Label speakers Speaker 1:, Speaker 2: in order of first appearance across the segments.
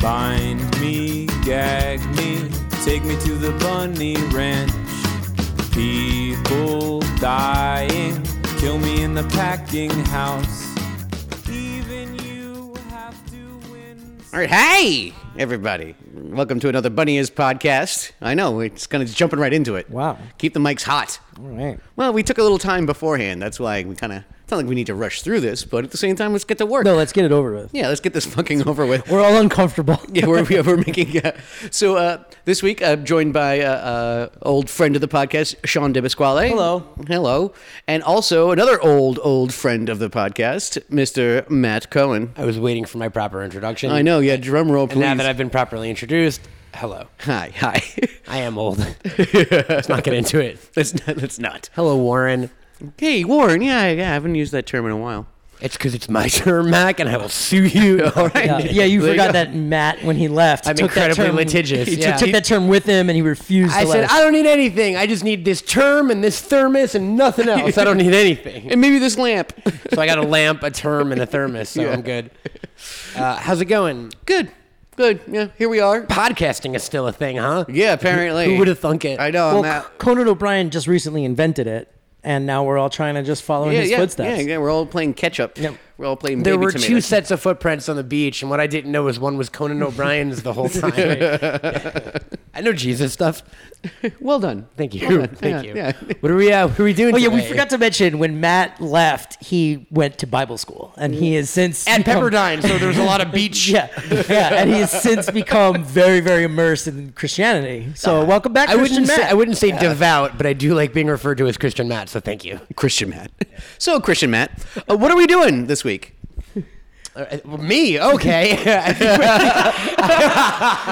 Speaker 1: Bind me, gag me, take me to the bunny ranch. People dying, kill me in the packing house. Even you have to win.
Speaker 2: All right, hey everybody, welcome to another Bunny Is podcast. I know it's kind of jumping right into it.
Speaker 3: Oh,
Speaker 4: Wow.
Speaker 2: keep the mics hot.
Speaker 4: All right.
Speaker 2: Well, we took a little time beforehand. That's why we kind of. It's not like we need to rush through this, but at the same time, let's get to work.
Speaker 4: No, let's get it over with.
Speaker 2: yeah, let's get this fucking over with.
Speaker 4: We're all uncomfortable.
Speaker 2: yeah, we're, yeah, we're making. Uh, so uh, this week, I'm joined by uh, uh, old friend of the podcast, Sean DeBasquale.
Speaker 4: Hello.
Speaker 2: hello, and also another old old friend of the podcast, Mr. Matt Cohen.
Speaker 3: I was waiting for my proper introduction.
Speaker 2: I know. Yeah, drum roll, please.
Speaker 3: And now that I've been properly introduced, hello.
Speaker 2: hi, hi.
Speaker 3: I am old. Let's not get into it.
Speaker 2: that's not. That's not.
Speaker 3: Hello, Warren.
Speaker 2: Hey, Warren. Yeah, yeah. I haven't used that term in a while.
Speaker 3: It's because it's my turn, Mac, and I will sue you. All right.
Speaker 4: Yeah, yeah, you
Speaker 2: There you
Speaker 4: forgot
Speaker 2: go.
Speaker 4: that Matt when he left.
Speaker 3: I'm
Speaker 4: took that
Speaker 3: incredibly
Speaker 4: term-
Speaker 3: litigious,
Speaker 4: He took-
Speaker 3: yeah.
Speaker 4: took that term with him and he refused.
Speaker 3: I
Speaker 4: to
Speaker 3: said,
Speaker 4: let us-
Speaker 3: I don't need anything. I just need this term and this thermos and nothing else. I don't need anything.
Speaker 2: And maybe this lamp.
Speaker 3: So I got a lamp, a term, and a thermos. So
Speaker 2: Yeah.
Speaker 3: I'm good. Uh, how's it going?
Speaker 2: Good, good. Yeah, here we are.
Speaker 3: Podcasting is still a thing, huh?
Speaker 2: Yeah, apparently.
Speaker 3: Who would have thunk it?
Speaker 2: I know. I'm
Speaker 4: well,
Speaker 2: out.
Speaker 4: Conan O'Brien just recently invented it, and now we're all trying to just follow in his
Speaker 2: yeah,
Speaker 4: footsteps.
Speaker 2: yeah, yeah. We're all playing catch up.
Speaker 4: Yep.
Speaker 2: We're all playing.
Speaker 3: There
Speaker 2: baby
Speaker 3: were two
Speaker 2: tomatoes.
Speaker 3: sets of footprints on the beach, and what I didn't know was one was Conan O'Brien's the whole time. I know Jesus stuff.
Speaker 2: Well done.
Speaker 3: Thank you.
Speaker 2: Well done.
Speaker 3: Thank
Speaker 2: Yeah,
Speaker 3: you.
Speaker 2: yeah.
Speaker 3: What are we? Uh, what are we doing?
Speaker 4: Oh yeah, we forgot to mention when Matt left, he went to Bible school, and he has since
Speaker 3: at
Speaker 4: become-
Speaker 3: Pepperdine. So there's a lot of beach.
Speaker 4: Yeah, yeah, and he has since become very, very immersed in Christianity. So welcome back,
Speaker 3: I
Speaker 4: Christian
Speaker 3: wouldn't say
Speaker 4: Matt.
Speaker 3: I wouldn't say devout, but I do like being referred to as Christian Matt. So thank you.
Speaker 2: Christian Matt. So Christian Matt, uh, what are we doing this week?
Speaker 3: Uh, well, me, okay. I think we're,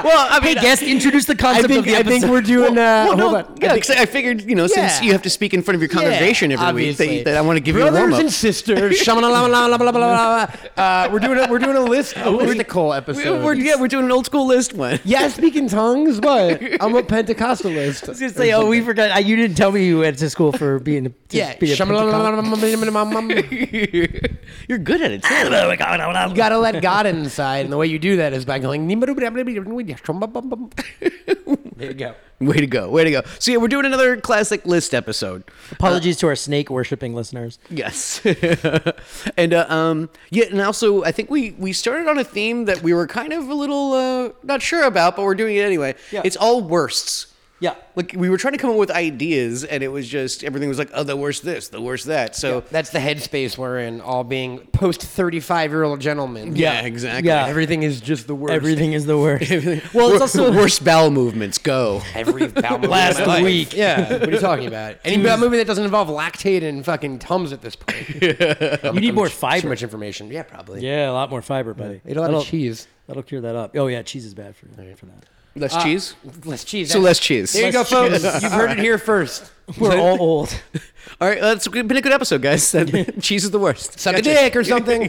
Speaker 2: Well, I mean,
Speaker 4: Hey, guest, introduce the
Speaker 3: I
Speaker 4: concept of
Speaker 3: think,
Speaker 4: the
Speaker 3: I
Speaker 4: episode.
Speaker 3: think we're doing. uh,
Speaker 2: well, no,
Speaker 3: hold on.
Speaker 2: yeah, 'cause Oh, I figured you know since
Speaker 3: Yeah.
Speaker 2: you have to speak in front of your congregation every week
Speaker 3: obviously.
Speaker 2: that, that I want to give
Speaker 3: Brothers
Speaker 2: you a warm up.
Speaker 3: and sisters. shamalalamalalabalabala. uh, we're doing a, we're doing a list a listicle episode.
Speaker 2: we're, yeah, we're doing an old school list one.
Speaker 3: Yeah, I speak in tongues, but I'm a Pentecostalist.
Speaker 4: I was gonna say, oh, we forgot. I, you didn't tell me you went to school for being a, to
Speaker 3: yeah,
Speaker 4: Be a Pentecost-
Speaker 3: you
Speaker 2: You're good at it too.
Speaker 3: gotta let God inside, and the way you do that is by going. There you go.
Speaker 2: way to go, way to go. So yeah, we're doing another classic list episode.
Speaker 4: Apologies to our snake worshipping listeners.
Speaker 2: Yes, and uh, um, yeah, and also I think we we started on a theme that we were kind of a little uh, not sure about, but we're doing it anyway.
Speaker 4: Yeah.
Speaker 2: It's all worsts.
Speaker 4: Yeah.
Speaker 2: Like we were trying to come up with ideas, and it was just everything was like, oh, the worst this, the worst that. So
Speaker 3: That's the headspace we're in, all being post 35 year old gentlemen.
Speaker 2: yeah, exactly.
Speaker 4: Yeah.
Speaker 3: Everything is just the worst.
Speaker 4: Everything is the worst. well, it's also
Speaker 2: worst bowel movements. Go.
Speaker 3: Every bowel movement
Speaker 4: Last
Speaker 3: of my life.
Speaker 4: week.
Speaker 3: Yeah. What are you talking about? Any bowel movement that doesn't involve lactate and fucking tums at this point.
Speaker 4: you need more
Speaker 3: Too
Speaker 4: fiber.
Speaker 3: much information. Yeah, probably.
Speaker 4: Yeah, a lot more fiber, buddy.
Speaker 3: Eat a lot
Speaker 4: that'll,
Speaker 3: of cheese.
Speaker 4: That'll cure that up. Oh yeah, cheese is bad for, for that.
Speaker 2: Less cheese.
Speaker 3: Less cheese.
Speaker 2: So less cheese.
Speaker 3: There you go,
Speaker 4: Less
Speaker 3: folks. You've heard it here first.
Speaker 4: We're all old.
Speaker 2: All right, well, it's been a good episode, guys. cheese is the worst.
Speaker 3: Suck a dick or something.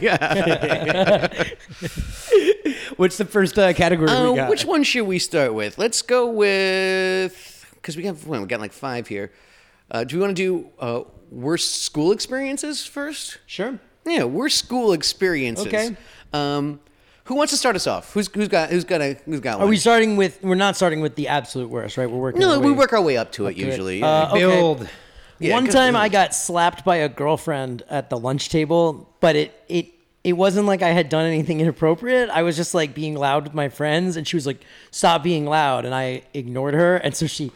Speaker 3: What's the first uh, category
Speaker 2: Uh,
Speaker 3: we got?
Speaker 2: which one should we start with? Let's go with because we have well, we got like five here. Uh, do we want to do uh, worst school experiences first?
Speaker 4: Sure.
Speaker 2: Yeah, worst school experiences.
Speaker 4: Okay.
Speaker 2: Um, who wants to start us off? Who's who's got who's got a who's got
Speaker 4: Are
Speaker 2: one?
Speaker 4: we starting with? We're not starting with the absolute worst, right? We're working.
Speaker 2: no,
Speaker 4: our
Speaker 2: we
Speaker 4: way
Speaker 2: work our way up to it
Speaker 4: to it.
Speaker 2: usually.
Speaker 4: Uh, okay.
Speaker 3: Build.
Speaker 2: Yeah,
Speaker 4: One
Speaker 2: good
Speaker 4: time
Speaker 2: lord.
Speaker 4: I got slapped by a girlfriend at the lunch table, but it it it wasn't like I had done anything inappropriate. I was just like being loud with my friends and she was like, "Stop being loud." And I ignored her, and so she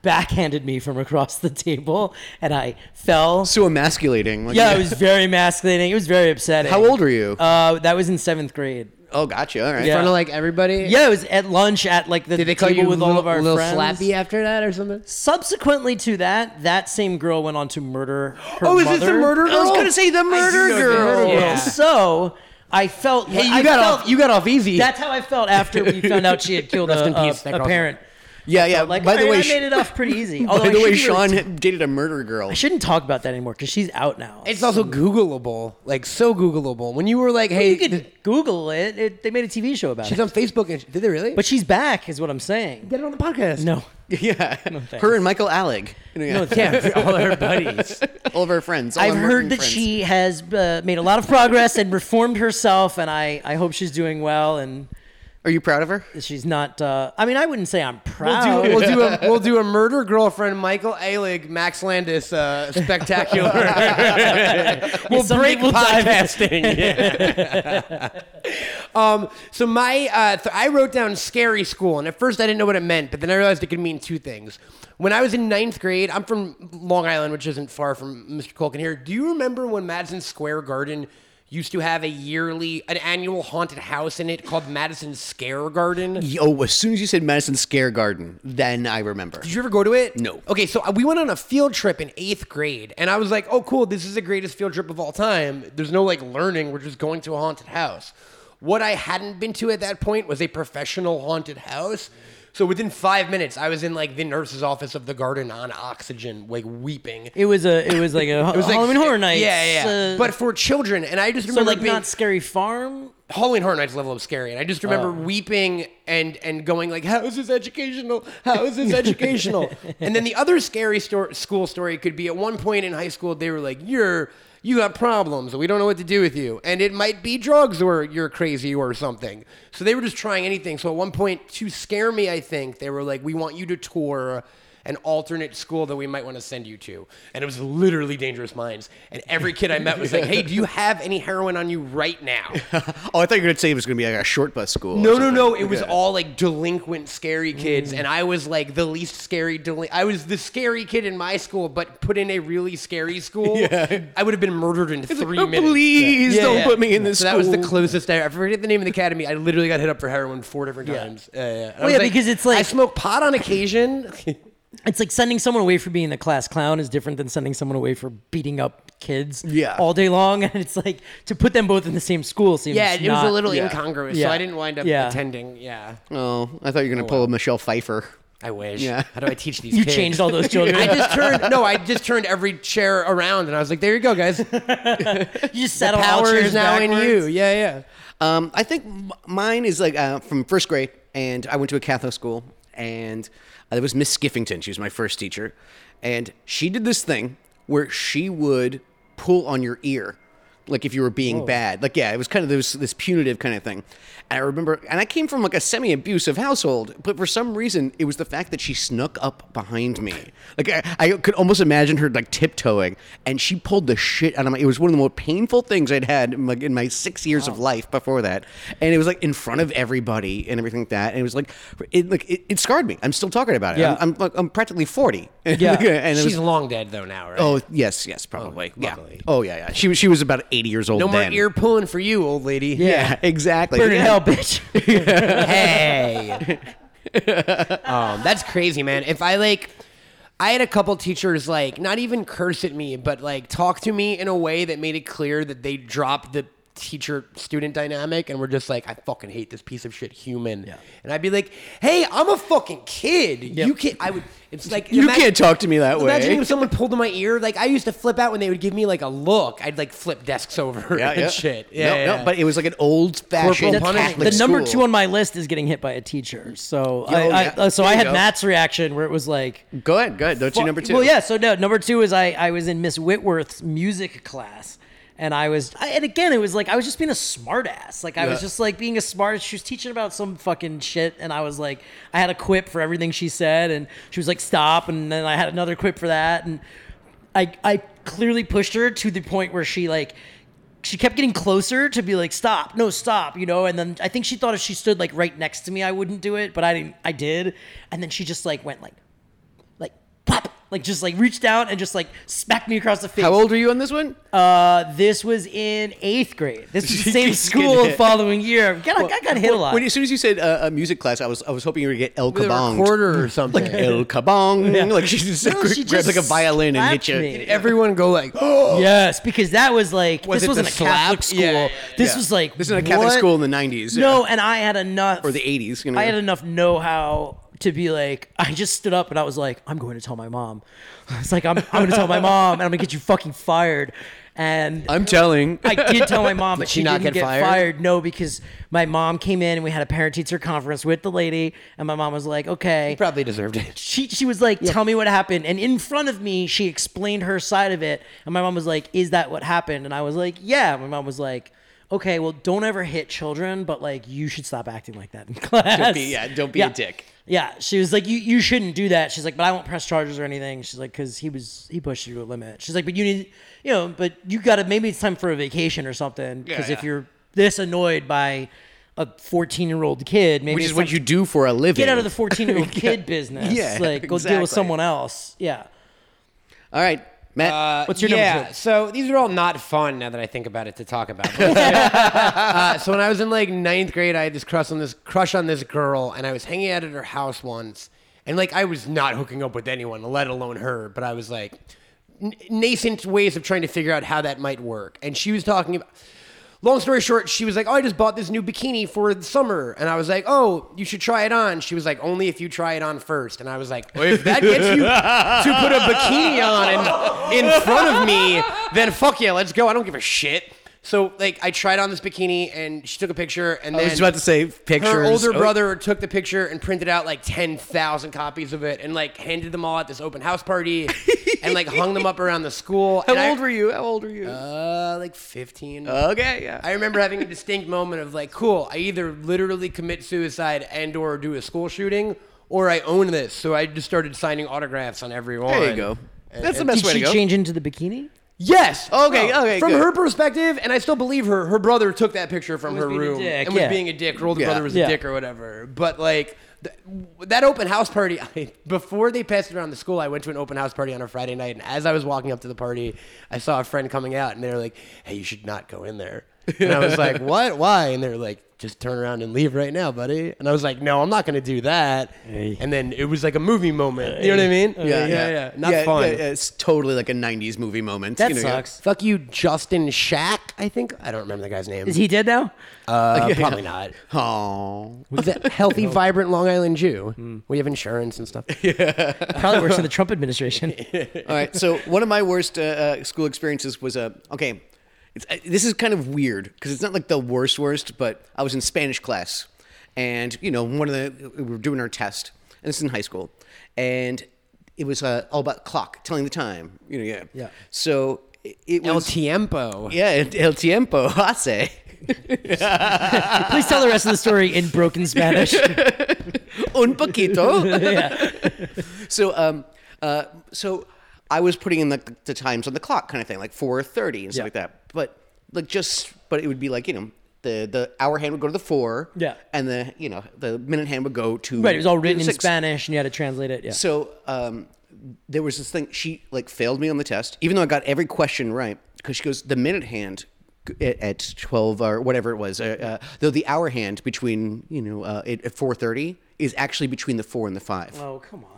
Speaker 4: backhanded me from across the table and I fell.
Speaker 2: so emasculating. Like,
Speaker 4: Yeah, it was very emasculating. It was very upsetting.
Speaker 2: How old are you?
Speaker 4: Uh, that was in 7th grade.
Speaker 2: oh, gotcha. All right.
Speaker 4: yeah.
Speaker 3: Front of like everybody.
Speaker 4: Yeah, it was at lunch at like the
Speaker 3: Did they
Speaker 4: table
Speaker 3: call you
Speaker 4: with all of our
Speaker 3: little
Speaker 4: friends.
Speaker 3: slappy after that or something?
Speaker 4: Subsequently to that, that same girl went on to murder her
Speaker 3: Oh, is
Speaker 4: mother.
Speaker 3: this the murder
Speaker 2: I was gonna say the murder
Speaker 3: know
Speaker 2: girl.
Speaker 3: this.
Speaker 4: Yeah.
Speaker 3: Yeah.
Speaker 4: So I felt.
Speaker 3: Hey, you
Speaker 4: I
Speaker 3: got
Speaker 4: felt-
Speaker 3: off. You got off easy.
Speaker 4: That's how I felt after we found out she had killed
Speaker 3: Rest
Speaker 4: a,
Speaker 3: in peace,
Speaker 4: a,
Speaker 3: that
Speaker 4: a
Speaker 3: girl.
Speaker 4: parent.
Speaker 2: Yeah, yeah.
Speaker 4: Like,
Speaker 2: by the
Speaker 4: I,
Speaker 2: way,
Speaker 4: I
Speaker 2: sh-
Speaker 4: made it off pretty easy. Although
Speaker 2: by the
Speaker 4: I
Speaker 2: way,
Speaker 4: shouldn't really
Speaker 2: Sean
Speaker 4: t-
Speaker 2: dated a murder girl.
Speaker 4: I shouldn't talk about that anymore because she's out now.
Speaker 3: It's also Googleable, like so Googleable. When you were like, "Hey,
Speaker 4: you could Google it. it. They made a TV show about
Speaker 3: she's
Speaker 4: it.
Speaker 3: on Facebook," and did they really?
Speaker 4: But she's back, is what I'm saying.
Speaker 3: get it on the podcast.
Speaker 4: No,
Speaker 2: Yeah, her and Michael Alec.
Speaker 4: no,
Speaker 3: yeah, all her buddies.
Speaker 2: all of our friends. all
Speaker 4: I've
Speaker 2: our
Speaker 4: heard
Speaker 2: Morton
Speaker 4: that
Speaker 2: friends.
Speaker 4: she has uh, made a lot of progress and reformed herself, and I, I hope she's doing well. And
Speaker 2: Are you proud of her?
Speaker 4: She's not. Uh, I mean, I wouldn't say I'm
Speaker 3: We'll
Speaker 4: proud.
Speaker 3: do, we'll, do a, we'll do a murder girlfriend Michael Alig Max Landis uh, spectacular. we'll
Speaker 4: Someday
Speaker 3: break
Speaker 4: we'll dive-
Speaker 3: podcasting. Yeah. um, so my uh, th- I wrote down scary school, and at first I didn't know what it meant, but then I realized it could mean two things. When I was in ninth grade, I'm from Long Island, which isn't far from Mr. Colkin here. Do you remember when Madison Square Garden? Used to have a yearly, an annual haunted house in it called Madison Scare Garden.
Speaker 2: Oh, as soon as you said Madison Scare Garden, then I remember.
Speaker 3: Did you ever go to it?
Speaker 2: No.
Speaker 3: Okay, so uh, we went on a field trip in eighth grade, and I was like, oh, cool, this is the greatest field trip of all time. There's no like learning, we're just going to a haunted house. What I hadn't been to at that point was a professional haunted house. So within five minutes, I was in like the nurse's office of the garden on oxygen, like weeping.
Speaker 4: it was a. It was like a
Speaker 3: It was like
Speaker 4: Halloween Horror Nights.
Speaker 3: Yeah, yeah.
Speaker 4: uh,
Speaker 3: but for children, and I just
Speaker 4: so
Speaker 3: remember
Speaker 4: like
Speaker 3: being,
Speaker 4: not Scary Farm.
Speaker 3: Halloween Horror Nights level of scary, and I just remember weeping and and going like, "How is this educational? How is this educational?" and then the other scary sto- school story could be at one point in high school they were like, "You're you got problems, and we don't know what to do with you," and it might be drugs or you're crazy or something. So they were just trying anything. So at one point to scare me, I think they were like, "We want you to tour." An alternate school that we might want to send you to. And it was literally Dangerous Minds. And every kid I met was like, hey, do you have any heroin on you right now?
Speaker 2: Oh, I thought you were going to say it was going to be like a short bus school. or
Speaker 3: No, no,
Speaker 2: something.
Speaker 3: no. It was
Speaker 2: Okay.
Speaker 3: all like delinquent, scary kids, and I was like the least scary. Delin- I was the scary kid in my school, but put in a really scary school, I would have been murdered in three
Speaker 2: "Oh,
Speaker 3: minutes.
Speaker 2: please don't put me in this
Speaker 3: So that was the
Speaker 2: school.
Speaker 3: closest I. I forget the name of the academy. I literally got hit up for heroin four different times. Yeah, yeah. And I was
Speaker 4: yeah, because it's like-
Speaker 3: I smoke pot on occasion.
Speaker 4: It's like sending someone away for being the class clown is different than sending someone away for beating up kids
Speaker 2: Yeah.
Speaker 4: all day long. And it's like to put them both in the same school seems
Speaker 3: yeah, it was
Speaker 4: not-
Speaker 3: a little
Speaker 2: yeah.
Speaker 3: incongruous,
Speaker 4: Yeah.
Speaker 3: so I didn't wind up
Speaker 4: Yeah.
Speaker 3: attending. Yeah,
Speaker 2: Oh, I thought you were going to pull a Michelle Pfeiffer.
Speaker 3: I wish.
Speaker 2: Yeah.
Speaker 3: How do I teach these?
Speaker 4: You
Speaker 3: kids?
Speaker 4: changed all those children.
Speaker 3: I just turned no. I just turned every chair around, and I was like, "There you go, guys."
Speaker 4: you just settle all
Speaker 3: power
Speaker 4: chairs
Speaker 3: is now in you.
Speaker 4: backwards.
Speaker 3: Yeah, yeah.
Speaker 2: Um, I think m- mine is like uh, from first grade, and I went to a Catholic school, and uh, there was Miss Skiffington. She was my first teacher, and she did this thing where she would pull on your ear, like if you were being bad. Like yeah, it was kind of this this punitive kind of thing. And I remember, and I came from like a semi abusive household, but for some reason it was the fact that she snuck up behind me. Like I, I could almost imagine her like tiptoeing, and she pulled the shit out of my. It was one of the more painful things I'd had in, like in my six years of life before that, and it was like in front of everybody and everything like that, and it was like, it like it, it scarred me. I'm still talking about it.
Speaker 4: Yeah.
Speaker 2: I'm, I'm like, I'm practically forty.
Speaker 4: Yeah.
Speaker 2: and it
Speaker 3: She's
Speaker 2: was,
Speaker 3: long dead though now, right?
Speaker 2: oh yes, yes, probably. yeah.
Speaker 3: luckily.
Speaker 2: Oh yeah, yeah. She was she was about eighty years old.
Speaker 3: no more
Speaker 2: then.
Speaker 3: ear pulling for you, old lady.
Speaker 2: Yeah, exactly.
Speaker 4: Burn in
Speaker 2: Yeah.
Speaker 4: hell, bitch.
Speaker 3: hey. um, that's crazy, man. If I like, I had a couple teachers like not even curse at me, but like talk to me in a way that made it clear that they dropped the teacher student dynamic and were just like, I fucking hate this piece of shit human. And I'd be like, Hey, I'm a fucking kid. You can't. I would. It's like
Speaker 2: You
Speaker 3: imagine-
Speaker 2: can't talk to me that
Speaker 3: Imagine
Speaker 2: way.
Speaker 3: if someone pulled in my ear. Like I used to flip out when they would give me like a look. I'd like flip desks over and shit. Yeah,
Speaker 2: no,
Speaker 3: yeah,
Speaker 2: no,
Speaker 3: yeah.
Speaker 2: but it was like an old fashioned
Speaker 3: Corporal punishment.
Speaker 2: Catholic
Speaker 4: the number two
Speaker 2: school.
Speaker 4: on my list is getting hit by a teacher. So I, I,
Speaker 2: yeah.
Speaker 4: uh, so
Speaker 2: There
Speaker 4: I
Speaker 2: you
Speaker 4: had
Speaker 2: go.
Speaker 4: Matt's reaction where it was like,
Speaker 2: Go ahead, go ahead. Don't you number two?
Speaker 4: Well, yeah. So no, number two is I I was in Miss Whitworth's music class. And I was, I, and again, it was like I was just being a smartass. Like I was
Speaker 2: Yeah.
Speaker 4: just like being a smart. She was teaching about some fucking shit, and I was like, I had a quip for everything she said, and she was like, stop, and then I had another quip for that, and I, I clearly pushed her to the point where she like, she kept getting closer to be like, stop, no, stop, you know. And then I think she thought if she stood like right next to me, I wouldn't do it, but I didn't, I did. And then she just like went like like pop, like just like reached down and just like smacked me across the face.
Speaker 2: How old were you on this one?
Speaker 4: Uh, this was in eighth grade. This was the same school the following year. God, I, I got hit a lot.
Speaker 2: When you- as soon as you said uh, a music class, I was I was hoping you were going to get El
Speaker 3: with a
Speaker 2: Kabong.
Speaker 3: recorder or something.
Speaker 2: Like El Kabong. Like she just,
Speaker 4: No, she
Speaker 2: grabbed
Speaker 4: just
Speaker 2: like a violin and hit
Speaker 4: slapped
Speaker 2: you.
Speaker 4: me.
Speaker 3: Everyone go like, oh,
Speaker 4: yes, because that was like
Speaker 3: Was
Speaker 4: this
Speaker 3: it the
Speaker 4: wasn't a Catholic
Speaker 3: slap?
Speaker 4: school.
Speaker 3: Yeah, yeah,
Speaker 4: This
Speaker 2: Yeah.
Speaker 4: was like
Speaker 2: This is a Catholic
Speaker 4: what?
Speaker 2: school in the 90s.
Speaker 4: No,
Speaker 2: yeah.
Speaker 4: and I had enough
Speaker 2: Or the 80s. You know?
Speaker 4: I had enough know-how to be like, I just stood up and I was like, I'm going to tell my mom. It's like I'm, I'm going to tell my mom, and I'm going to get you fucking fired. And
Speaker 2: I'm telling.
Speaker 4: I did tell my mom, but
Speaker 3: Did
Speaker 4: she,
Speaker 3: she not
Speaker 4: didn't
Speaker 3: get
Speaker 4: get
Speaker 3: fired?
Speaker 4: fired? No, because my mom came in and we had a parent teacher conference with the lady, and my mom was like, "Okay."
Speaker 3: probably deserved it.
Speaker 4: She she was like, "Tell me what happened," and in front of me, she explained her side of it, and my mom was like, "Is that what happened?" And I was like, "Yeah." My mom was like. okay, well, don't ever hit children, but like you should stop acting like that in class.
Speaker 2: Don't be- yeah, don't be a dick.
Speaker 4: Yeah, she was like, you you shouldn't do that. She's like, but I won't press charges or anything. She's like, because he was he pushed you to a limit. She's like, but you need, you know, but you got to maybe it's time for a vacation or something. Because if
Speaker 2: yeah.
Speaker 4: you're this annoyed by a 14 year old kid, maybe
Speaker 2: Which
Speaker 4: it's
Speaker 2: is what
Speaker 4: time-
Speaker 2: you do for a living.
Speaker 4: get out of the 14 year old kid business.
Speaker 2: Yeah,
Speaker 4: like go deal
Speaker 2: exactly.
Speaker 4: with someone else. Yeah.
Speaker 2: All right, Matt.
Speaker 4: What's your
Speaker 3: yeah,
Speaker 4: number two?
Speaker 3: so these are all not fun now that I think about it to talk about. But- uh, so when I was in like ninth grade, I had this crush on this crush on this girl, and I was hanging out at her house once, and like I was not hooking up with anyone, let alone her. But I was like n- nascent ways of trying to figure out how that might work, and she was talking about. Long story short, she was like, "Oh, I just bought this new bikini for the summer," and I was like, "Oh, you should try it on." She was like, "Only if you try it on first. and I was like, "If that gets you to put a bikini on and in front of me, then fuck yeah, let's go. I don't give a shit." So like, I tried on this bikini, and she took a picture, and
Speaker 2: I
Speaker 3: then
Speaker 2: was about to say pictures.
Speaker 3: her older
Speaker 2: Oh,
Speaker 3: brother took the picture and printed out like 10,000 copies of it and like handed them all at this open house party and like hung them up around the school.
Speaker 2: How
Speaker 3: And I-
Speaker 2: old were you? How old were you? Uh.
Speaker 3: Uh, like 15.
Speaker 2: okay, yeah.
Speaker 3: I remember having a distinct moment of like, cool, I either literally commit suicide and or do a school shooting or I own this. So I just started signing autographs on everyone.
Speaker 2: there you go. That's the best
Speaker 4: Did
Speaker 2: way to
Speaker 4: she
Speaker 2: go.
Speaker 4: change into the bikini?
Speaker 3: Yes.
Speaker 2: Okay, okay,
Speaker 3: From
Speaker 2: good.
Speaker 3: her perspective, and I still believe her. Her brother took that picture from
Speaker 4: was
Speaker 3: her
Speaker 4: being a
Speaker 3: room
Speaker 4: dick,
Speaker 3: and
Speaker 4: yeah.
Speaker 3: was being a dick. Her older
Speaker 2: Yeah.
Speaker 3: brother was
Speaker 4: Yeah.
Speaker 3: a dick or whatever. But like th- that open house party, I, before they passed it around the school, I went to an open house party on a Friday night, and as I was walking up to the party, I saw a friend coming out, and they were like, "Hey, you should not go in there." And I was like, "What? Why?" And they were like. Just turn around and leave right now, buddy. And I was like, "No, I'm not going to do that." And then it was like a movie moment. You know what I mean? yeah, yeah, yeah. Not fun.
Speaker 2: yeah, yeah, it's totally like a '90s movie moment.
Speaker 4: That
Speaker 2: you know, yeah.
Speaker 4: sucks.
Speaker 3: Fuck you, Justin Shack, I think. I don't remember the guy's name.
Speaker 4: Is he dead now?
Speaker 3: Uh, probably not.
Speaker 2: Aw.
Speaker 3: He's a healthy, vibrant Long Island Jew.
Speaker 4: Hmm.
Speaker 3: We have insurance and stuff.
Speaker 4: Probably works in the Trump administration.
Speaker 2: All right. So one of my worst uh, uh, school experiences was uh, okay. It's, uh, this is kind of weird because it's not like the worst worst, but I was in Spanish class, and you know one of the we were doing our test, and this is in high school, and it was uh, all about clock, telling the time. You know, yeah.
Speaker 4: Yeah.
Speaker 2: So it, it
Speaker 3: El
Speaker 2: was
Speaker 3: Tiempo.
Speaker 2: yeah, el, el tiempo hace.
Speaker 4: Please tell the rest of the story in broken Spanish.
Speaker 2: un poquito. So, um, uh, so I was putting in like the, the times on the clock, kind of thing, like four thirty and stuff
Speaker 4: Yeah.
Speaker 2: like that. But like just, but it would be like you know. The, the hour hand would go to the four,
Speaker 4: Yeah.
Speaker 2: and the you know the minute hand would go to
Speaker 4: Right, it was all written in
Speaker 2: six.
Speaker 4: Spanish and you had to translate it. Yeah.
Speaker 2: So um, there was this thing. She like failed me on the test, even though I got every question right. Because she goes, the minute hand g- at- at twelve or whatever it was, uh, uh, though the hour hand between you know uh, at, at four thirty is actually between the four and the five.
Speaker 4: oh, come on.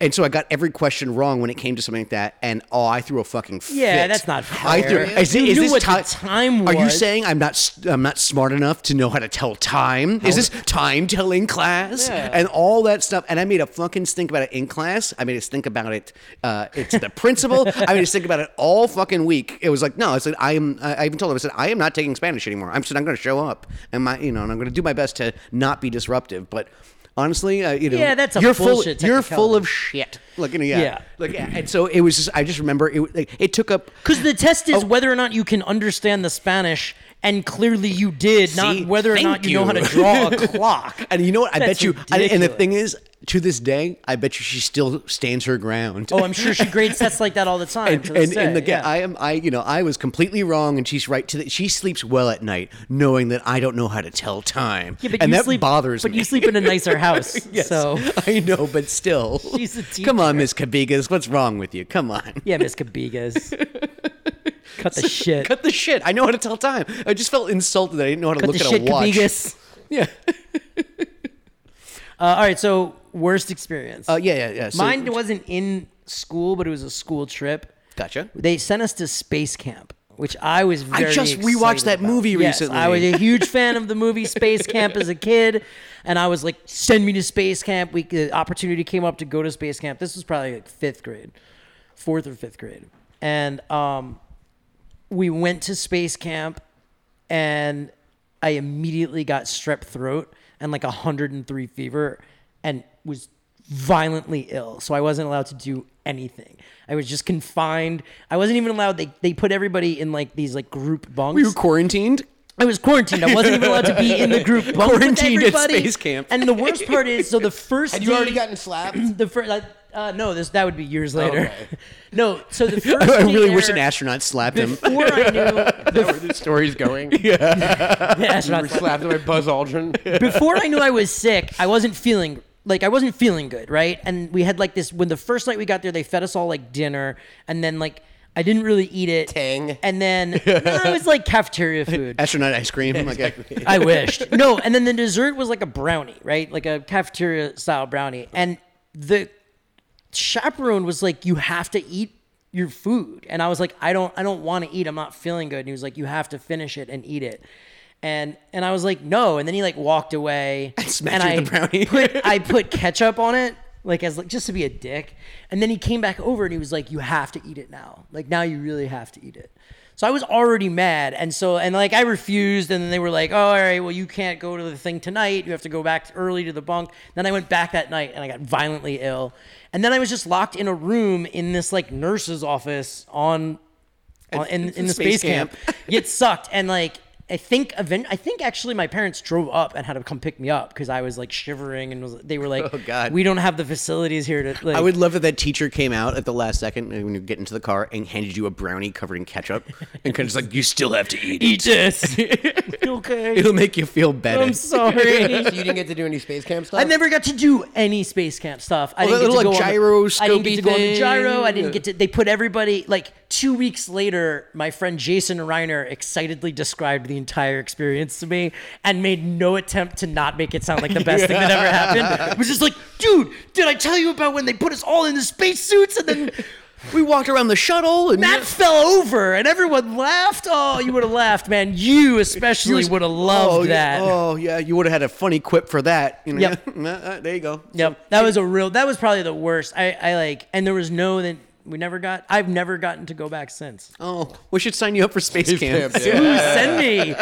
Speaker 2: And so I got every question wrong when it came to something like that, and oh, I threw a fucking fit.
Speaker 4: Yeah, that's not
Speaker 2: I threw,
Speaker 4: fair.
Speaker 2: is it-
Speaker 4: You
Speaker 2: is
Speaker 4: knew
Speaker 2: this
Speaker 4: what the
Speaker 2: ti-
Speaker 4: time
Speaker 2: Are you
Speaker 4: was.
Speaker 2: saying I'm not s- I'm not smart enough to know how to tell time? Is this time telling class
Speaker 4: Yeah.
Speaker 2: and all that stuff? And I made a fucking stink about it in class. I made a stink about it. Uh, it's the principal. I made a stink about it all fucking week. It was like no. I said I am. I I even told him I said I am not taking Spanish anymore. I'm said I'm going to show up and my you know and I'm going to do my best to not be disruptive, but. Honestly, uh, you know,
Speaker 4: Yeah, that's a
Speaker 2: you're
Speaker 4: bullshit
Speaker 2: full. You're full
Speaker 4: technicality.
Speaker 2: of shit. Like, you know, yeah,
Speaker 4: Yeah.
Speaker 2: Like, yeah. and so it was just. I just remember it. Like, it took up
Speaker 4: Because the test
Speaker 2: Oh.
Speaker 4: is whether or not you can understand the Spanish, and clearly you did,
Speaker 2: See?
Speaker 4: not whether or
Speaker 2: Thank
Speaker 4: not you, know how to
Speaker 2: you.
Speaker 4: draw a clock.
Speaker 2: And you know what? I
Speaker 4: That's
Speaker 2: bet you. and- And the
Speaker 4: ridiculous.
Speaker 2: thing is, to this day, I bet you she still stands her ground.
Speaker 4: Oh, I'm sure she grades tests like that all the time.
Speaker 2: and
Speaker 4: to this
Speaker 2: and, and
Speaker 4: day,
Speaker 2: again, I am. I you know I was completely wrong, and she's right. To the, she sleeps well at night, knowing that I don't know how to tell time.
Speaker 4: Yeah, but
Speaker 2: and
Speaker 4: you
Speaker 2: that
Speaker 4: sleep,
Speaker 2: bothers
Speaker 4: but
Speaker 2: me.
Speaker 4: you sleep in a nicer house.
Speaker 2: Yes,
Speaker 4: So,
Speaker 2: I know, but still,
Speaker 4: She's a
Speaker 2: come on,
Speaker 4: teacher.
Speaker 2: Miss Kabigas, what's wrong with you? Come on,
Speaker 4: yeah, Miss Cabigas. Cut the shit.
Speaker 2: cut the shit. I know how to tell time. I just felt insulted that I didn't know how to
Speaker 4: Cut
Speaker 2: look
Speaker 4: the
Speaker 2: at
Speaker 4: shit,
Speaker 2: a watch.
Speaker 4: Cabigas.
Speaker 2: Yeah,
Speaker 4: Uh, all right, so worst experience.
Speaker 2: uh, yeah, yeah, yeah. So,
Speaker 4: Mine wasn't in school, but it was a school trip.
Speaker 2: Gotcha.
Speaker 4: They sent us to space camp, which I was very
Speaker 2: just
Speaker 4: excited
Speaker 2: rewatched that
Speaker 4: about.
Speaker 2: movie
Speaker 4: Yes,
Speaker 2: recently.
Speaker 4: I was a huge fan of the movie Space Camp as a kid, and I was like, "Send me to space camp." We the opportunity came up to go to space camp. This was probably like 5th grade. 4th or 5th grade. And um we went to space camp and I immediately got strep throat and like 103 fever and was violently ill. So I wasn't allowed to do anything. I was just confined. I wasn't even allowed. They, they put everybody in like these like group bunks.
Speaker 2: Were you quarantined?
Speaker 4: I was quarantined. I wasn't even allowed to be in the group. bunk with
Speaker 2: Quarantined at
Speaker 4: everybody.
Speaker 2: space camp.
Speaker 4: And the worst part is, so the first
Speaker 3: Had you already
Speaker 4: day-
Speaker 3: gotten slapped?
Speaker 4: the first. Uh, no, this that would be years later. no, so the first.
Speaker 2: I
Speaker 4: day
Speaker 2: really wish
Speaker 4: there,
Speaker 2: an astronaut slapped him.
Speaker 4: Before I knew,
Speaker 3: Is that where the story's going? yeah.
Speaker 4: the
Speaker 3: Were
Speaker 4: astronaut
Speaker 3: slapped by Buzz Aldrin.
Speaker 4: before I knew I was sick, I wasn't feeling like I wasn't feeling good, right? And we had like this when the first night we got there, they fed us all like dinner, and then like I didn't really eat it.
Speaker 3: Tang.
Speaker 4: And then no, it was like cafeteria food.
Speaker 2: astronaut ice cream. Like,
Speaker 4: I wished. No, and then the dessert was like a brownie, right? Like a cafeteria style brownie. And the chaperone was like, "You have to eat your food." And I was like, "I don't I don't want to eat. I'm not feeling good." And he was like, "You have to finish it and eat it." And and I was like, "No." And then he like walked away and
Speaker 2: smashed you with the brownie.
Speaker 4: put I put ketchup on it. Like as like just to be a dick, and then he came back over and he was like, "You have to eat it now. Like now you really have to eat it." So I was already mad, and so and like I refused, and then they were like, "Oh, all right, well you can't go to the thing tonight. You have to go back early to the bunk." Then I went back that night, and I got violently ill, and then I was just locked in a room in this like nurse's office on on- in, in the
Speaker 2: space
Speaker 4: space camp. it sucked. And like, I think event- I think actually my parents drove up and had to come pick me up because I was like shivering and was, they were like,
Speaker 2: Oh, God.
Speaker 4: we don't have the facilities here to." Like,
Speaker 2: I would love if that teacher came out at the last second when you get into the car and handed you a brownie covered in ketchup and kind of just like, you still have to eat. it.
Speaker 4: eat this. You okay,
Speaker 2: It'll make you feel better.
Speaker 4: I'm sorry.
Speaker 3: so you didn't get to do any space camp stuff?
Speaker 4: I never got to do any space camp stuff.
Speaker 2: Oh,
Speaker 4: I
Speaker 2: that
Speaker 4: didn't get
Speaker 2: little,
Speaker 4: to go
Speaker 2: like,
Speaker 4: on the, I didn't get
Speaker 2: gyroscopey
Speaker 4: to go on the
Speaker 2: thing.
Speaker 4: gyro. I didn't get to. They put everybody like two weeks later. My friend Jason Reiner excitedly described the entire experience to me and made no attempt to not make it sound like the best thing that ever happened. It was just like, dude, did I tell you about when they put us all in the spacesuits and then
Speaker 2: We walked around the shuttle and
Speaker 4: Matt fell over and everyone laughed? Oh, you would have laughed, man. You especially would have
Speaker 2: oh,
Speaker 4: loved that.
Speaker 2: Yeah, oh, yeah. You would have had a funny quip for that. You know?
Speaker 4: Yep.
Speaker 2: Uh, uh, there you go.
Speaker 4: Yep. That was a real that was probably the worst. I, I like and there was no that we never got I've never gotten to go back since.
Speaker 2: Oh, we should sign you up for space, camp.
Speaker 3: camp,
Speaker 2: Yeah.
Speaker 4: Ooh, send me.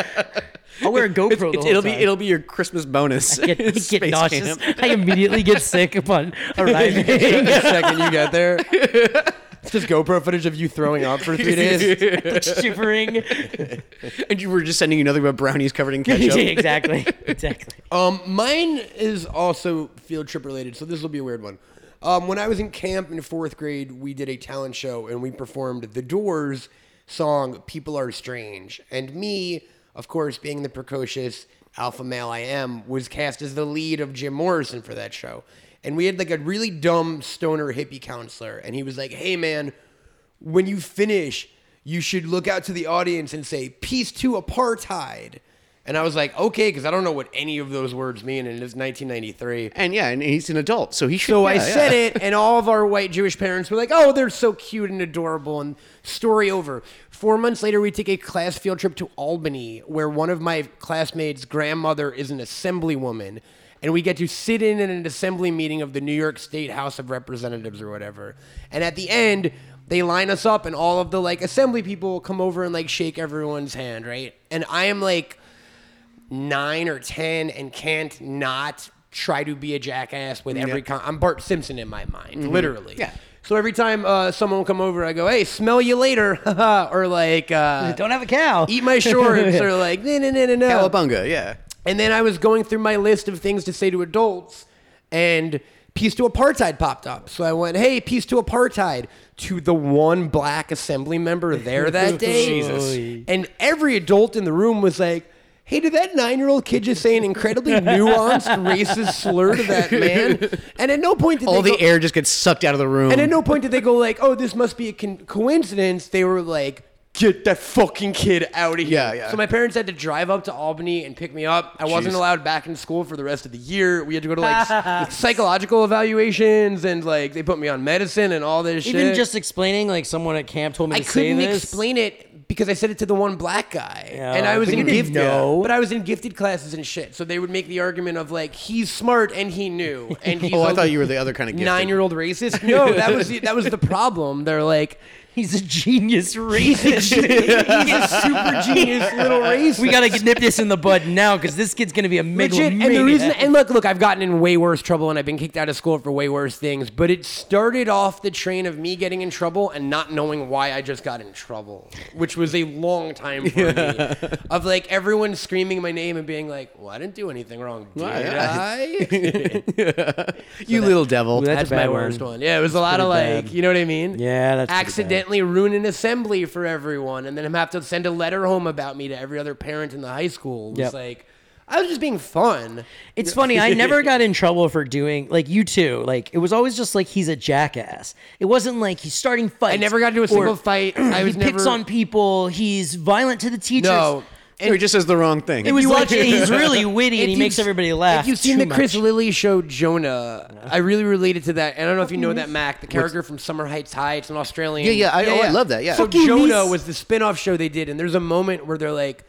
Speaker 4: I'll wear a GoPro the
Speaker 2: It's-
Speaker 4: whole
Speaker 2: it'll be
Speaker 4: time.
Speaker 2: it'll be your Christmas bonus.
Speaker 4: I get, I get
Speaker 2: Space
Speaker 4: nauseous.
Speaker 2: camp.
Speaker 4: I immediately get sick upon arriving.
Speaker 3: the second you got there. It's just GoPro footage of you throwing up for three days.
Speaker 4: shivering.
Speaker 2: And you were just sending another about brownies covered in ketchup.
Speaker 4: exactly. Exactly.
Speaker 3: Um, mine is also field trip related, so this will be a weird one. Um, when I was in camp in fourth grade, we did a talent show and we performed The Doors song "People Are Strange," and me, of course, being the precocious alpha male I am, was cast as the lead of Jim Morrison for that show. And we had like a really dumb stoner hippie counselor, and he was like, "Hey, man." when you finish, you should look out to the audience and say, Peace to apartheid. And I was like, okay, because I don't know what any of those words mean, and it's 1993.
Speaker 2: And yeah, and he's an adult, so he should.
Speaker 3: So Oh, I
Speaker 2: yeah,
Speaker 3: said
Speaker 2: yeah.
Speaker 3: it, and all of our white Jewish parents were like, oh, they're so cute and adorable, and story over. Four months later, we take a class field trip to Albany, where one of my classmates' grandmother is an assemblywoman, and we get to sit in at an assembly meeting of the New York State House of Representatives or whatever. And at the end, they line us up, and all of the like assembly people come over and like shake everyone's hand, right? And I am like, nine or ten and can't not try to be a jackass with every con- I'm Bart Simpson in my mind, literally.
Speaker 2: Mm-hmm. Yeah.
Speaker 3: So every time uh, someone will come over, I go, "Hey, smell you later," or like, uh,
Speaker 4: Don't have a cow.
Speaker 3: "Eat my shorts," or like, "No, no, no, no, no."
Speaker 2: Cowabunga, yeah.
Speaker 3: And then I was going through my list of things to say to adults, and peace to apartheid popped up. So I went, hey, peace to apartheid to the one black assembly member there that day.
Speaker 4: Jesus.
Speaker 3: And every adult in the room was like, hey, did that nine year old kid just say an incredibly nuanced racist slur to that man? And at no point did
Speaker 2: All
Speaker 3: they
Speaker 2: the
Speaker 3: go-
Speaker 2: air just gets sucked out of the room.
Speaker 3: and at no point did they go like, "Oh, this must be a con- coincidence." They were like, "Get that fucking kid out of here!"
Speaker 2: Yeah, yeah.
Speaker 3: So my parents had to drive up to Albany and pick me up. I wasn't
Speaker 2: Jeez.
Speaker 3: allowed back in school for the rest of the year. We had to go to like s- psychological evaluations and like they put me on medicine and all this shit.
Speaker 4: Even just explaining like someone at camp told me
Speaker 3: I
Speaker 4: to say
Speaker 3: couldn't
Speaker 4: this.
Speaker 3: explain it because I said it to the one black guy,
Speaker 4: Yeah,
Speaker 3: and I was
Speaker 4: but
Speaker 3: in
Speaker 4: you didn't
Speaker 3: gifted.
Speaker 4: know.
Speaker 3: But I was in gifted classes and shit, so they would make the argument of like he's smart and he knew, and he's
Speaker 2: oh, I
Speaker 3: a-
Speaker 2: thought you were the other kind of gifted.
Speaker 3: nine year old racist. No, that was the, that was the problem. They're like,
Speaker 4: He's a genius racist.
Speaker 3: He's a super genius little racist.
Speaker 4: we gotta nip this in the bud now because this kid's gonna be a
Speaker 3: Legit,
Speaker 4: megalomaniac.
Speaker 3: and the reason, and look, look, I've gotten in way worse trouble, and I've been kicked out of school for way worse things. But it started off the train of me getting in trouble and not knowing why I just got in trouble, which was a long time for me. Of like everyone screaming my name and being like, "Well, I didn't do anything wrong, did I?"
Speaker 2: you little devil.
Speaker 4: That's a
Speaker 3: That's my
Speaker 4: bad
Speaker 3: worst one. Yeah, it was a lot of
Speaker 4: pretty
Speaker 3: like,
Speaker 4: bad.
Speaker 3: you know what I mean?
Speaker 4: Yeah, that's pretty
Speaker 3: accidentally ruin an assembly for everyone, and then him have to send a letter home about me to every other parent in the high school. It was
Speaker 4: Yep.
Speaker 3: like. I was just being fun.
Speaker 4: It's funny. I never got in trouble for doing like you too. Like it was always just like he's a jackass. It wasn't like he's starting fights.
Speaker 3: I never got into a single fight. I was
Speaker 4: he picks
Speaker 3: never-
Speaker 4: on people. He's violent to the teachers.
Speaker 3: No.
Speaker 2: Or he just says the wrong thing.
Speaker 4: It was
Speaker 3: you
Speaker 4: like
Speaker 3: watch-
Speaker 4: he's really witty
Speaker 3: If
Speaker 4: and he
Speaker 3: you've-
Speaker 4: makes everybody laugh.
Speaker 3: If you've seen
Speaker 4: too
Speaker 3: the Chris
Speaker 4: much.
Speaker 3: Lilly show Jonah, I really related to that. And I don't know if you know that Mac, the character from Summer Heights High, it's an Australian.
Speaker 2: Yeah, yeah, I- oh, I love that, yeah.
Speaker 3: So
Speaker 2: Fucking
Speaker 3: Jonah
Speaker 4: he's-
Speaker 3: was the spin-off show they did, and there's a moment where they're like,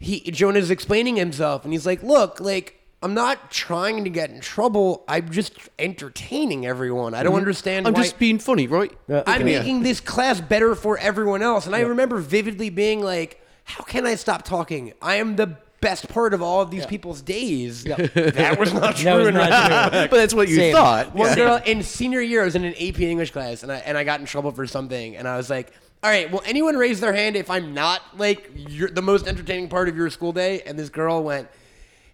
Speaker 3: he Jonah's explaining himself, and he's like, "Look, like." I'm not trying to get in trouble. I'm just entertaining everyone. I don't
Speaker 4: Mm-hmm.
Speaker 3: understand.
Speaker 2: I'm
Speaker 3: why-
Speaker 2: just being funny, right?
Speaker 3: I'm
Speaker 2: Yeah.
Speaker 3: making this class better for everyone else. And I remember vividly being like, how can I stop talking? I am the best part of all of these people's days. That was not true.
Speaker 4: That was
Speaker 3: in
Speaker 4: not
Speaker 3: my-
Speaker 4: true.
Speaker 2: But that's what you
Speaker 4: Same.
Speaker 2: thought.
Speaker 3: One girl in senior year, I was in an AP English class and I, and I got in trouble for something. And I was like, all right, will anyone raise their hand if I'm not like you're the most entertaining part of your school day? And this girl went,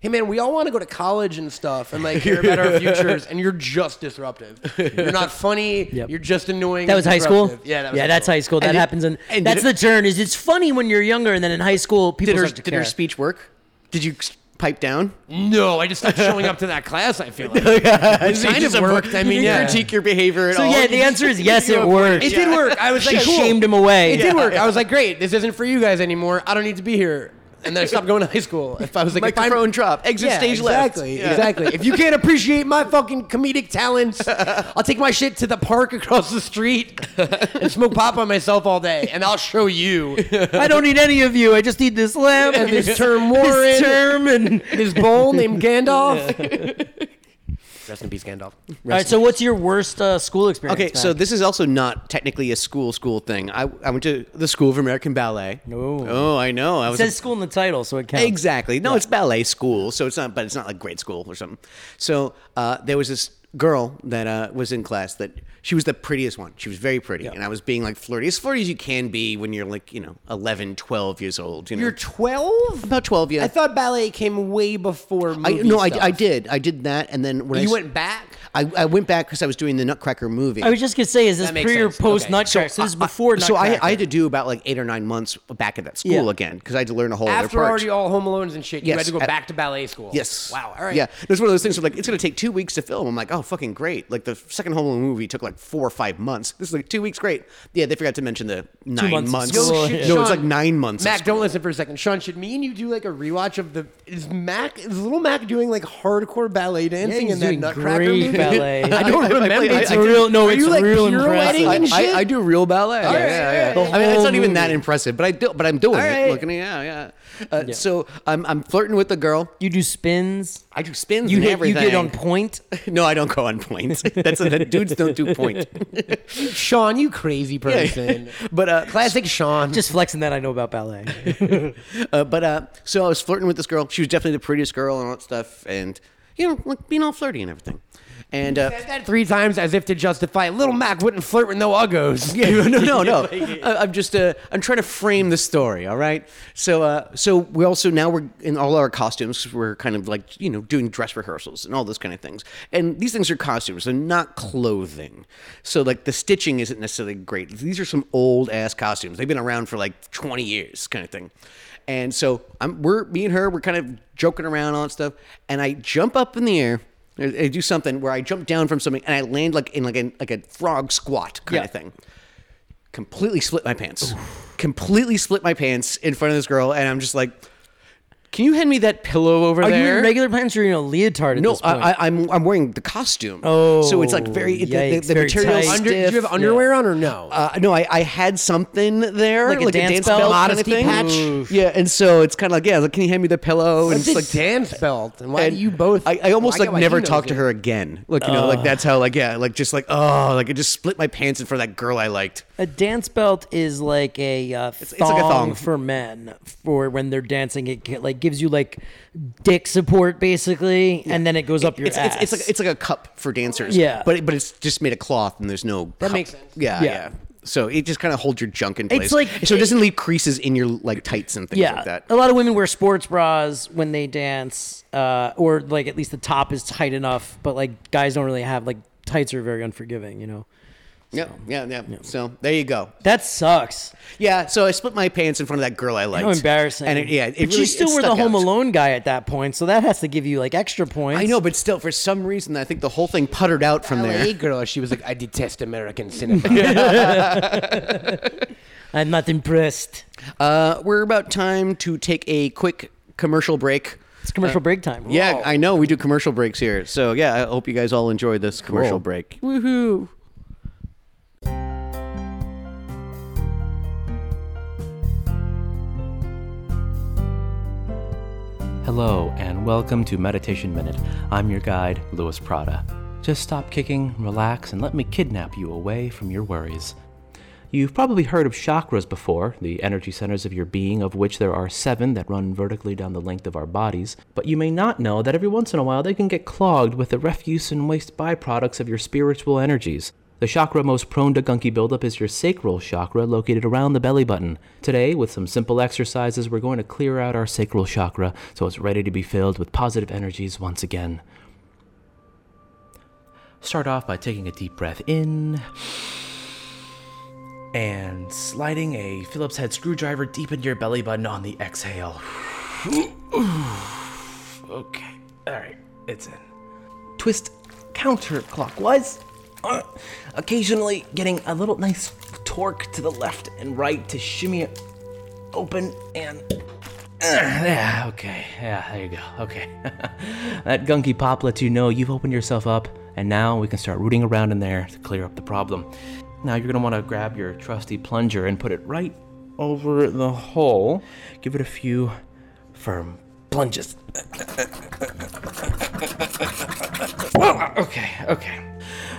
Speaker 3: Hey man, we all want to go to college and stuff and like hear about our futures, and you're just disruptive. You're not funny.
Speaker 4: Yep.
Speaker 3: You're just annoying.
Speaker 4: That
Speaker 3: and
Speaker 4: was high school.
Speaker 3: disruptive." Yeah, that was
Speaker 4: yeah, that's high school. That
Speaker 2: And it-
Speaker 4: happens, in,
Speaker 2: and
Speaker 4: that's
Speaker 2: did it-
Speaker 4: the turn. Is it's funny when you're younger, and then in high school, people
Speaker 2: Did her,
Speaker 4: start to
Speaker 2: did
Speaker 4: care.
Speaker 2: her speech work? Did you s- pipe down?
Speaker 3: No, I just stopped showing up to that class. I feel like it kind of worked. I mean,
Speaker 2: you
Speaker 3: yeah.
Speaker 2: critique your behavior at
Speaker 4: so
Speaker 2: all.
Speaker 4: yeah, the answer is yes,
Speaker 2: You
Speaker 4: it
Speaker 2: avoid-
Speaker 4: worked.
Speaker 3: It did work. I was
Speaker 4: She
Speaker 3: like, cool.
Speaker 4: shamed him away.
Speaker 3: It did work. I was like, great. This isn't for you guys anymore. I don't need to be here. And then I stopped going to high school. If I was like, if I'm-
Speaker 2: microphone drop. Exit
Speaker 3: Yeah,
Speaker 2: stage
Speaker 3: exactly,
Speaker 2: left.
Speaker 3: Exactly. If you can't appreciate my fucking comedic talents, I'll take my shit to the park across the street and smoke pop on myself all day, and I'll show you
Speaker 4: I don't need any of you. I just need this lamp
Speaker 3: and
Speaker 4: and
Speaker 3: this term
Speaker 4: this
Speaker 3: Warren,
Speaker 4: term and
Speaker 3: this bull named Gandalf. Rest in peace, Gandalf.
Speaker 4: All right, so what's your worst uh, school experience?
Speaker 2: Okay, so
Speaker 4: Matt?
Speaker 2: this is also not technically a school school thing. I, I went to the School of American Ballet.
Speaker 4: Oh.
Speaker 2: Oh, I know. I
Speaker 4: it
Speaker 2: was a-
Speaker 4: says school in the title, so it counts.
Speaker 2: Exactly. No, it's ballet school, so it's not. But it's not like grade school or something. So uh, there was this girl that uh, was in class that she was the prettiest one. She was very pretty, and I was being like flirty, as flirty as you can be when you're like you know 11, 12 years old. You know,
Speaker 3: You're 12?
Speaker 2: about twelve. Yeah.
Speaker 3: I thought ballet came way before
Speaker 2: I,
Speaker 3: movie
Speaker 2: no, I, Oh,
Speaker 3: stuff.
Speaker 2: I did. I did that, and then when I
Speaker 3: You
Speaker 2: s-
Speaker 3: went back?
Speaker 2: I, I went back because I was doing the Nutcracker movie.
Speaker 3: Oh,
Speaker 4: I was just gonna say, is this
Speaker 3: That makes
Speaker 4: pre or
Speaker 3: sense.
Speaker 4: post
Speaker 3: Okay.
Speaker 4: Nutcracker? So, this is before.
Speaker 2: so I,
Speaker 4: Nutcracker.
Speaker 2: I had to do about like eight or nine months back at that school
Speaker 4: Yeah.
Speaker 2: again because I had to learn a whole other
Speaker 3: After
Speaker 2: part.
Speaker 3: already all Home Alones and shit, you
Speaker 2: Yes,
Speaker 3: had to go
Speaker 2: at-
Speaker 3: back to ballet school.
Speaker 2: Yes.
Speaker 3: Wow. All right.
Speaker 2: Yeah. It was one of those things where like it's gonna take two weeks to film. I'm like, oh fucking great. Like the second Home Alone movie took like four or five months. This is like two weeks. Great. Yeah, they forgot to mention the nine
Speaker 4: months of
Speaker 2: months.
Speaker 4: school,
Speaker 3: Yo,
Speaker 2: no,
Speaker 3: shit,
Speaker 2: it's
Speaker 3: Sean,
Speaker 2: like nine months. of
Speaker 3: Mac,
Speaker 2: school.
Speaker 3: don't listen for a second. Sean, should me and you do like a rewatch of the is Mac is little Mac doing like hardcore ballet
Speaker 4: Yeah,
Speaker 3: dancing
Speaker 4: he's
Speaker 3: in that
Speaker 4: doing
Speaker 3: Nutcracker
Speaker 4: great
Speaker 3: movie?
Speaker 4: ballet.
Speaker 3: I don't remember.
Speaker 2: I-
Speaker 3: It's
Speaker 2: I
Speaker 3: a
Speaker 2: did-
Speaker 3: real. No,
Speaker 4: Are
Speaker 3: it's
Speaker 4: you, like,
Speaker 3: real
Speaker 4: pirouetting
Speaker 3: impressive.
Speaker 2: I,
Speaker 3: and shit?
Speaker 2: I, I do real ballet. Yeah,
Speaker 3: right,
Speaker 2: yeah,
Speaker 3: all
Speaker 2: yeah.
Speaker 3: right.
Speaker 2: I mean, it's
Speaker 4: whole
Speaker 2: not even that
Speaker 4: movie.
Speaker 2: impressive, but I do. But I'm doing
Speaker 3: All
Speaker 2: it.
Speaker 3: right.
Speaker 2: Looking, yeah, yeah. Uh, So I'm, I'm flirting with the girl.
Speaker 4: You do spins.
Speaker 2: I do spins
Speaker 4: You
Speaker 2: and
Speaker 4: hit.
Speaker 2: everything.
Speaker 4: You get on point.
Speaker 2: No, I don't go on point. That's that dudes don't do point.
Speaker 3: Sean, you crazy person.
Speaker 2: But uh,
Speaker 3: Classic Sean.
Speaker 4: Just flexing that I know about ballet.
Speaker 2: Uh, but uh, so I was flirting with this girl. She was definitely the prettiest girl and all that stuff, and you know, like being all flirty and everything. And uh,
Speaker 3: said that three times as if to justify little Mac wouldn't flirt with no uggos.
Speaker 2: no, no, no. I, I'm just uh, I'm trying to frame the story. All right. So uh, so we also now we're in all our costumes. 'cause We're kind of like you know doing dress rehearsals and all those kind of things. And these things are costumes. They're not clothing. So like the stitching isn't necessarily great. These are some old ass costumes. They've been around for like 20 years, kind of thing. And so I'm we're me and her we're kind of joking around all that stuff. And I jump up in the air. I I do something where I jump down from something and I land like in like a like a frog squat kind
Speaker 4: Yeah.
Speaker 2: of thing completely split my pants. Completely split my pants in front of this girl, and I'm just like, "Can you hand me that pillow over
Speaker 4: Are
Speaker 2: there?"
Speaker 4: you in regular pants or are you in a leotard at
Speaker 2: no,
Speaker 4: this point?
Speaker 2: I, I, I'm I'm wearing the costume.
Speaker 4: Oh,
Speaker 2: so it's like very it- the,
Speaker 4: yikes,
Speaker 2: the, the
Speaker 4: very
Speaker 2: material
Speaker 4: tight.
Speaker 3: Under, do you have
Speaker 2: stiff.
Speaker 3: underwear on or no?
Speaker 2: Uh, no, I, I had something there,
Speaker 4: Like a dance belt?
Speaker 2: kind of
Speaker 3: Modesty
Speaker 2: thing.
Speaker 3: patch? Oof.
Speaker 2: Yeah, and so it's kind of like, yeah, like, can you hand me the pillow? And
Speaker 3: What's
Speaker 2: it's
Speaker 3: a
Speaker 2: like,
Speaker 3: dance belt? And why
Speaker 2: and
Speaker 3: do you both?
Speaker 2: I, I almost
Speaker 3: Well, get
Speaker 2: like
Speaker 3: why
Speaker 2: never
Speaker 3: he knows
Speaker 2: talked to
Speaker 3: it.
Speaker 2: her again. Like you know, like that's how like yeah, like just like oh, like I just split my pants in front of that girl I liked.
Speaker 4: A dance belt is like a uh, thong,
Speaker 2: it's like a thong.
Speaker 4: for men for when they're dancing. It ca- like gives you like dick support basically, and then it goes up your
Speaker 2: It's,
Speaker 4: ass.
Speaker 2: it's, it's like it's like a cup for dancers.
Speaker 4: Yeah.
Speaker 2: but it- but it's just made of cloth and there's no. That
Speaker 3: makes sense.
Speaker 2: Yeah, yeah.
Speaker 4: Yeah.
Speaker 2: So it just kind of holds your junk in place.
Speaker 4: like-
Speaker 2: so it doesn't leave creases in your like tights and things
Speaker 4: yeah, Oh.
Speaker 2: like that.
Speaker 4: a lot of women wear sports bras when they dance, uh, or like at least the top is tight enough. But like guys don't really have like tights are very unforgiving, you know.
Speaker 2: Yeah, yeah, yeah, So there you go.
Speaker 4: That sucks.
Speaker 2: Yeah. So I split my pants in front of that girl I liked.
Speaker 4: How embarrassing.
Speaker 2: And it, yeah, it
Speaker 4: but
Speaker 2: really,
Speaker 4: you still
Speaker 2: it
Speaker 4: were the
Speaker 2: stuck
Speaker 4: Home
Speaker 2: out.
Speaker 4: Alone guy at that point, so that has to give you like extra points.
Speaker 2: I know, but still, for some reason, I think the whole thing puttered out from
Speaker 3: LA
Speaker 2: there.
Speaker 3: girl, she was like, I detest American cinema.
Speaker 4: I'm not impressed.
Speaker 2: Uh, we're about time to take a quick commercial break.
Speaker 4: It's commercial break time.
Speaker 2: Uh, Yeah, I know we do commercial breaks here. So yeah, I hope you guys all enjoy this commercial break.
Speaker 4: Woohoo.
Speaker 5: Hello, and welcome to Meditation Minute. I'm your guide, Louis Prada. Just stop kicking, relax, and let me kidnap you away from your worries. You've probably heard of chakras before, the energy centers of your being, of which there are seven that run vertically down the length of our bodies, but you may not know that every once in a while they can get clogged with the refuse and waste byproducts of your spiritual energies. The chakra most prone to gunky buildup is your sacral chakra, located around the belly button. Today, with some simple exercises, we're going to clear out our sacral chakra so it's ready to be filled with positive energies once again. Start off by taking a deep breath in and sliding a Phillips head screwdriver deep into your belly button on the exhale. okay, all right, it's in. Twist counterclockwise, uh, occasionally getting a little nice torque to the left and right to shimmy it open and. uh, yeah, okay. Yeah, there you go. Okay. that gunky pop lets you know you've opened yourself up, and now we can start rooting around in there to clear up the problem. Now you're going to want to grab your trusty plunger and put it right over the hole. Give it a few firm plunges. Oh, okay, okay.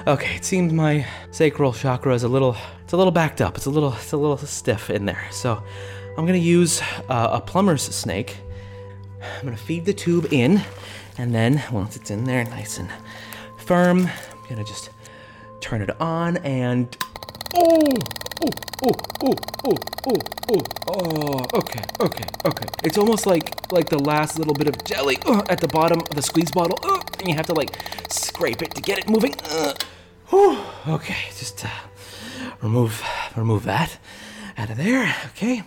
Speaker 5: Okay, it seems my sacral chakra is a little it's a little backed up. It's a little it's a little stiff in there. So, I'm going to use uh, a plumber's snake. I'm going to feed the tube in and then once it's in there nice and firm, I'm going to just turn it on and oh, oh, oh, oh, oh, oh, oh, oh, okay, okay, okay. It's almost like like the last little bit of jelly uh, at the bottom of the squeeze bottle, uh, and you have to like scrape it to get it moving. Uh, whew, okay, just uh, remove remove that out of there. Okay.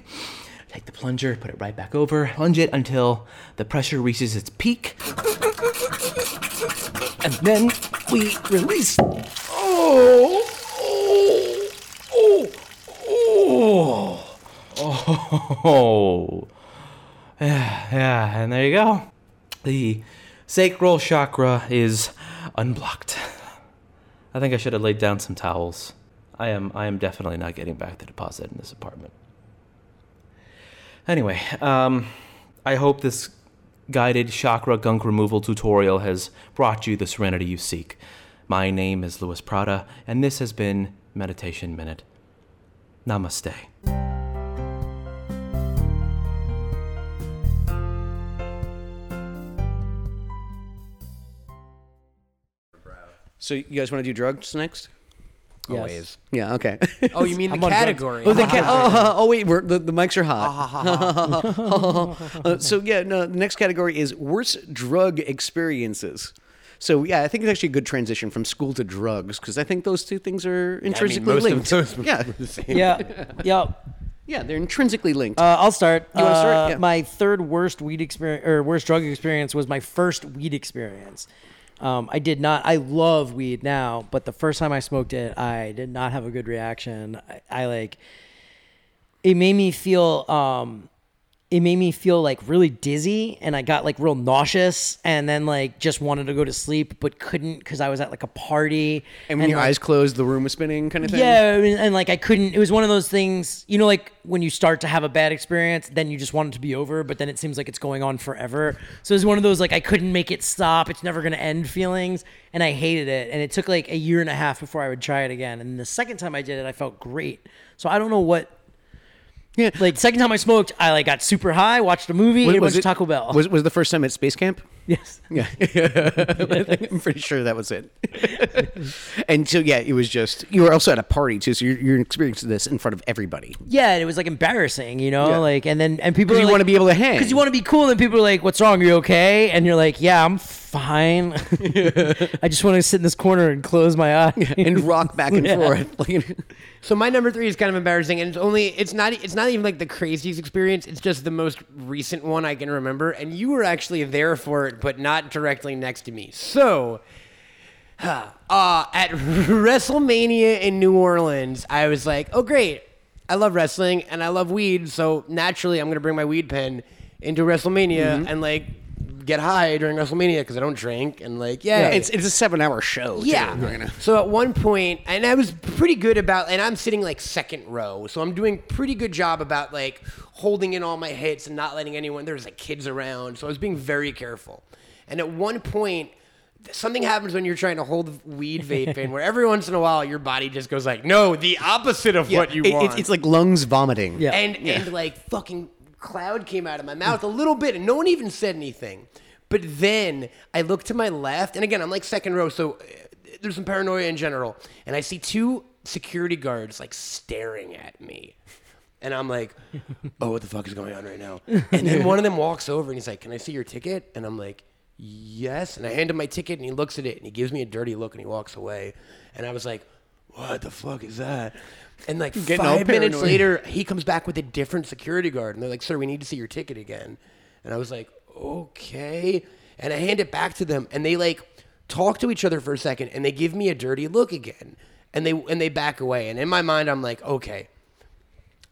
Speaker 5: Take the plunger, put it right back over, plunge it until the pressure reaches its peak. And then we release. Oh, oh, oh, oh, oh. Yeah, yeah, and there you go. The sacral chakra is unblocked. I think I should have laid down some towels. I am, I am definitely not getting back the deposit in this apartment. Anyway, um, I hope this guided chakra gunk removal tutorial has brought you the serenity you seek. My name is Louis Prada, and this has been Meditation Minute. Namaste.
Speaker 2: So you guys want to do drugs next?
Speaker 4: Yes.
Speaker 3: Always.
Speaker 2: Yeah. Okay.
Speaker 3: Oh, you mean
Speaker 4: I'm
Speaker 3: the
Speaker 4: on drugs.
Speaker 3: category?
Speaker 2: Oh, they ca- oh, oh, wait, we're, the, the mics are hot. Uh, so yeah, no. The next category is worst drug experiences. So yeah, I think it's actually a good transition from school to drugs because I think those two things are intrinsically
Speaker 3: most of
Speaker 2: linked.
Speaker 3: those were-
Speaker 2: yeah,
Speaker 4: Yeah. yeah.
Speaker 2: yeah, they're intrinsically linked.
Speaker 4: Uh, I'll start.
Speaker 2: You wanna start?
Speaker 4: Uh,
Speaker 2: Yeah.
Speaker 4: My third worst weed experience or worst drug experience was my first weed experience. Um, I did not. I love weed now, but the first time I smoked it, I did not have a good reaction. I, I like. It made me feel um, it made me feel like really dizzy and I got like real nauseous and then like just wanted to go to sleep but couldn't because I was at like a party.
Speaker 2: And when your
Speaker 4: like,
Speaker 2: eyes closed, the room was spinning, kind of thing.
Speaker 4: Yeah, I mean, and like I couldn't. It was one of those things, you know, like when you start to have a bad experience, then you just want it to be over, but then it seems like it's going on forever. So it was one of those like I couldn't make it stop. It's never going to end feelings, and I hated it. And it took like a year and a half before I would try it again. And the second time I did it, I felt great. So I don't know what.
Speaker 2: Yeah.
Speaker 4: Like second time I smoked, I like got super high, watched a movie, ate a bunch of Taco Bell.
Speaker 2: Was was the first time at space camp?
Speaker 4: yes.
Speaker 2: Yeah, I'm pretty sure that was it. and so yeah, it was just you were also at a party too, so you're, you're experiencing this in front of everybody.
Speaker 4: Yeah, and it was like embarrassing, you know,
Speaker 2: Yeah.
Speaker 4: like and then and people
Speaker 2: 'Cause
Speaker 4: are
Speaker 2: you
Speaker 4: like-
Speaker 2: wanna be able to hang.
Speaker 4: because you want to be cool, and people are like, "What's wrong? Are you okay?" And you're like, "Yeah, I'm fine. I just want to sit in this corner and close my eye."
Speaker 2: And rock back and
Speaker 4: Yeah.
Speaker 2: forth. Like,
Speaker 3: So my number three is kind of embarrassing, and it's only it's not it's not even like the craziest experience. It's just the most recent one I can remember, and you were actually there for it, but not directly next to me. So. Uh, at WrestleMania in New Orleans, I was like, oh, great. I love wrestling and I love weed. So naturally, I'm going to bring my weed pen into WrestleMania and like get high during WrestleMania because I don't drink. And like, yeah,
Speaker 2: it's it's a seven hour show. too.
Speaker 3: yeah.
Speaker 2: We're gonna-
Speaker 3: So at one point, and I was pretty good about, and I'm sitting like second row, so I'm doing pretty good job about like holding in all my hits and not letting anyone. There's like kids around, so I was being very careful. And at one point, th- something happens when you're trying to hold weed vape in, where every once in a while your body just goes like, no, the opposite of what you
Speaker 2: It-
Speaker 3: want.
Speaker 2: It's, it's like lungs vomiting.
Speaker 4: Yeah.
Speaker 3: And and like fucking cloud came out of my mouth a little bit, and no one even said anything. But then I look to my left, and again I'm like second row, so uh, there's some paranoia in general, and I see two security guards like staring at me. And I'm like, oh, what the fuck is going on right now? And then one of them walks over and he's like, can I see your ticket? And I'm like, yes. And I hand him my ticket and he looks at it and he gives me a dirty look and he walks away. And I was like, what the fuck is that? And like
Speaker 2: Getting all
Speaker 3: five minutes
Speaker 2: paranoid.
Speaker 3: later, he comes back with a different security guard and they're like, sir, we need to see your ticket again. And I was like, okay. And I hand it back to them and they like talk to each other for a second and they give me a dirty look again. And they and they back away. And in my mind, I'm like, okay,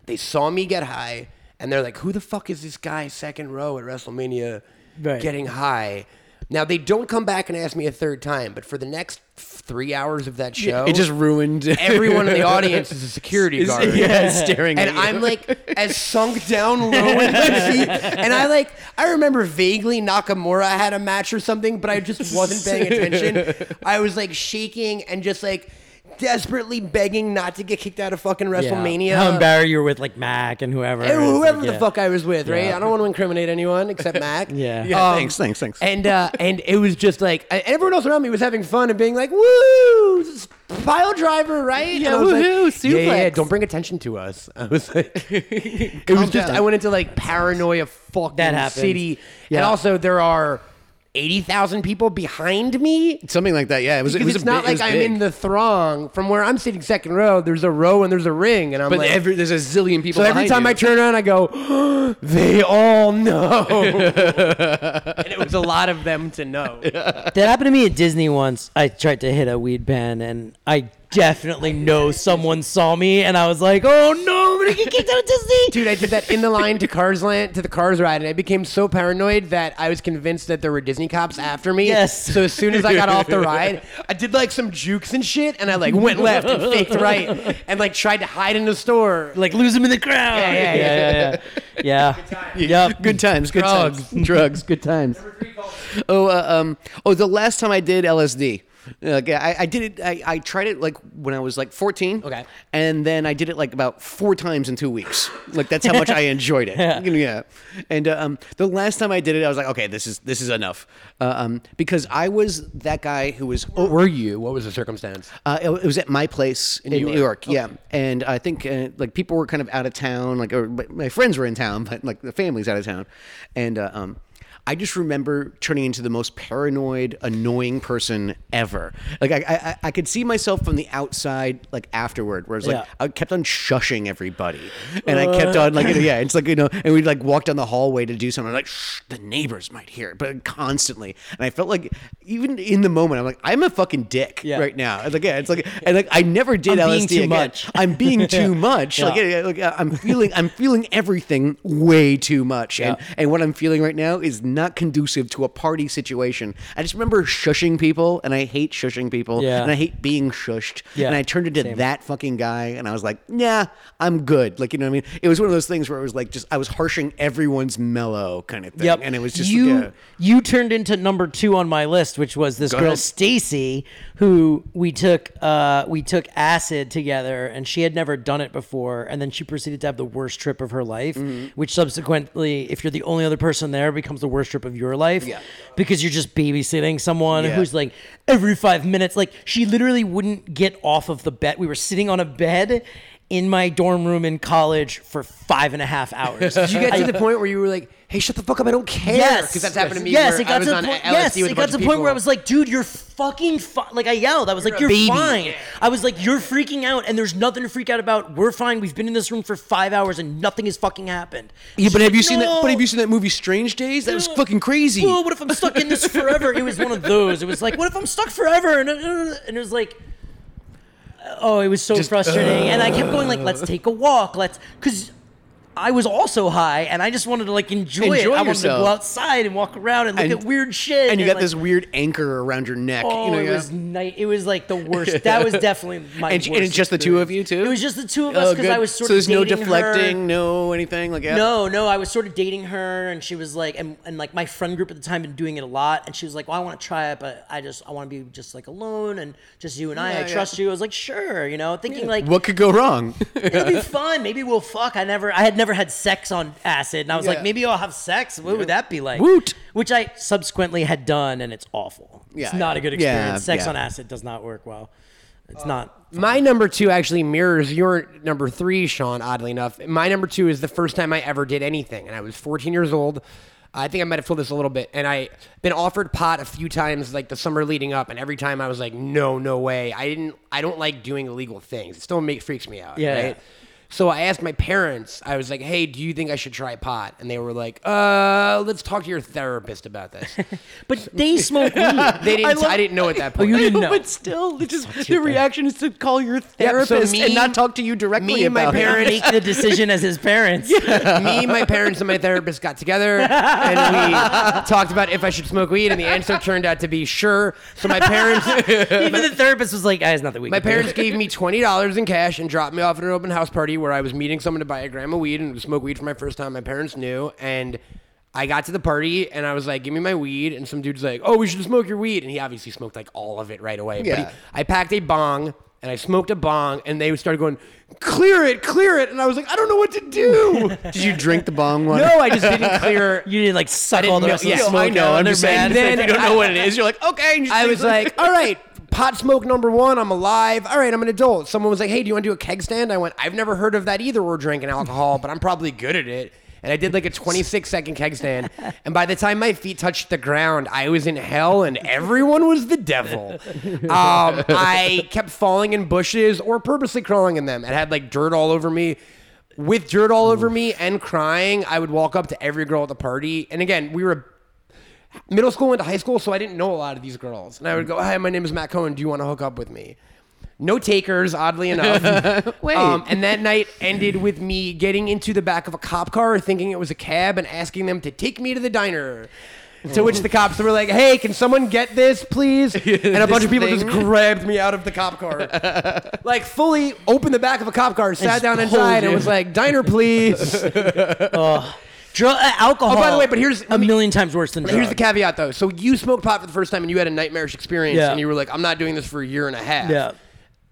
Speaker 3: they saw me get high and they're like, who the fuck is this guy second row at WrestleMania
Speaker 4: Right.
Speaker 3: getting high? Now they don't come back and ask me a third time, but for the next three hours of that show,
Speaker 2: It just ruined
Speaker 3: everyone in the audience is a security
Speaker 2: Is-
Speaker 3: guard.
Speaker 2: Yeah, staring
Speaker 3: And
Speaker 2: at you.
Speaker 3: I'm like as sunk down low in my seat. And I like I remember vaguely Nakamura had a match or something, but I just wasn't paying attention. I was like shaking and just like desperately begging not to get kicked out of fucking
Speaker 4: Yeah.
Speaker 3: WrestleMania.
Speaker 4: How embarrassed you were with like Mac and whoever,
Speaker 3: Hey,
Speaker 4: It's
Speaker 3: whoever
Speaker 4: like,
Speaker 3: the
Speaker 4: yeah.
Speaker 3: fuck I was with, right?
Speaker 4: Yeah.
Speaker 3: I don't want to incriminate anyone except Mac.
Speaker 4: Yeah.
Speaker 2: Yeah,
Speaker 3: Um,
Speaker 2: thanks, thanks, thanks.
Speaker 3: And uh, and it was just like I, and everyone else around me was having fun and being like, "Woo, this is pile driver, right?" Yeah,
Speaker 5: woohoo,
Speaker 3: yeah, yeah, yeah,
Speaker 5: suplex."
Speaker 3: don't bring attention to us. I was like, it was just
Speaker 2: down.
Speaker 3: I went into like paranoia, fucking
Speaker 4: That happens.
Speaker 3: city, and also there are eighty thousand people behind me.
Speaker 2: Something like that. Yeah, it was. It
Speaker 3: Because
Speaker 2: was
Speaker 3: it's
Speaker 2: a big-
Speaker 3: not
Speaker 2: it was
Speaker 3: like I'm
Speaker 2: big.
Speaker 3: in the throng from where I'm sitting second row. There's a row and there's a ring, and I'm
Speaker 2: But
Speaker 3: like,
Speaker 2: every, there's a zillion people.
Speaker 3: so every
Speaker 2: behind
Speaker 3: time
Speaker 2: you.
Speaker 3: I turn around, I go, they all know. and it was a lot of them to know.
Speaker 4: That happened to me at Disney once. I tried to hit a weed pen, and I definitely know someone saw me, and I was like, "Oh no, I'm gonna get kicked out of Disney."
Speaker 3: Dude, I did that in the line to Cars Land, to the Cars ride, and I became so paranoid that I was convinced that there were Disney cops after me.
Speaker 4: Yes.
Speaker 3: So as soon as I got off the ride, I did like some jukes and shit, and I like went left and faked right, and like tried to hide in the store.
Speaker 4: like lose him in the crowd. Yeah,
Speaker 3: yeah,
Speaker 4: yeah, yeah. yeah.
Speaker 2: Yeah,
Speaker 4: Yep.
Speaker 2: good times, good
Speaker 4: Drugs.
Speaker 2: times, drugs, good times. Oh, uh, um, oh, the last time I did LSD, like I, I did it, I, I tried it like when I was like fourteen.
Speaker 3: Okay.
Speaker 2: and then I did it like about four times in two weeks. Like that's how much I enjoyed it. You know, yeah. and uh, um, the last time I did it, I was like, okay, this is this is enough, uh, um, because I was that guy who was
Speaker 3: What were you? What was the circumstance?
Speaker 2: uh, it, it was at my place in, New
Speaker 3: New York.
Speaker 2: York. Yeah, and I think uh, like people were kind of out of town. Like, or but my friends were in town, but like the family's out of town, and uh, um, I just remember turning into the most paranoid, annoying person ever. Like I, I, I could see myself from the outside, like afterward, where it's like
Speaker 4: Yeah.
Speaker 2: I kept on shushing everybody, and I kept on like, you know, yeah, it's like you know, and we'd like walk down the hallway to do something, like Shh, the neighbors might hear it, but constantly, and I felt like even in the moment, I'm like, I'm a fucking dick
Speaker 4: Yeah.
Speaker 2: right now. It's like yeah, it's like and like I never did
Speaker 4: I'm
Speaker 2: LSD
Speaker 4: being too
Speaker 2: again.
Speaker 4: much.
Speaker 2: I'm being too much. Like,
Speaker 4: Yeah.
Speaker 2: yeah, like uh, I'm feeling, I'm feeling everything way too much, and
Speaker 4: Yeah.
Speaker 2: and what I'm feeling right now is not conducive to a party situation. I just remember shushing people, and I hate shushing people,
Speaker 4: Yeah.
Speaker 2: and I hate being shushed,
Speaker 4: Yeah.
Speaker 2: and I turned into that fucking guy, and I was like, nah, I'm good. Like you know what I mean? It was one of those things where it was like just I was harshing everyone's mellow kind of thing,
Speaker 4: Yep.
Speaker 2: and it was just
Speaker 4: you.
Speaker 2: yeah.
Speaker 4: You turned into number two on my list, which was this girl
Speaker 2: ahead.
Speaker 4: Stacy, who we took uh, we took acid together, and she had never done it before, and then she proceeded to have the worst trip of her life,
Speaker 2: Mm-hmm.
Speaker 4: which subsequently, if you're the only other person there, becomes the worst trip of your life,
Speaker 2: Yeah.
Speaker 4: because you're just babysitting someone
Speaker 2: Yeah.
Speaker 4: who's like every five minutes, like she literally wouldn't get off of the bed. We were sitting on a bed. In my dorm room in college for five and a half hours.
Speaker 3: Did you get to the point where you were like, "Hey, shut the fuck up! I don't care."
Speaker 4: Yes,
Speaker 3: because that's happened to me.
Speaker 4: Yes,
Speaker 3: where
Speaker 4: it got
Speaker 3: I was
Speaker 4: to the
Speaker 3: on
Speaker 4: point.
Speaker 3: LSD
Speaker 4: yes,
Speaker 3: with a
Speaker 4: it
Speaker 3: bunch
Speaker 4: got to
Speaker 3: of
Speaker 4: the point where I
Speaker 3: people.
Speaker 4: was like, "Dude, you're fucking fi-. like I yelled. I was like,
Speaker 3: You're
Speaker 4: "You're
Speaker 3: a baby."
Speaker 4: fine." I was like, "You're freaking out," and there's nothing to freak out about. We're fine. We've been in this room for five hours and nothing has fucking happened.
Speaker 2: Yeah, but
Speaker 4: She's
Speaker 2: have you
Speaker 4: like,
Speaker 2: seen that? But
Speaker 4: "No."
Speaker 2: have you seen that movie Strange Days? That was
Speaker 4: No.
Speaker 2: fucking crazy.
Speaker 4: Whoa, what if I'm stuck in this forever? It was one of those. It was like, what if I'm stuck forever? And, uh, uh, and it was like, oh, it was so frustrating. and I kept going like, let's
Speaker 2: uh.
Speaker 4: take a walk. Let's because I was also high, and I just wanted to like enjoy, it.
Speaker 2: Enjoy
Speaker 4: I wanted to
Speaker 2: yourself.
Speaker 4: go outside and walk around and look
Speaker 2: And-
Speaker 4: at weird shit.
Speaker 2: and you got
Speaker 4: like,
Speaker 2: this weird anchor around your neck.
Speaker 4: Oh,
Speaker 2: you know,
Speaker 4: it
Speaker 2: yeah.
Speaker 4: was night. It was like the worst. That was definitely my.
Speaker 2: and, and
Speaker 4: worst
Speaker 2: it's just the two of you
Speaker 4: experience.
Speaker 2: too.
Speaker 4: It was just the two of us because
Speaker 2: Oh, good.
Speaker 4: I was sort
Speaker 2: so
Speaker 4: of
Speaker 2: there's no
Speaker 4: dating her.
Speaker 2: deflecting, no anything like that.
Speaker 4: No, no, I was sort of dating her, and she was like, and, and like my friend group at the time had been doing it a lot, and she was like, well, I want to try it, but I just I want to be just like alone and just you and I. I
Speaker 2: Yeah, yeah.
Speaker 4: trust you. I was like, sure, you know, thinking like
Speaker 2: What could go wrong?
Speaker 4: it'll be fun. Maybe we'll fuck. I never, I had never had sex on acid, and I was
Speaker 2: Yeah.
Speaker 4: like, maybe I'll have sex. What would that be like?
Speaker 2: Woot.
Speaker 4: Which I subsequently had done, and it's awful.
Speaker 2: Yeah.
Speaker 4: It's not a good
Speaker 2: Yeah,
Speaker 4: experience. sex
Speaker 2: yeah. Uh,
Speaker 4: on acid does not work well. It's not.
Speaker 3: My number two actually mirrors your number three, Sean, oddly enough. My number two is the first time I ever did anything, and I was 14 years old. I think I might have told this a little bit, and I been offered pot a few times, like the summer leading up, and every time I was like, "No, no way! I didn't. I don't like doing illegal things. It still makes freaks me out."
Speaker 4: Yeah.
Speaker 3: right? So I asked my parents. I was like, "Hey, do you think I should try pot?" And they were like, "Uh, let's talk to your therapist about this."
Speaker 4: But they smoke weed.
Speaker 3: They didn't. I,
Speaker 2: love- Oh,
Speaker 3: didn't know at that point.
Speaker 4: you didn't know.
Speaker 2: But still, it's just the reaction is to call your
Speaker 3: Yeah,
Speaker 2: therapist
Speaker 3: so me-
Speaker 2: and not talk to you directly
Speaker 3: me and my
Speaker 2: about it.
Speaker 3: parents-
Speaker 4: make the decision as his parents.
Speaker 3: me, my parents, and my therapist got together and we talked about if I should smoke weed, and the answer turned out to be sure. So my parents,
Speaker 4: Even the therapist was like, ah, "It's not that we."
Speaker 3: my
Speaker 4: can do."
Speaker 3: parents gave me twenty dollars in cash and dropped me off at an open house party where I was meeting someone to buy a gram of weed and smoke weed for my first time. My parents knew, and I got to the party and I was like, "Give me my weed," and some dude's like, "Oh, we should smoke your weed," and he obviously smoked like all of it right away. But
Speaker 2: Yeah.
Speaker 3: he, I packed a bong. And I smoked a bong, and they started going, "Clear it, clear it!" And I was like, "I don't know what to do."
Speaker 2: Did you drink the bong one?
Speaker 3: no, I just didn't clear.
Speaker 4: You didn't like suck
Speaker 3: didn't
Speaker 4: all the
Speaker 3: know-
Speaker 4: rest of
Speaker 3: yeah,
Speaker 4: the
Speaker 3: I
Speaker 4: smoke.
Speaker 3: know,
Speaker 4: out,
Speaker 3: I'm
Speaker 4: and
Speaker 3: just
Speaker 4: they're
Speaker 3: saying
Speaker 4: mad.
Speaker 3: then-
Speaker 2: If you don't know what it is. You're like, okay. and you just
Speaker 3: I
Speaker 2: think
Speaker 3: was like, all right, pot smoke number one, I'm alive. All right, I'm an adult. Someone was like, hey, do you want to do a keg stand? I went, I've never heard of that either. We're drinking alcohol, but I'm probably good at it. And I did like a 26 second keg stand. And by the time my feet touched the ground, I was in hell and everyone was the devil. Um, I kept falling in bushes or purposely crawling in them. It had like dirt all over me with dirt all over me and crying, I would walk up to every girl at the party. And again, we were middle school into high school, so I didn't know a lot of these girls. And I would go, "Hi, my name is Matt Cohen. Do you want to hook up with me?" No takers, oddly enough.
Speaker 2: Wait.
Speaker 3: Um, and that night ended with me getting into the back of a cop car, thinking it was a cab, and asking them to take me to the diner. To which the cops were like, "Hey, can someone get this, please?" And a bunch of people just grabbed me out of the cop car, like fully opened the back of a cop car, sat
Speaker 4: just
Speaker 3: down
Speaker 4: pulled
Speaker 3: inside, and
Speaker 4: you.
Speaker 3: was like, "Diner, please."
Speaker 4: Dr- uh, alcohol.
Speaker 3: Oh, by the way, but here's-
Speaker 4: a million times worse than.
Speaker 3: Here's the
Speaker 4: drugs.
Speaker 3: caveat, though. So you smoked pot for the first time, and you had a nightmarish experience,
Speaker 4: Yeah.
Speaker 3: and you were like, "I'm not doing this for a year and a half."
Speaker 4: Yeah.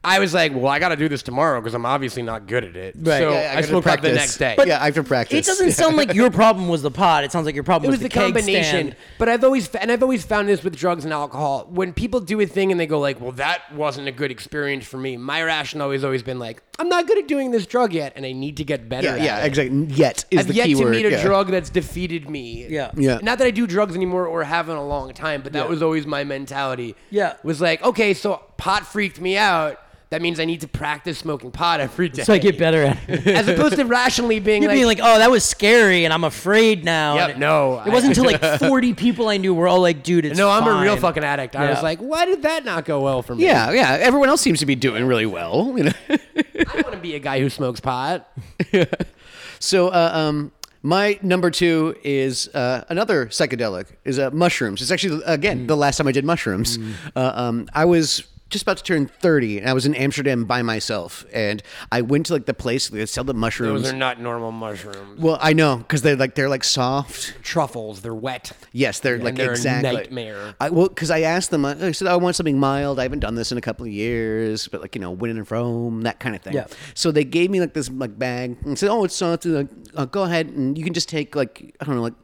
Speaker 3: I was like, well, I got to do this tomorrow because I'm obviously not good at it.
Speaker 4: Right.
Speaker 3: So
Speaker 4: Yeah,
Speaker 2: I
Speaker 3: I,
Speaker 2: gotta
Speaker 3: smoked up the
Speaker 2: practice.
Speaker 3: next day.
Speaker 2: yeah, I have to practice.
Speaker 4: It doesn't sound like your problem was the pot. It sounds like your problem
Speaker 3: it was
Speaker 4: was,
Speaker 3: the,
Speaker 4: keg
Speaker 3: combination.
Speaker 4: stand.
Speaker 3: But I've always and I've always found this with drugs and alcohol. When people do a thing and they go like, "Well, that wasn't a good experience for me," my rationale has always been like, "I'm not good at doing this drug yet, and I need to get better."
Speaker 2: Yeah,
Speaker 3: at
Speaker 2: yeah,
Speaker 3: it.
Speaker 2: exactly. Yet is
Speaker 3: I've
Speaker 2: the
Speaker 3: yet
Speaker 2: key
Speaker 3: to
Speaker 2: word.
Speaker 3: meet a
Speaker 2: yeah.
Speaker 3: drug that's defeated me.
Speaker 4: Yeah.
Speaker 2: Yeah.
Speaker 3: Not that I do drugs anymore or have in a long time, but that
Speaker 4: Yeah.
Speaker 3: was always my mentality.
Speaker 4: Yeah.
Speaker 3: Was like, okay, so pot freaked me out. That means I need to practice smoking pot every day.
Speaker 4: So I get better at it.
Speaker 3: As opposed to rationally being
Speaker 4: You're
Speaker 3: like,
Speaker 4: being like, oh, that was scary, and I'm afraid now.
Speaker 3: Yep,
Speaker 4: And it-
Speaker 3: no,
Speaker 4: It wasn't until like 40 people I knew were all like, dude, it's
Speaker 3: no, I'm a real
Speaker 4: fine.
Speaker 3: fucking addict. I
Speaker 4: Yeah.
Speaker 3: was like, why did that not go well for me?
Speaker 2: Yeah, yeah. Everyone else seems to be doing really well. You know.
Speaker 3: I want to be a guy who smokes pot.
Speaker 2: So, uh, um, my number two is uh, another psychedelic is uh, mushrooms. It's actually
Speaker 3: Mm.
Speaker 2: again the last time I did mushrooms. Uh, um, I was just about to turn thirty, and I was in Amsterdam by myself, and I went to like the place that sell the mushrooms.
Speaker 3: Those are not normal mushrooms.
Speaker 2: well, I know because they're like they're like soft.
Speaker 3: Truffles, they're wet.
Speaker 2: Yes, they're like
Speaker 3: they're a
Speaker 2: exactly
Speaker 3: nightmare.
Speaker 2: I well, because I asked them, I I said I want something mild. I haven't done this in a couple of years, but like you know, winning in Rome, that kind of thing.
Speaker 4: Yeah.
Speaker 2: So they gave me like this like bag and said, oh, it's soft. Like, uh, go ahead and you can just take like I don't know, like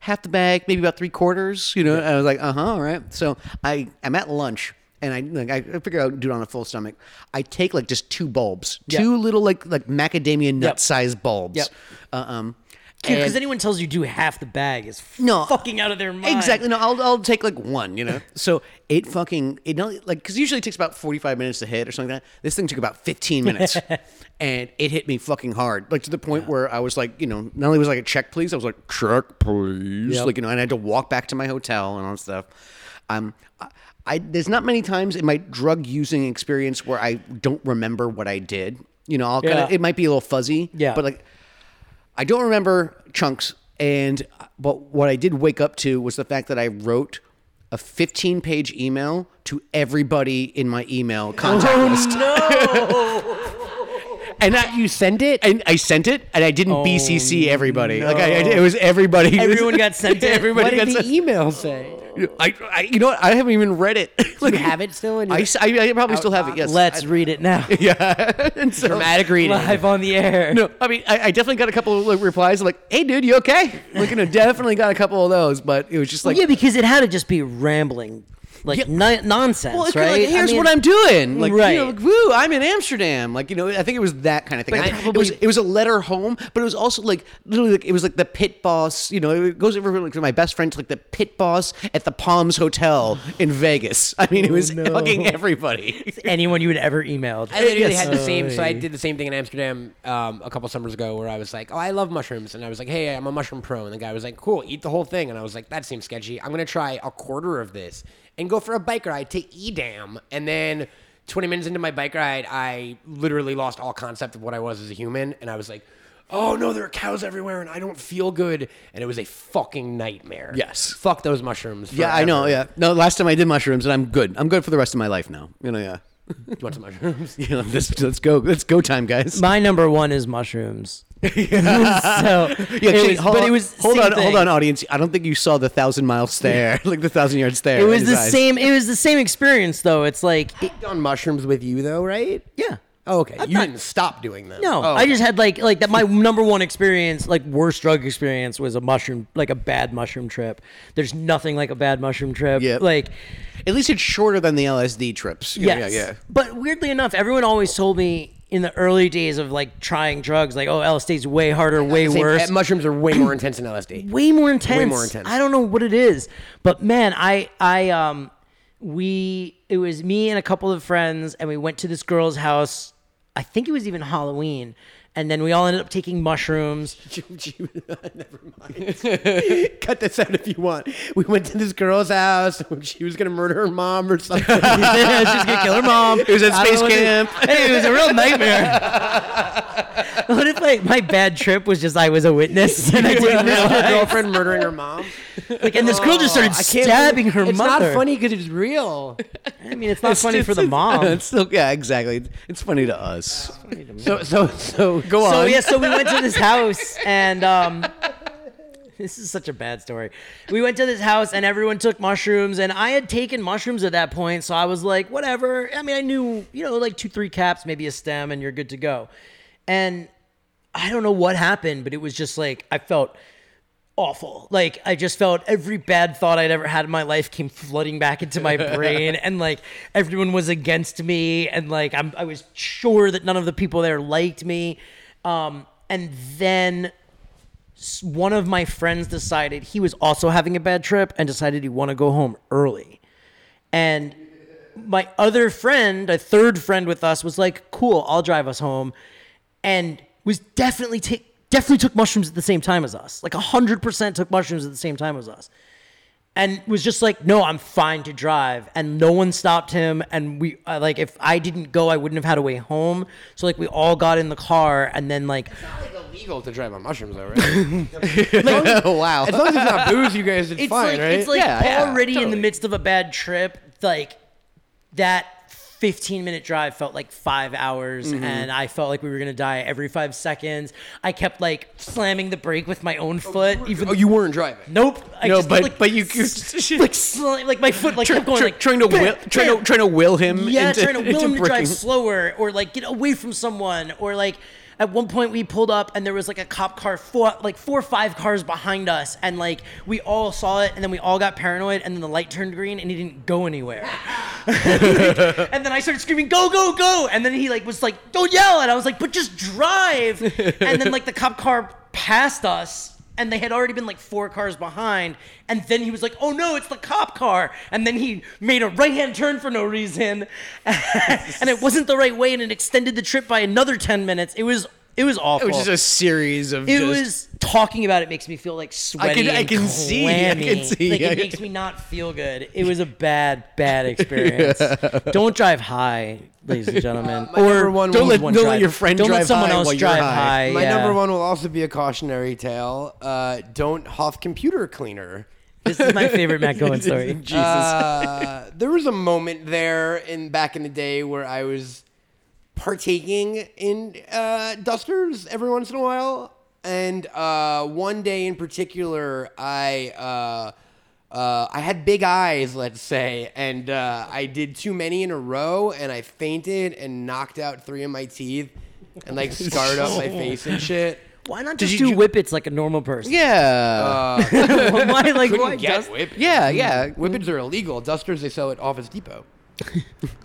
Speaker 2: half the bag, maybe about three quarters. You know, I was like, uh huh, all right. So I I'm at lunch. And I like I I figure I would do it on a full stomach. I take like just two bulbs,
Speaker 4: Yeah.
Speaker 2: two little like like macadamia nut sized bulbs.
Speaker 4: Yep.
Speaker 2: Uh, um,
Speaker 4: Because
Speaker 2: and-
Speaker 4: anyone tells you do half the bag is
Speaker 2: No.
Speaker 4: fucking out of their mind.
Speaker 2: Exactly. No, I'll, I'll take like one, you know? So it fucking, it not, like, because usually it takes about 45 minutes to hit or something like that. This thing took about 15 minutes and it hit me fucking hard. Like to the point where I was like, you know, not only was I like, check please, I was like, check please.
Speaker 4: Yep.
Speaker 2: Like, you know, and I had to walk back to my hotel and all that stuff. Um, I, I, there's not many times in my drug using experience where I don't remember what I did. You know, I'll kind of,
Speaker 4: Yeah.
Speaker 2: it might be a little fuzzy.
Speaker 4: Yeah.
Speaker 2: But like, I don't remember chunks, and but what I did wake up to was the fact that I wrote a 15 page email to everybody in my
Speaker 3: Oh,
Speaker 2: email contact list. and I, you sent it, and I sent it, and I didn't
Speaker 3: Oh,
Speaker 2: BCC everybody. Like I, I- it was everybody.
Speaker 4: Everyone got sent it.
Speaker 2: everybody
Speaker 3: What
Speaker 2: got
Speaker 3: did
Speaker 2: sent.
Speaker 3: the email say?
Speaker 2: I, I, you know what? I haven't even read it. like,
Speaker 3: You have it still in your
Speaker 2: I, s- I- I probably still have it. Yes.
Speaker 4: Let's
Speaker 2: I-
Speaker 4: read it now.
Speaker 2: and so-
Speaker 3: dramatic reading.
Speaker 4: Live on the air.
Speaker 2: No, I mean, I, I definitely got a couple of like, replies like, "Hey, dude, you okay?" Like, you know, definitely got a couple of those, but it was just like,
Speaker 4: yeah, because it had to just be rambling, like ni- nonsense,
Speaker 2: well, it's kinda
Speaker 4: right?
Speaker 2: like, here's
Speaker 4: I mean-
Speaker 2: what I'm doing, like,
Speaker 4: Right.
Speaker 2: you know, like, woo, I'm in Amsterdam, like, you know, I think it was that kind of thing.
Speaker 4: But
Speaker 2: I- it
Speaker 4: probably-
Speaker 2: was it was a letter home, but it was also like literally like it was like the pit boss, you know, it goes over like to my best friend, to, like the pit boss at the Palms Hotel in Vegas. I mean, it was fucking everybody.
Speaker 4: anyone you had ever emailed.
Speaker 3: I literally had the same. So I did the same thing in Amsterdam um, a couple summers ago, where I was like, "Oh, I love mushrooms," and I was like, "Hey, I'm a mushroom pro," and the guy was like, "Cool, eat the whole thing," and I was like, "That seems sketchy. I'm gonna try a quarter of this and go for a bike ride to Edam," and then. 20 minutes into my bike ride, I literally lost all concept of what I was as a human. And I was like, oh no, there are cows everywhere and I don't feel good. And it was a fucking nightmare.
Speaker 2: Yes.
Speaker 3: Fuck those mushrooms.
Speaker 2: Yeah, I know.
Speaker 3: forever.
Speaker 2: Yeah, no, last time I did mushrooms, and I'm good. I'm good for the rest of my life now. You know, yeah.
Speaker 3: Do you want some mushrooms?
Speaker 2: You know, let's, let's go. Let's go time, guys.
Speaker 4: My number one is mushrooms. so
Speaker 2: Yeah,
Speaker 4: it
Speaker 2: Shane,
Speaker 4: was,
Speaker 2: hold
Speaker 4: but
Speaker 2: on,
Speaker 4: it was
Speaker 2: hold
Speaker 4: same
Speaker 2: on, hold
Speaker 4: thing.
Speaker 2: on, audience. I don't think you saw the thousand mile stare, like the thousand yard stare.
Speaker 4: It
Speaker 2: in
Speaker 4: was
Speaker 2: his
Speaker 4: the
Speaker 2: eyes.
Speaker 4: same. It was the same experience though. It's like it-
Speaker 3: on mushrooms with you though, right?
Speaker 4: yeah.
Speaker 3: Oh, okay. you
Speaker 4: not-
Speaker 3: didn't stop doing them. Oh,
Speaker 4: No, I just had like like that. My number one experience, like worst drug experience, was a mushroom, like a bad mushroom trip. There's nothing like a bad mushroom trip.
Speaker 2: Yep.
Speaker 4: Like
Speaker 2: At least it's shorter than the LSD trips. Yeah,
Speaker 4: Yes.
Speaker 2: yeah, yeah.
Speaker 4: But weirdly enough, everyone always told me in the early days of like trying drugs, like, oh, LSD's way harder, way
Speaker 3: Same-
Speaker 4: worse.
Speaker 3: uh, mushrooms are way more intense than LSD.
Speaker 4: way more intense.
Speaker 3: more intense.
Speaker 4: I don't know what it is, but man, I I um we it was me and a couple of friends, and we went to this girl's house. I think it was even Halloween, and then we all ended up taking mushrooms.
Speaker 3: Never mind. Cut this out if you want. We went to this girl's house. She was gonna murder her mom or something.
Speaker 4: She's gonna kill her mom.
Speaker 2: It was at
Speaker 4: I don't
Speaker 2: space
Speaker 4: know what it-
Speaker 2: camp.
Speaker 4: Hey, it was a real nightmare. what if like my bad trip was just I was a witness and I didn't
Speaker 3: Her
Speaker 4: realize?
Speaker 3: girlfriend murdering her mom.
Speaker 4: Like, and this girl just started stabbing her
Speaker 3: it's
Speaker 4: mother.
Speaker 3: not funny because it's real.
Speaker 4: I mean, it's not funny for the mom.
Speaker 2: It's still, yeah, exactly. It's funny to us.
Speaker 3: So so so go
Speaker 4: So yeah, so we went to this house and um, this is such a bad story. We went to this house and everyone took mushrooms, and I had taken mushrooms at that point, so I was like, whatever. I mean, I knew, you know, like two, three caps, maybe a stem, and you're good to go. And I don't know what happened, but it was just like I felt awful. Like I just felt every bad thought I'd ever had in my life came flooding back into my brain, and like everyone was against me, and like I'm, I was sure that none of the people there liked me. Um, and then s- one of my friends decided he was also having a bad trip and decided he wanted to go home early, and my other friend, a third friend with us, was like, "Cool, I'll drive us home," and was definitely ta- definitely took mushrooms at the same time as us. Like hundred percent took mushrooms at the same time as us, and was just like, "No, I'm fine to drive." And no one stopped him. And we uh, like, if I didn't go, I wouldn't have had a way home. So like, we all got in the car, and then like,
Speaker 3: It's like illegal to drive on mushrooms, though, right?
Speaker 2: oh wow.
Speaker 3: as long as it's not booze, you guys, it's,
Speaker 4: it's
Speaker 3: fine,
Speaker 4: like
Speaker 3: right?
Speaker 4: it's like
Speaker 2: Yeah, yeah,
Speaker 4: already in the midst of a bad trip, like that 15 minute drive felt like five hours
Speaker 2: Mm-hmm.
Speaker 4: and I felt like we were gonna die every five seconds. I kept like slamming the brake with my own foot, even
Speaker 3: oh, you weren't driving.
Speaker 4: Nope. I
Speaker 2: No,
Speaker 4: just,
Speaker 2: but
Speaker 4: like,
Speaker 2: but you
Speaker 4: like sli- like my foot like kept going like
Speaker 2: trying to
Speaker 4: bam,
Speaker 2: will, trying to
Speaker 4: bam.
Speaker 2: trying to will him.
Speaker 4: yeah
Speaker 2: into,
Speaker 4: trying to will
Speaker 2: into
Speaker 4: him to drive
Speaker 2: breaking.
Speaker 4: slower or like get away from someone or like at one point we pulled up and there was like a cop car four like four or five cars behind us and like we all saw it and then we all got paranoid and then the light turned green and he didn't go anywhere and then I started screaming, "Go, go, go!" And then he like was like, "Don't yell!" And I was like, "But just drive!" and then like the cop car passed us, and they had already been like four cars behind. And then he was like, "Oh no, it's the cop car!" And then he made a right-hand turn for no reason, and it wasn't the right way, and it extended the trip by another ten minutes. It was it was awful.
Speaker 2: It was just a series of.
Speaker 4: It
Speaker 2: just,
Speaker 4: was talking about it makes me feel like sweaty.
Speaker 2: I can- I
Speaker 4: and
Speaker 2: can see, I can
Speaker 4: clammy.
Speaker 2: see.
Speaker 4: Like
Speaker 2: I
Speaker 4: it
Speaker 2: can-
Speaker 4: makes me not feel good. It was a bad, bad experience. Don't drive high, ladies and gentlemen. or
Speaker 3: number one
Speaker 2: Don't
Speaker 3: was
Speaker 2: let
Speaker 4: one
Speaker 2: don't let
Speaker 4: drive-
Speaker 2: your friend
Speaker 4: Don't
Speaker 2: drive
Speaker 4: let someone
Speaker 2: high
Speaker 4: else
Speaker 2: while you're
Speaker 4: drive
Speaker 2: high.
Speaker 4: high.
Speaker 3: My
Speaker 4: yeah.
Speaker 2: uh,
Speaker 3: number one will also be a cautionary tale. Uh, don't huff computer cleaner.
Speaker 4: This is my favorite Matt Cohen story.
Speaker 2: Jesus.
Speaker 3: Uh, there was a moment there in back in the day where I was partaking in uh, dusters every once in a while, and uh, one day in particular, I uh, uh, I had big eyes, let's say, and uh, I did too many in a row, and I fainted and knocked out three of my teeth, and like scarred up my face and shit.
Speaker 4: Why not just
Speaker 2: you
Speaker 4: do
Speaker 2: ju-
Speaker 4: whippets like a normal person?
Speaker 2: yeah.
Speaker 4: why, like, why
Speaker 3: Couldn't get
Speaker 4: just-
Speaker 3: whippets.
Speaker 2: yeah. Yeah.
Speaker 3: Whippets are illegal. Dusters they sell at Office Depot.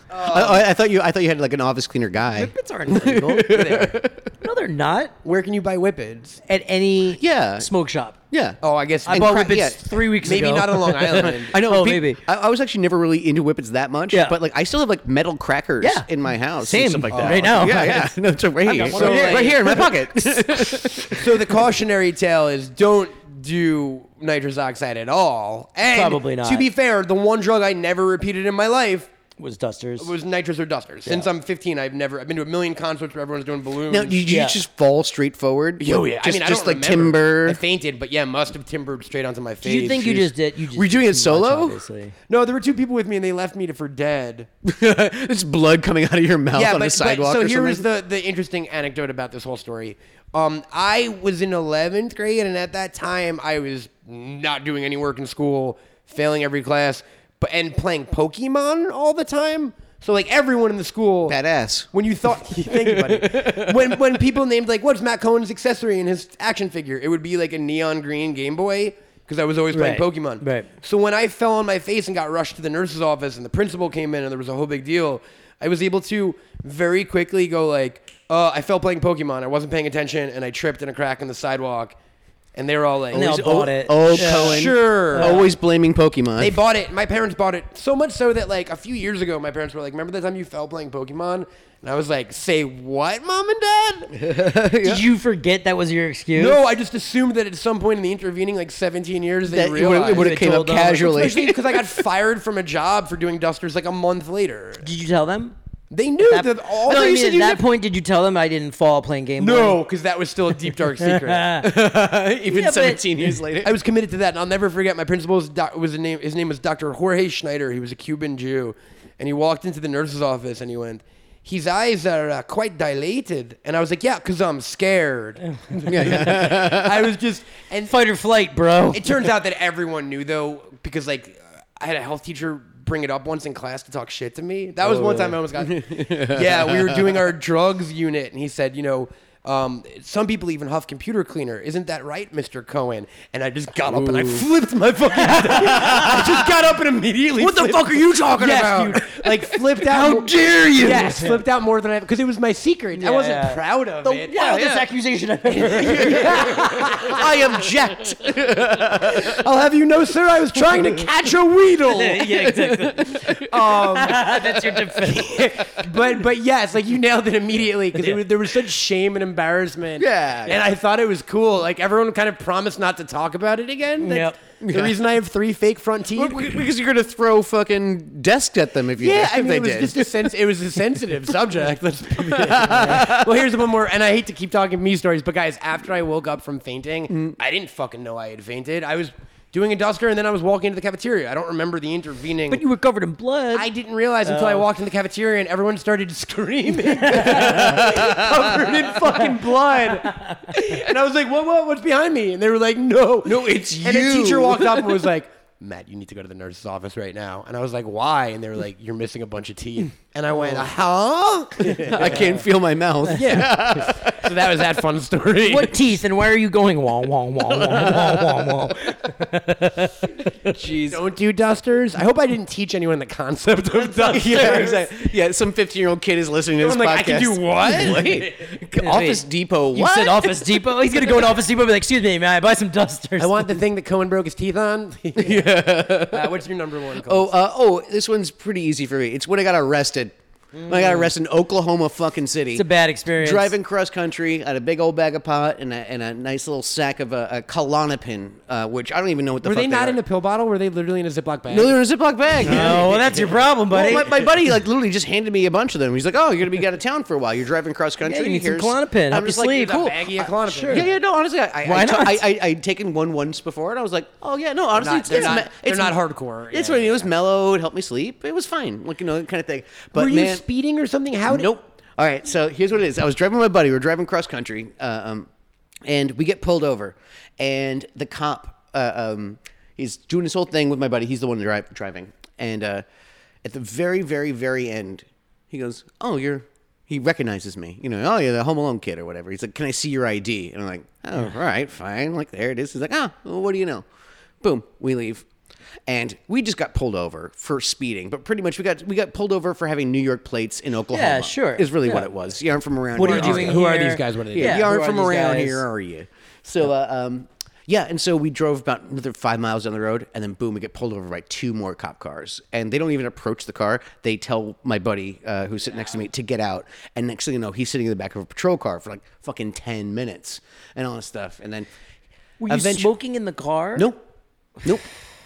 Speaker 4: Uh,
Speaker 2: I, I- I thought you. I thought you had like an office cleaner guy.
Speaker 4: Whippets aren't illegal. no, they're not.
Speaker 3: Where can you buy whippets?
Speaker 4: At any
Speaker 2: Yeah.
Speaker 4: smoke shop.
Speaker 2: Yeah.
Speaker 3: Oh, I guess
Speaker 4: I
Speaker 3: and
Speaker 4: bought
Speaker 3: cra-
Speaker 4: whippets
Speaker 2: yeah.
Speaker 4: three weeks
Speaker 3: Maybe
Speaker 4: ago.
Speaker 3: not on Long Island.
Speaker 2: I know.
Speaker 4: Oh,
Speaker 2: pe-
Speaker 4: maybe.
Speaker 2: I, I was actually never really into whippets that much.
Speaker 4: Yeah.
Speaker 2: But like, I still have like metal crackers
Speaker 4: Yeah.
Speaker 2: in my house.
Speaker 4: Same,
Speaker 2: and stuff like that.
Speaker 4: right now.
Speaker 2: Yeah. Yeah. No, it's right here.
Speaker 4: one of
Speaker 2: So,
Speaker 3: those.
Speaker 2: right here in my pocket.
Speaker 3: so the cautionary tale is don't do nitrous oxide at all. And
Speaker 4: Probably not.
Speaker 3: To be fair, the one drug I never repeated in my life
Speaker 4: Was dusters.
Speaker 3: was nitrous or dusters. Since I'm 15, I've never. I've been to a million concerts where everyone's doing balloons.
Speaker 2: now, did you
Speaker 4: Yeah.
Speaker 2: just fall straight forward?
Speaker 3: Yo, Oh, yeah.
Speaker 2: Just,
Speaker 3: I mean, I
Speaker 2: just
Speaker 3: don't
Speaker 2: like
Speaker 3: remember.
Speaker 2: timber.
Speaker 3: I fainted, but yeah, must have timbered straight onto my face.
Speaker 4: Do you think you
Speaker 3: Jeez.
Speaker 4: just did? You just
Speaker 2: Were you
Speaker 4: did
Speaker 2: doing it
Speaker 4: too much,
Speaker 2: solo?
Speaker 4: obviously.
Speaker 3: No, there were two people with me, and they left me to for dead.
Speaker 2: There's blood coming out of your mouth on the sidewalk.
Speaker 3: so
Speaker 2: or
Speaker 3: here
Speaker 2: something.
Speaker 3: is the, the interesting anecdote about this whole story. Um, I was in 11th grade, and at that time, I was not doing any work in school, failing every class, but and playing Pokemon all the time. So like everyone in the school,
Speaker 2: badass.
Speaker 3: when you thought, thank you, buddy. When when people named like, what's Matt Cohen's accessory and his action figure? It would be like a neon green Game Boy because I was always playing
Speaker 4: Right,
Speaker 3: Pokemon.
Speaker 4: right.
Speaker 3: So when I fell on my face and got rushed to the nurse's office and the principal came in and there was a whole big deal, I was able to very quickly go like, uh, I fell playing Pokemon. I wasn't paying attention and I tripped in a crack in the sidewalk, and they were all like,
Speaker 4: And they all bought it.
Speaker 2: Oh,
Speaker 4: Yeah.
Speaker 2: Cohen.
Speaker 3: Sure.
Speaker 2: Always blaming Pokemon.
Speaker 3: They bought it. My parents bought it so much so that like a few years ago, my parents were like, "Remember the time you fell playing Pokemon?" And I was like, "Say what, mom and dad?"
Speaker 4: Did you forget that was your excuse?
Speaker 3: no, I just assumed that at some point in the intervening like 17 years, they
Speaker 2: That it would've- it
Speaker 3: realized
Speaker 2: would've came up
Speaker 3: They told them.
Speaker 2: casually.
Speaker 3: Especially because I got fired from a job for doing dusters like a month later.
Speaker 4: Did you tell them?
Speaker 3: They knew that,
Speaker 4: That-
Speaker 3: all.
Speaker 4: no,
Speaker 3: they
Speaker 4: I mean,
Speaker 3: said
Speaker 4: at
Speaker 3: you
Speaker 4: that
Speaker 3: did-
Speaker 4: point, did you tell them I didn't fall playing Game Boy?
Speaker 3: no, because that was still a deep dark secret.
Speaker 2: Even
Speaker 4: Yeah, but-
Speaker 2: 17 years later.
Speaker 3: I was committed to that, and I'll never forget. My principal was, doc- was a name. His name was Dr. Jorge Schneider. He was a Cuban Jew, and he walked into the nurse's office and he went, his eyes are uh, quite dilated. And I was like, yeah, because I'm scared. I was just, and
Speaker 4: Fight or flight, bro.
Speaker 3: it turns out that everyone knew though, because like I had a health teacher bring it up once in class to talk shit to me. That was one time I almost got. yeah, we were doing our drugs unit, and he said, you know. Um, some people even huff computer cleaner. Isn't that right, Mr. Cohen? And I just got up and I flipped my fucking. I just got up and immediately.
Speaker 2: What the
Speaker 3: flipped-
Speaker 2: fuck are you talking
Speaker 3: yes,
Speaker 2: about?
Speaker 3: Dude, like flipped out.
Speaker 2: How dare you?
Speaker 3: Yes, flipped out more than I because it was my secret. I wasn't
Speaker 4: Yeah.
Speaker 3: proud of
Speaker 4: the
Speaker 3: it. Oh,
Speaker 4: wildest accusation I've ever heard.
Speaker 2: I object.
Speaker 3: I'll have you know, sir, I was trying to catch a weedle.
Speaker 4: yeah, exactly.
Speaker 2: Um,
Speaker 4: That's your defense.
Speaker 3: but but yes, like you nailed it immediately because there was such shame and embarrassment.
Speaker 2: Yeah.
Speaker 3: and I thought it was cool. Like everyone kind of promised not to talk about it again.
Speaker 4: Yep.
Speaker 3: That's The reason I have three fake front teeth.
Speaker 2: because you're gonna throw fucking desks at them if you
Speaker 3: Yeah, I
Speaker 2: if
Speaker 3: mean,
Speaker 2: they
Speaker 3: it was
Speaker 2: did.
Speaker 3: just a sense. It was a sensitive subject. Let's be well, here's one more, and I hate to keep talking me stories, but guys, after I woke up from fainting, I didn't fucking know I had fainted. I was doing a duster, and then I was walking into the cafeteria. I don't remember the intervening.
Speaker 4: But you were covered in blood.
Speaker 3: I didn't realize until I walked in the cafeteria and everyone started screaming, covered in fucking blood. And I was like, "What? What? What's behind me?" And they were like, "No, no, it's and
Speaker 2: you.
Speaker 3: a teacher walked up and was like, "Matt, you need to go to the nurse's office right now." And I was like, "Why?" And they were like, "You're missing a bunch of teeth." And I went, "Huh?"
Speaker 2: I can't feel my mouth.
Speaker 3: Oh. yeah. so that was that fun story.
Speaker 4: what teeth and where are you going? Wah, wah, wah, wah, wah, wah, wah.
Speaker 5: Jeez.
Speaker 3: Don't do dusters. I hope I didn't teach anyone the concept of dusters.
Speaker 2: Yeah, exactly. Yeah, some 15 year old kid is listening to this
Speaker 3: I'm like,
Speaker 2: podcast.
Speaker 3: I can do what?
Speaker 2: Office Depot.
Speaker 4: You
Speaker 2: What?
Speaker 4: said Office Depot. He's gonna go to Office Depot and be like, "Excuse me, may I buy some dusters?"
Speaker 3: I want the thing that Cohen broke his teeth on. yeah. Uh, what's your number one?
Speaker 2: Oh,
Speaker 3: Cole?
Speaker 2: uh, oh, this one's pretty easy for me. It's when I got arrested. When I got arrested in Oklahoma fucking city.
Speaker 4: It's a bad experience.
Speaker 2: Driving cross country, I had a big old bag of pot and a, and a nice little sack of a, a Klonopin, uh, which I don't even know what the
Speaker 3: were
Speaker 2: fuck
Speaker 3: they not
Speaker 2: are.
Speaker 3: in a pill bottle? Were they literally in a Ziploc bag?
Speaker 2: No, they were in a Ziploc bag.
Speaker 4: Oh, well, that's your problem, buddy.
Speaker 2: Well, my, my buddy like literally just handed me a bunch of them. He's like, "Oh, you're gonna be out of town for a while. You're driving cross country.
Speaker 4: Yeah, you need some
Speaker 2: Here's-"
Speaker 4: Klonopin. Help
Speaker 2: I'm
Speaker 4: you
Speaker 2: just like,
Speaker 4: sleep.
Speaker 2: "Cool."
Speaker 3: baggy of Klonopin. Sure.
Speaker 2: Yeah, yeah, no, honestly, I, I,
Speaker 4: Why
Speaker 2: I took-
Speaker 4: not?
Speaker 2: I, I, I'd taken one once before, and I was like, oh, yeah, no, honestly,
Speaker 3: not-
Speaker 2: it's,
Speaker 3: they're
Speaker 2: it's,
Speaker 3: not-
Speaker 2: me-
Speaker 3: they're
Speaker 2: it's-
Speaker 3: not hardcore,
Speaker 2: It's
Speaker 3: yeah.
Speaker 2: what it was mellow. It helped me sleep. It was fine, like, you know, kind of thing. But
Speaker 3: were you
Speaker 2: man,
Speaker 3: speeding or something? How? Did,
Speaker 2: nope. All right, so here's what it is. I was driving with my buddy. We are driving cross country, uh, um, and we get pulled over, and the cop, uh, um, he's doing this whole thing with my buddy. He's the one dri- driving, and uh, at the very, very, very end, he goes, "Oh, you're." He recognizes me, you know. Oh, you're the Home Alone kid or whatever. He's like, "Can I see your ID?" And I'm like, "Oh, all right, fine." Like, there it is. He's like, "Ah, well, what do you know?" Boom, we leave. And we just got pulled over for speeding, but pretty much we got we got pulled over for having New York plates in Oklahoma.
Speaker 4: Yeah, sure.
Speaker 2: Is really what
Speaker 4: Yeah.
Speaker 2: it was. You aren't from around.
Speaker 4: What are
Speaker 2: here,
Speaker 4: you doing?
Speaker 3: Who are
Speaker 4: here?
Speaker 3: these guys? What are they
Speaker 2: Yeah,
Speaker 3: doing?
Speaker 2: you
Speaker 4: who
Speaker 2: aren't
Speaker 4: are
Speaker 2: from
Speaker 4: these
Speaker 2: around
Speaker 4: guys?
Speaker 2: here, are you? So, uh, um, yeah, and so we drove about another five miles down the road, and then boom, we get pulled over by two more cop cars, and they don't even approach the car. They tell my buddy uh, who's sitting next to me to get out, and next thing you know, he's sitting in the back of a patrol car for like fucking ten minutes and all this stuff, and then
Speaker 4: Were you
Speaker 2: eventu-
Speaker 4: smoking in the car?
Speaker 2: Nope, nope.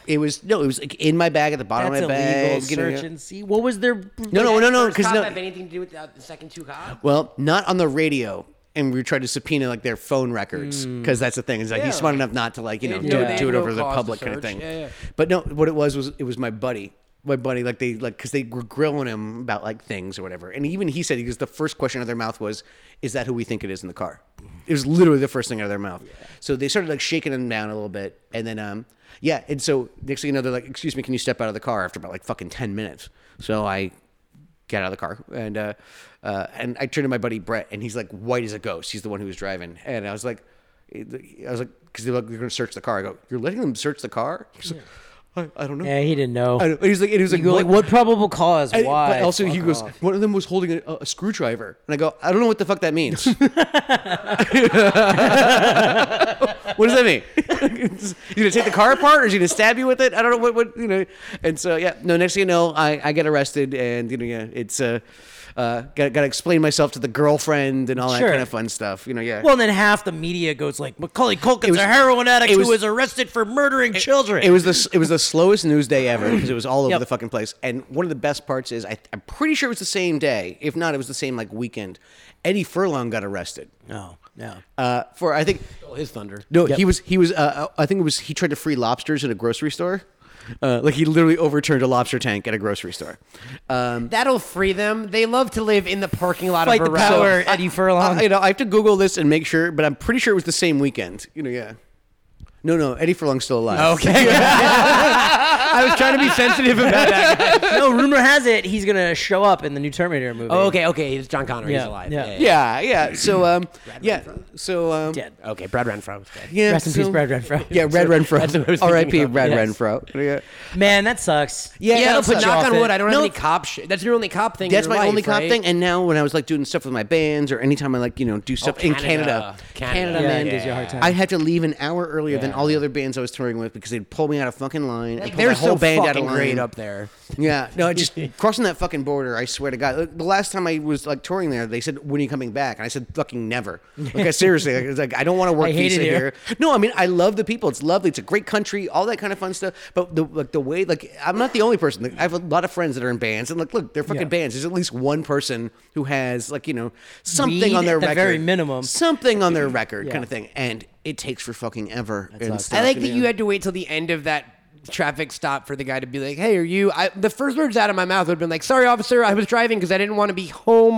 Speaker 2: It was no, it was like in my bag at the bottom
Speaker 4: That's
Speaker 2: of
Speaker 4: illegal.
Speaker 2: my bag. you know,
Speaker 4: Search and see. What was their?
Speaker 2: No, no, no, no,
Speaker 3: First
Speaker 2: because
Speaker 3: cop
Speaker 2: no,
Speaker 3: have anything to do with the, the second two cops?
Speaker 2: Well, not on the radio. And we tried to subpoena like their phone records because that's the thing. Is like he's
Speaker 3: Hmm. Yeah.
Speaker 2: smart enough not to like you know
Speaker 3: They-
Speaker 2: do,
Speaker 3: yeah,
Speaker 2: it,
Speaker 3: they
Speaker 2: do it
Speaker 3: know
Speaker 2: over the
Speaker 3: cause to
Speaker 2: public kind of
Speaker 3: search.
Speaker 2: thing.
Speaker 3: Yeah, yeah.
Speaker 2: But no, what it was was it was my buddy, my buddy. Like they like because they were grilling him about like things or whatever. And even he said because the first question out of their mouth was, "Is that who we think it is in the car?" It was literally the first thing out of their mouth. So they started like shaking him down a little bit, and then um yeah, and so next thing you know they're like, "Excuse me, can you step out of the car?" After about like fucking ten minutes, so I get out of the car and uh, uh, and I turned to my buddy Brett and he's like white as a ghost. He's the one who was driving and I was like, I was like, because they're like, you're gonna search the car. I go, you're letting them search the car? He's like, I, I don't know.
Speaker 4: Yeah, he didn't know.
Speaker 2: I don't, and he's like, and he was like,
Speaker 4: You go, like, what probably cause?
Speaker 2: and-
Speaker 4: Why?
Speaker 2: But also,
Speaker 4: Fuck
Speaker 2: he goes,
Speaker 4: off.
Speaker 2: one of them was holding a, a screwdriver, and I go, I don't know what the fuck that means. what does that mean? you gonna take the car apart, or is he gonna stab you with it? I don't know what, what you know. And so yeah, no. Next thing you know, I, I get arrested, and you know, yeah, it's uh, uh, got got to explain myself to the girlfriend and all
Speaker 4: Sure.
Speaker 2: that kind of fun stuff. You know, yeah.
Speaker 4: Well, then half the media goes like, Macaulay Culkin's
Speaker 2: was-
Speaker 4: a heroin addict
Speaker 2: it was-
Speaker 4: who was arrested for murdering children.
Speaker 2: It was the it was the slowest news day ever because it was all over
Speaker 4: Yep.
Speaker 2: the fucking place. And one of the best parts is I, I'm pretty sure it was the same day. If not, it was the same like weekend. Eddie Furlong got arrested
Speaker 4: no, no.
Speaker 2: uh, for I think
Speaker 3: His thunder.
Speaker 2: uh, no he was he was uh, I think it was he tried to free lobsters in a grocery store. Uh, like he literally overturned a lobster tank at a grocery store. Um,
Speaker 3: That'll free them. They love to live in the parking lot
Speaker 4: Fight
Speaker 3: of
Speaker 4: the
Speaker 3: a restaurant.
Speaker 4: power, Eddie Furlong.
Speaker 2: I, you know, I have to Google this and make sure, but I'm pretty sure it was the same weekend. You know, yeah. No, no, Eddie Furlong's still alive.
Speaker 3: Okay. I was trying to be sensitive about that.
Speaker 4: no, rumor has it he's gonna show up in the new Terminator movie.
Speaker 3: Oh, okay, okay. It's John Connor. He's
Speaker 4: Yeah,
Speaker 3: alive.
Speaker 4: yeah.
Speaker 2: Yeah, yeah. So, um, yeah. So, um,
Speaker 4: dead.
Speaker 3: Okay, Brad Renfro. Okay.
Speaker 2: yeah.
Speaker 4: Rest in peace,
Speaker 2: so-
Speaker 4: Brad Renfro.
Speaker 2: Yeah, Red
Speaker 3: That's what I was
Speaker 2: Renfro.
Speaker 3: thinking
Speaker 2: R.I.P.
Speaker 3: of.
Speaker 2: Red
Speaker 4: Yes.
Speaker 2: Renfro. Yeah.
Speaker 4: Man, that sucks.
Speaker 2: Yeah,
Speaker 3: Yeah,
Speaker 2: that's
Speaker 3: but
Speaker 2: a-
Speaker 3: knock
Speaker 4: off
Speaker 3: on
Speaker 4: it.
Speaker 3: wood. I don't
Speaker 4: No.
Speaker 3: have any cop shit. That's your only cop thing. in
Speaker 2: That's
Speaker 3: your
Speaker 2: my
Speaker 3: life,
Speaker 2: only cop
Speaker 3: right?
Speaker 2: thing. And now when I was like doing stuff with my bands or anytime I like, you know, do stuff in Canada.
Speaker 3: Oh, Canada. Canada.
Speaker 4: Yeah,
Speaker 2: man,
Speaker 4: it gives you a hard time.
Speaker 2: I had to leave an hour earlier than all the other bands I was touring with because they'd pull me out of fucking line. and pull
Speaker 3: They're
Speaker 2: my whole
Speaker 3: so
Speaker 2: band out of
Speaker 3: fucking
Speaker 2: line.
Speaker 3: great up there.
Speaker 2: Yeah, no, I just crossing that fucking border. I swear to God, Like, the last time I was like touring there, they said, "When are you coming back?" And I said, "Fucking never." Like, I, seriously, like, it's like I don't want to work
Speaker 4: I hate
Speaker 2: visa
Speaker 4: it
Speaker 2: here.
Speaker 4: here.
Speaker 2: No, I mean I love the people. It's lovely. It's a great country. All that kind of fun stuff. But the like the way like I'm not the only person. Like, I have a lot of friends that are in bands, and like look, they're fucking
Speaker 4: Yeah.
Speaker 2: bands. There's at least one person who has like you know something
Speaker 4: Weed
Speaker 2: on their
Speaker 4: at the
Speaker 2: record,
Speaker 4: very minimum.
Speaker 2: something on their record,
Speaker 4: Yeah.
Speaker 2: kind of thing, and. It takes for fucking ever. and
Speaker 4: sucks.
Speaker 2: stuff,
Speaker 3: I like that
Speaker 2: yeah.
Speaker 3: you had to wait till the end of that traffic stop for the guy to be like, "Hey, are you?" I, the first words out of my mouth would have been like, "Sorry, officer, I was driving because I didn't want to be home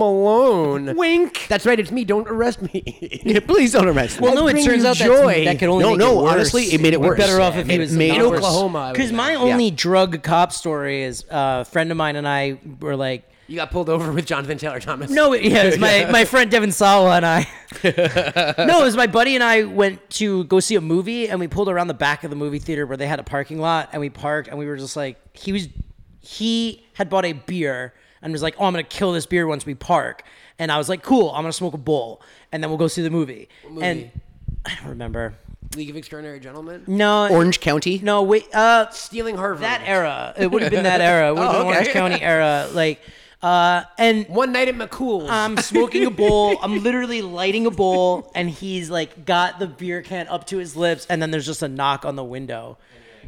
Speaker 3: alone."
Speaker 2: wink.
Speaker 3: That's right, it's me. Don't arrest me.
Speaker 2: Yeah, please don't arrest me.
Speaker 4: Well, no, it
Speaker 3: bring
Speaker 4: turns
Speaker 3: you
Speaker 4: out that's,
Speaker 3: joy.
Speaker 4: that could only
Speaker 2: No,
Speaker 4: make
Speaker 2: no,
Speaker 4: It worse.
Speaker 2: honestly, it made it
Speaker 4: We're
Speaker 2: worse.
Speaker 4: Better off
Speaker 2: Yeah,
Speaker 4: if
Speaker 2: it
Speaker 4: he was
Speaker 2: made it
Speaker 3: In
Speaker 2: worse.
Speaker 3: Oklahoma, I would
Speaker 4: Because
Speaker 3: have
Speaker 4: my
Speaker 3: done.
Speaker 4: only drug cop story is uh, a friend of mine and I were like,
Speaker 3: you got pulled over with Jonathan Taylor Thomas.
Speaker 4: no, it- yeah, it was my my friend Devin Sawa and I. no, it was my buddy and I went to go see a movie and we pulled around the back of the movie theater where they had a parking lot and we parked and we were just like, he was, he had bought a beer and was like, oh, I'm gonna kill this beer once we park. And I was like, cool, I'm gonna smoke a bowl and then we'll go see the movie.
Speaker 3: movie?
Speaker 4: And I don't remember.
Speaker 3: League of Extraordinary Gentlemen.
Speaker 4: No,
Speaker 2: Orange County.
Speaker 4: No, wait. Uh,
Speaker 3: Stealing Harvard.
Speaker 4: that era. It would have been that era. It would have been Orange County era. Like, uh, and
Speaker 3: One night at McCool's.
Speaker 4: I'm smoking a bowl. I'm literally lighting a bowl, and he's like got the beer can up to his lips, and then there's just a knock on the window,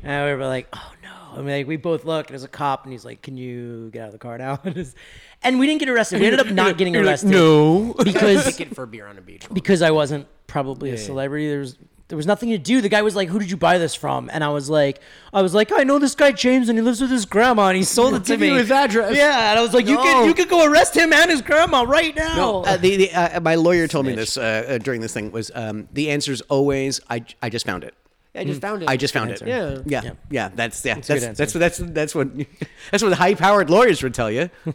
Speaker 4: and we were like, oh no. I mean, like we both look, and there's a cop, and he's like, "Can you get out of the car now?" and we didn't get arrested. We ended up not getting arrested.
Speaker 2: No.
Speaker 4: because
Speaker 3: ticket for a beer on a beach.
Speaker 4: because I wasn't probably a celebrity. There was there was nothing to do. The guy was like, "Who did you buy this from?" And I was like, "I was like, I know this guy James, and he lives with his grandma, and he sold it to
Speaker 3: Give
Speaker 4: me."
Speaker 3: you his address.
Speaker 4: Yeah, and I was like, "You
Speaker 2: No.
Speaker 4: can you can go arrest him and his grandma right now."
Speaker 2: Uh, the, the, uh, my lawyer told me this uh, uh, during this thing was um, the answer's always I, I just found it.
Speaker 3: I
Speaker 4: Mm.
Speaker 3: just found it.
Speaker 2: I just found it.
Speaker 3: Yeah.
Speaker 2: yeah, yeah, That's yeah. That's
Speaker 4: good
Speaker 2: that's, that's that's what that's what high-powered lawyers would tell you.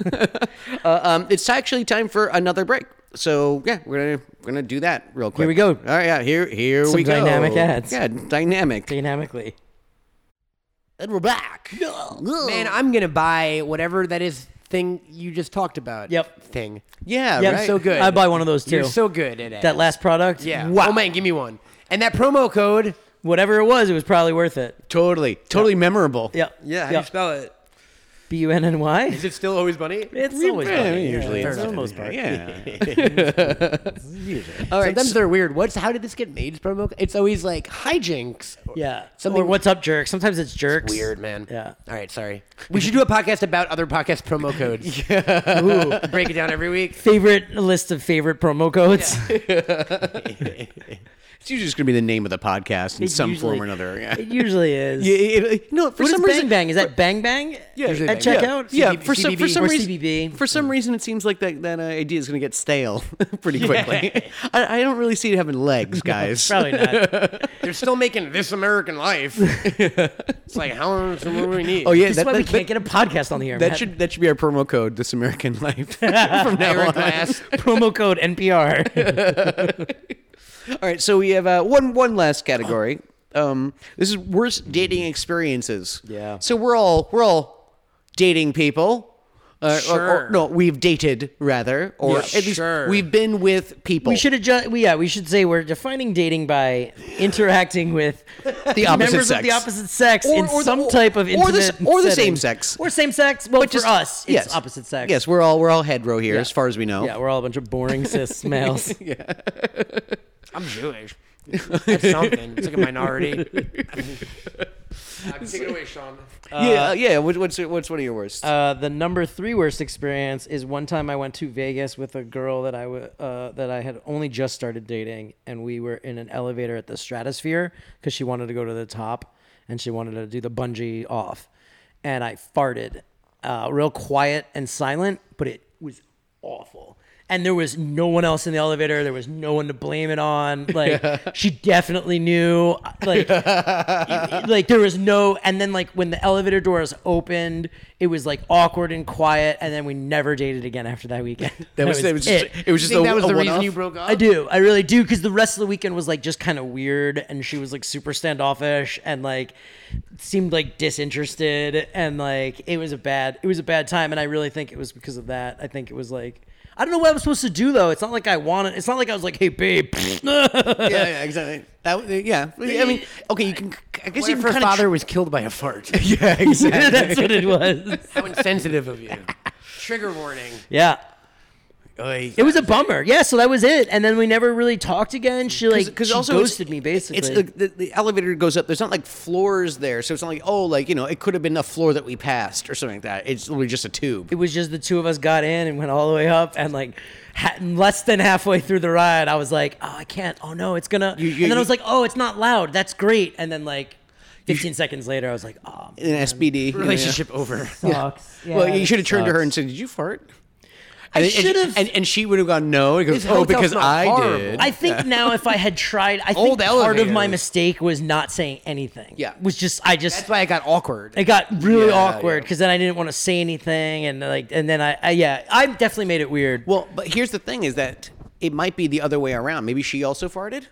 Speaker 2: uh, um, it's actually time for another break. So yeah, we're gonna we're gonna do that real quick.
Speaker 4: Here we go.
Speaker 2: All right, yeah. Here here
Speaker 4: Some
Speaker 2: we go.
Speaker 4: dynamic ads.
Speaker 2: Yeah, dynamic.
Speaker 4: Dynamically,
Speaker 2: And we're back.
Speaker 3: Man, I'm gonna buy whatever that is thing you just talked about.
Speaker 4: Yep.
Speaker 3: Thing.
Speaker 2: Yeah,
Speaker 4: Yeah,
Speaker 2: right.
Speaker 3: So good.
Speaker 4: I buy one of those too.
Speaker 3: You're so good at it.
Speaker 4: that last product,
Speaker 3: yeah.
Speaker 2: Wow.
Speaker 3: Oh man, give me one. And that promo code.
Speaker 4: whatever it was, it was probably worth it.
Speaker 2: Totally, totally memorable.
Speaker 4: Yeah,
Speaker 3: spell it?
Speaker 4: B U N N Y.
Speaker 3: Is it still always bunny?
Speaker 4: It's always
Speaker 2: Yeah, I mean,
Speaker 4: funny.
Speaker 2: usually
Speaker 4: yeah,
Speaker 2: it's
Speaker 4: for the most part.
Speaker 2: Yeah.
Speaker 3: All right. Sometimes they're weird. What's how did this get made? Promo. code? It's always like hijinks.
Speaker 4: Yeah,
Speaker 3: Something-
Speaker 4: or what's up, jerk? Sometimes it's jerks.
Speaker 3: Weird man.
Speaker 4: Yeah.
Speaker 3: All right. Sorry. We should do a podcast about other podcast promo codes. Ooh, break it down every week.
Speaker 4: Favorite list of favorite promo codes.
Speaker 2: It's usually just going to be the name of the podcast in
Speaker 4: It
Speaker 2: some
Speaker 4: usually-
Speaker 2: form or another. Yeah.
Speaker 4: It usually is.
Speaker 2: Yeah, it- it- no, for
Speaker 4: What is
Speaker 2: some
Speaker 4: Bang
Speaker 2: reason,
Speaker 4: Bang? Is that Bang Bang? Yeah.
Speaker 3: Usually
Speaker 4: At
Speaker 3: Bang Bang.
Speaker 4: checkout?
Speaker 2: yeah,
Speaker 3: CB
Speaker 2: for some for
Speaker 3: CBB.
Speaker 2: some
Speaker 4: Or
Speaker 2: reason,
Speaker 4: CBB.
Speaker 2: for some reason, it seems like that that uh, idea is going to get stale pretty quickly. I, I don't really see it having legs, guys.
Speaker 4: Probably not.
Speaker 3: They're still making This American Life. it's like how long do we need?
Speaker 2: Oh yeah,
Speaker 4: That's
Speaker 2: that,
Speaker 4: why we
Speaker 2: that-
Speaker 4: can't get a podcast on the air.
Speaker 2: that
Speaker 4: Matt.
Speaker 2: should that should be our promo code, This American Life. From now
Speaker 3: Ira
Speaker 2: on.
Speaker 3: Glass.
Speaker 4: promo code NPR.
Speaker 2: All right, so we have uh, one one last category. Um, this is worst dating experiences.
Speaker 4: Yeah.
Speaker 2: So we're all we're all dating people. Uh, or- or-
Speaker 3: Sure.
Speaker 2: no, we've dated rather, or
Speaker 3: Yeah,
Speaker 2: at least
Speaker 3: sure.
Speaker 2: we've been with people.
Speaker 4: we should adjust. We, yeah, we should say we're defining dating by interacting with
Speaker 2: the opposite
Speaker 4: members
Speaker 2: sex.
Speaker 4: of the opposite sex
Speaker 2: Or-
Speaker 4: in
Speaker 2: or the-
Speaker 4: some
Speaker 2: or-
Speaker 4: type of intimate
Speaker 2: or the s- or the
Speaker 4: setting.
Speaker 2: same sex.
Speaker 4: or same sex. Well,
Speaker 2: But
Speaker 4: for us, it's
Speaker 2: yes.
Speaker 4: opposite sex.
Speaker 2: Yes, we're all we're all hetero here, as far as we know.
Speaker 4: Yeah, we're all a bunch of boring cis males.
Speaker 3: I'm Jewish. That's something. It's like a minority. Take it away, Sean.
Speaker 2: yeah, uh, yeah. What, what's what's one of your worst?
Speaker 4: Uh, the number three worst experience is one time I went to Vegas with a girl that I wa uh, that I had only just started dating, and we were in an elevator at the Stratosphere because she wanted to go to the top, and she wanted to do the bungee off, and I farted, uh, real quiet and silent, but it was awful. And there was no one else in the elevator. There was no one to blame it on. Like she definitely knew. Like like there was no and then like when the elevator doors opened it was like awkward and quiet and then we never dated again after that weekend that
Speaker 2: was, it was just,
Speaker 4: it.
Speaker 2: it. was just
Speaker 3: think
Speaker 2: a,
Speaker 3: that was
Speaker 2: a
Speaker 3: the reason
Speaker 2: one-off?
Speaker 3: you broke up?
Speaker 4: i do i really do because the rest of the weekend was like just kind of weird and she was like super standoffish and like seemed like disinterested and like it was a bad it was a bad time and i really think it was because of that i think it was like I don't know what I was supposed to do though. It's not like I wanted. It's not like I was like, "Hey, babe."
Speaker 2: yeah, yeah, exactly. That w- yeah. I mean, okay, you can. I guess
Speaker 3: What
Speaker 2: you
Speaker 3: if
Speaker 2: can
Speaker 3: her
Speaker 2: kinda
Speaker 3: father was killed by a fart?
Speaker 2: tr- yeah, exactly.
Speaker 4: That's what it was.
Speaker 3: How insensitive of you. Trigger warning.
Speaker 4: Yeah.
Speaker 2: Oy.
Speaker 4: It was a bummer. Yeah, so that was it. And then we never really talked again. She like she
Speaker 2: it's-
Speaker 4: ghosted me basically.
Speaker 2: It's the, the, the elevator goes up. There's not like floors there, so it's not like oh, like you know, it could have been a floor that we passed or something like that. It's literally just a tube.
Speaker 4: it was just the two of us got in and went all the way up and like ha- less than halfway through the ride I was like, "Oh, I can't. Oh no, it's going to." And
Speaker 2: you-
Speaker 4: then I was
Speaker 2: you-
Speaker 4: like, "Oh, it's not loud. That's great." And then like 15 seconds later I was like, "Oh,
Speaker 2: An SBD
Speaker 3: Relationship over.
Speaker 4: sucks." Yeah.
Speaker 2: Well, you should have turned to her and said, "Did you fart?"
Speaker 4: I
Speaker 2: And- and-
Speaker 4: should have
Speaker 2: and, and she would have gone, "No." It goes,
Speaker 3: This
Speaker 2: "Oh,
Speaker 3: hotel
Speaker 2: because
Speaker 3: smells
Speaker 2: I
Speaker 3: horrible."
Speaker 2: did."
Speaker 4: I think now if I had tried, I
Speaker 2: Oh,
Speaker 4: think
Speaker 3: Old
Speaker 4: part of my
Speaker 3: elevators.
Speaker 4: mistake was not saying anything.
Speaker 2: Yeah.
Speaker 4: Was just I just
Speaker 3: That's why it got awkward.
Speaker 4: it got really
Speaker 2: Yeah,
Speaker 4: awkward
Speaker 2: yeah.
Speaker 4: because then I didn't want to say anything and like and then I, I yeah I definitely made it weird.
Speaker 2: well, but here's the thing: is that it might be the other way around. Maybe she also farted.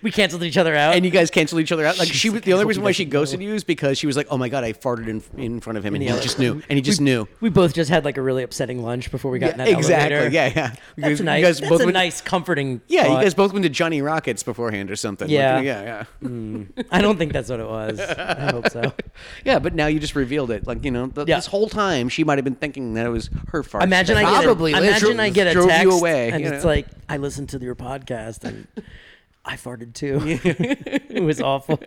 Speaker 4: we canceled each other out.
Speaker 2: and
Speaker 4: And
Speaker 2: you guys canceled each other out. Like she was the only
Speaker 4: hope
Speaker 2: reason
Speaker 4: he
Speaker 2: why she
Speaker 4: doesn't
Speaker 2: ghosted you is because she was like, "Oh my god, I farted in in front of him," and he
Speaker 4: the
Speaker 2: just knew, and he just knew.
Speaker 4: we both just had like a really upsetting lunch before we got in that
Speaker 2: exactly.
Speaker 4: elevator.
Speaker 2: Yeah, yeah. You
Speaker 4: That's
Speaker 2: guys-
Speaker 4: nice.
Speaker 2: You guys
Speaker 4: That's
Speaker 2: both
Speaker 4: a
Speaker 2: went,
Speaker 4: nice comforting.
Speaker 2: Yeah,
Speaker 4: thought.
Speaker 2: you guys both went to Johnny Rockets beforehand or something. Like,
Speaker 4: Yeah.
Speaker 2: yeah, yeah,
Speaker 4: I don't think that's what it was. I hope so.
Speaker 2: yeah. But now you just revealed it. Like you know, th-
Speaker 4: Yeah.
Speaker 2: this whole time she might have been thinking that it was her fart.
Speaker 4: Imagine I
Speaker 3: Probably
Speaker 4: get a,
Speaker 3: lit-
Speaker 4: imagine I get a
Speaker 2: drove you
Speaker 4: text
Speaker 2: away,
Speaker 4: and
Speaker 2: you
Speaker 4: it's
Speaker 2: know.
Speaker 4: like I listened to your podcast and I farted too. it was awful.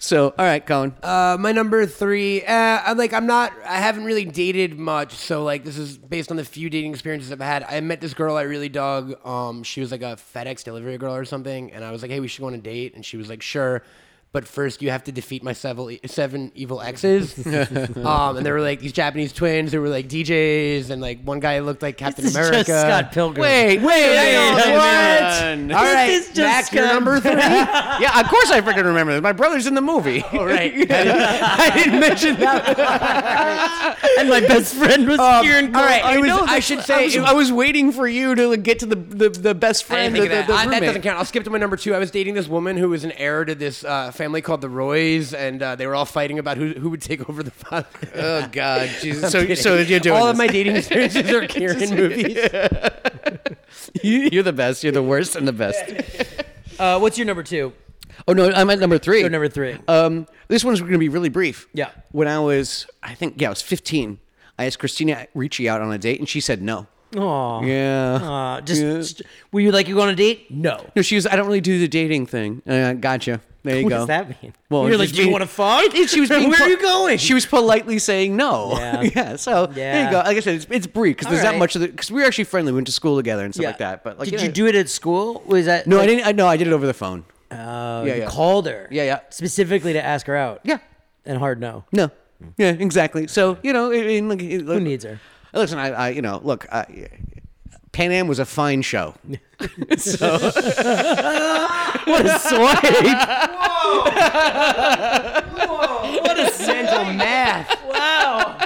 Speaker 2: So all right, Colin.
Speaker 3: Uh, my number three. Uh, I'm like I'm not. I haven't really dated much, so like this is based on the few dating experiences I've had. I met this girl I really dug. Um, she was like a FedEx delivery girl or something, and I was like, hey, we should go on a date, and she was like, sure. But first, you have to defeat my seven, seven evil exes. um, and there were like these Japanese twins. There were like DJs, and like one guy looked like Captain
Speaker 4: This is just
Speaker 3: America.
Speaker 4: Scott Pilgrim.
Speaker 2: wait,
Speaker 3: hang on,
Speaker 2: what?
Speaker 3: All
Speaker 4: This
Speaker 3: right,
Speaker 4: is just
Speaker 3: Max, your
Speaker 4: Scott-
Speaker 3: number three.
Speaker 2: yeah, of course I freaking remember this. My brother's in the movie. All
Speaker 3: right.
Speaker 2: I didn't mention that.
Speaker 4: And my best friend was
Speaker 2: Um,
Speaker 4: here.
Speaker 2: all right,
Speaker 3: I
Speaker 2: it was-
Speaker 3: know
Speaker 2: I
Speaker 3: this-
Speaker 2: should
Speaker 3: I
Speaker 2: say I
Speaker 3: was-
Speaker 2: was, waiting for you to like, get to the the, the best
Speaker 3: I
Speaker 2: friend.
Speaker 3: didn't think
Speaker 2: the-
Speaker 3: of
Speaker 2: the-
Speaker 3: that.
Speaker 2: the
Speaker 3: I- that doesn't
Speaker 2: roommate.
Speaker 3: count. I'll skip to my number two. I was dating this woman who was an heir to this uh, family called the Roys, and uh, they were all fighting about who, who would take over the family.
Speaker 2: Oh God, Jesus! so so you're doing
Speaker 3: all
Speaker 2: this.
Speaker 3: of my dating experiences are Kieran movies.
Speaker 2: you're the best. You're the worst and the best.
Speaker 4: Uh, what's your number two?
Speaker 2: Oh no, I'm at number three.
Speaker 4: Your number three.
Speaker 2: Um, this one's going to be really brief.
Speaker 4: Yeah.
Speaker 2: When I was, I think, yeah, I was 15. I asked Christina Ricci out on a date, and she said no.
Speaker 4: Aw.
Speaker 2: Yeah.
Speaker 4: Aw, Uh, just, just- were you like you go on a date? No.
Speaker 2: no, she was. I don't really do the dating thing. Uh, gotcha. There you
Speaker 4: What
Speaker 2: go.
Speaker 4: does that mean?
Speaker 2: Well,
Speaker 4: you're
Speaker 2: it
Speaker 4: like,
Speaker 2: just
Speaker 4: do you
Speaker 2: mean-
Speaker 4: want to fuck?
Speaker 2: And she was being
Speaker 4: Where
Speaker 2: pol-
Speaker 4: are you going?
Speaker 2: She was politely saying no.
Speaker 4: Yeah.
Speaker 2: Yeah. so there
Speaker 4: Yeah.
Speaker 2: you go. Like I said, it's, it's brief because there's
Speaker 4: right.
Speaker 2: not much of the because we were actually friendly. We went to school together and stuff
Speaker 4: Yeah.
Speaker 2: like that. But like,
Speaker 4: did
Speaker 2: know-
Speaker 4: you do it at school? Was that
Speaker 2: No,
Speaker 4: like-
Speaker 2: I didn't. I, no, I did it over the phone.
Speaker 4: Oh,
Speaker 2: Yeah,
Speaker 4: you
Speaker 2: yeah.
Speaker 4: called her.
Speaker 2: Yeah, yeah.
Speaker 4: Specifically to ask her out.
Speaker 2: Yeah.
Speaker 4: And hard no.
Speaker 2: No. Yeah, exactly. So you know, I mean, like, it-
Speaker 4: Mm. Who needs her?
Speaker 2: Listen, I, I you know, look, I, Pan Am was a fine show.
Speaker 4: What a swipe!
Speaker 3: Mental math.
Speaker 4: wow.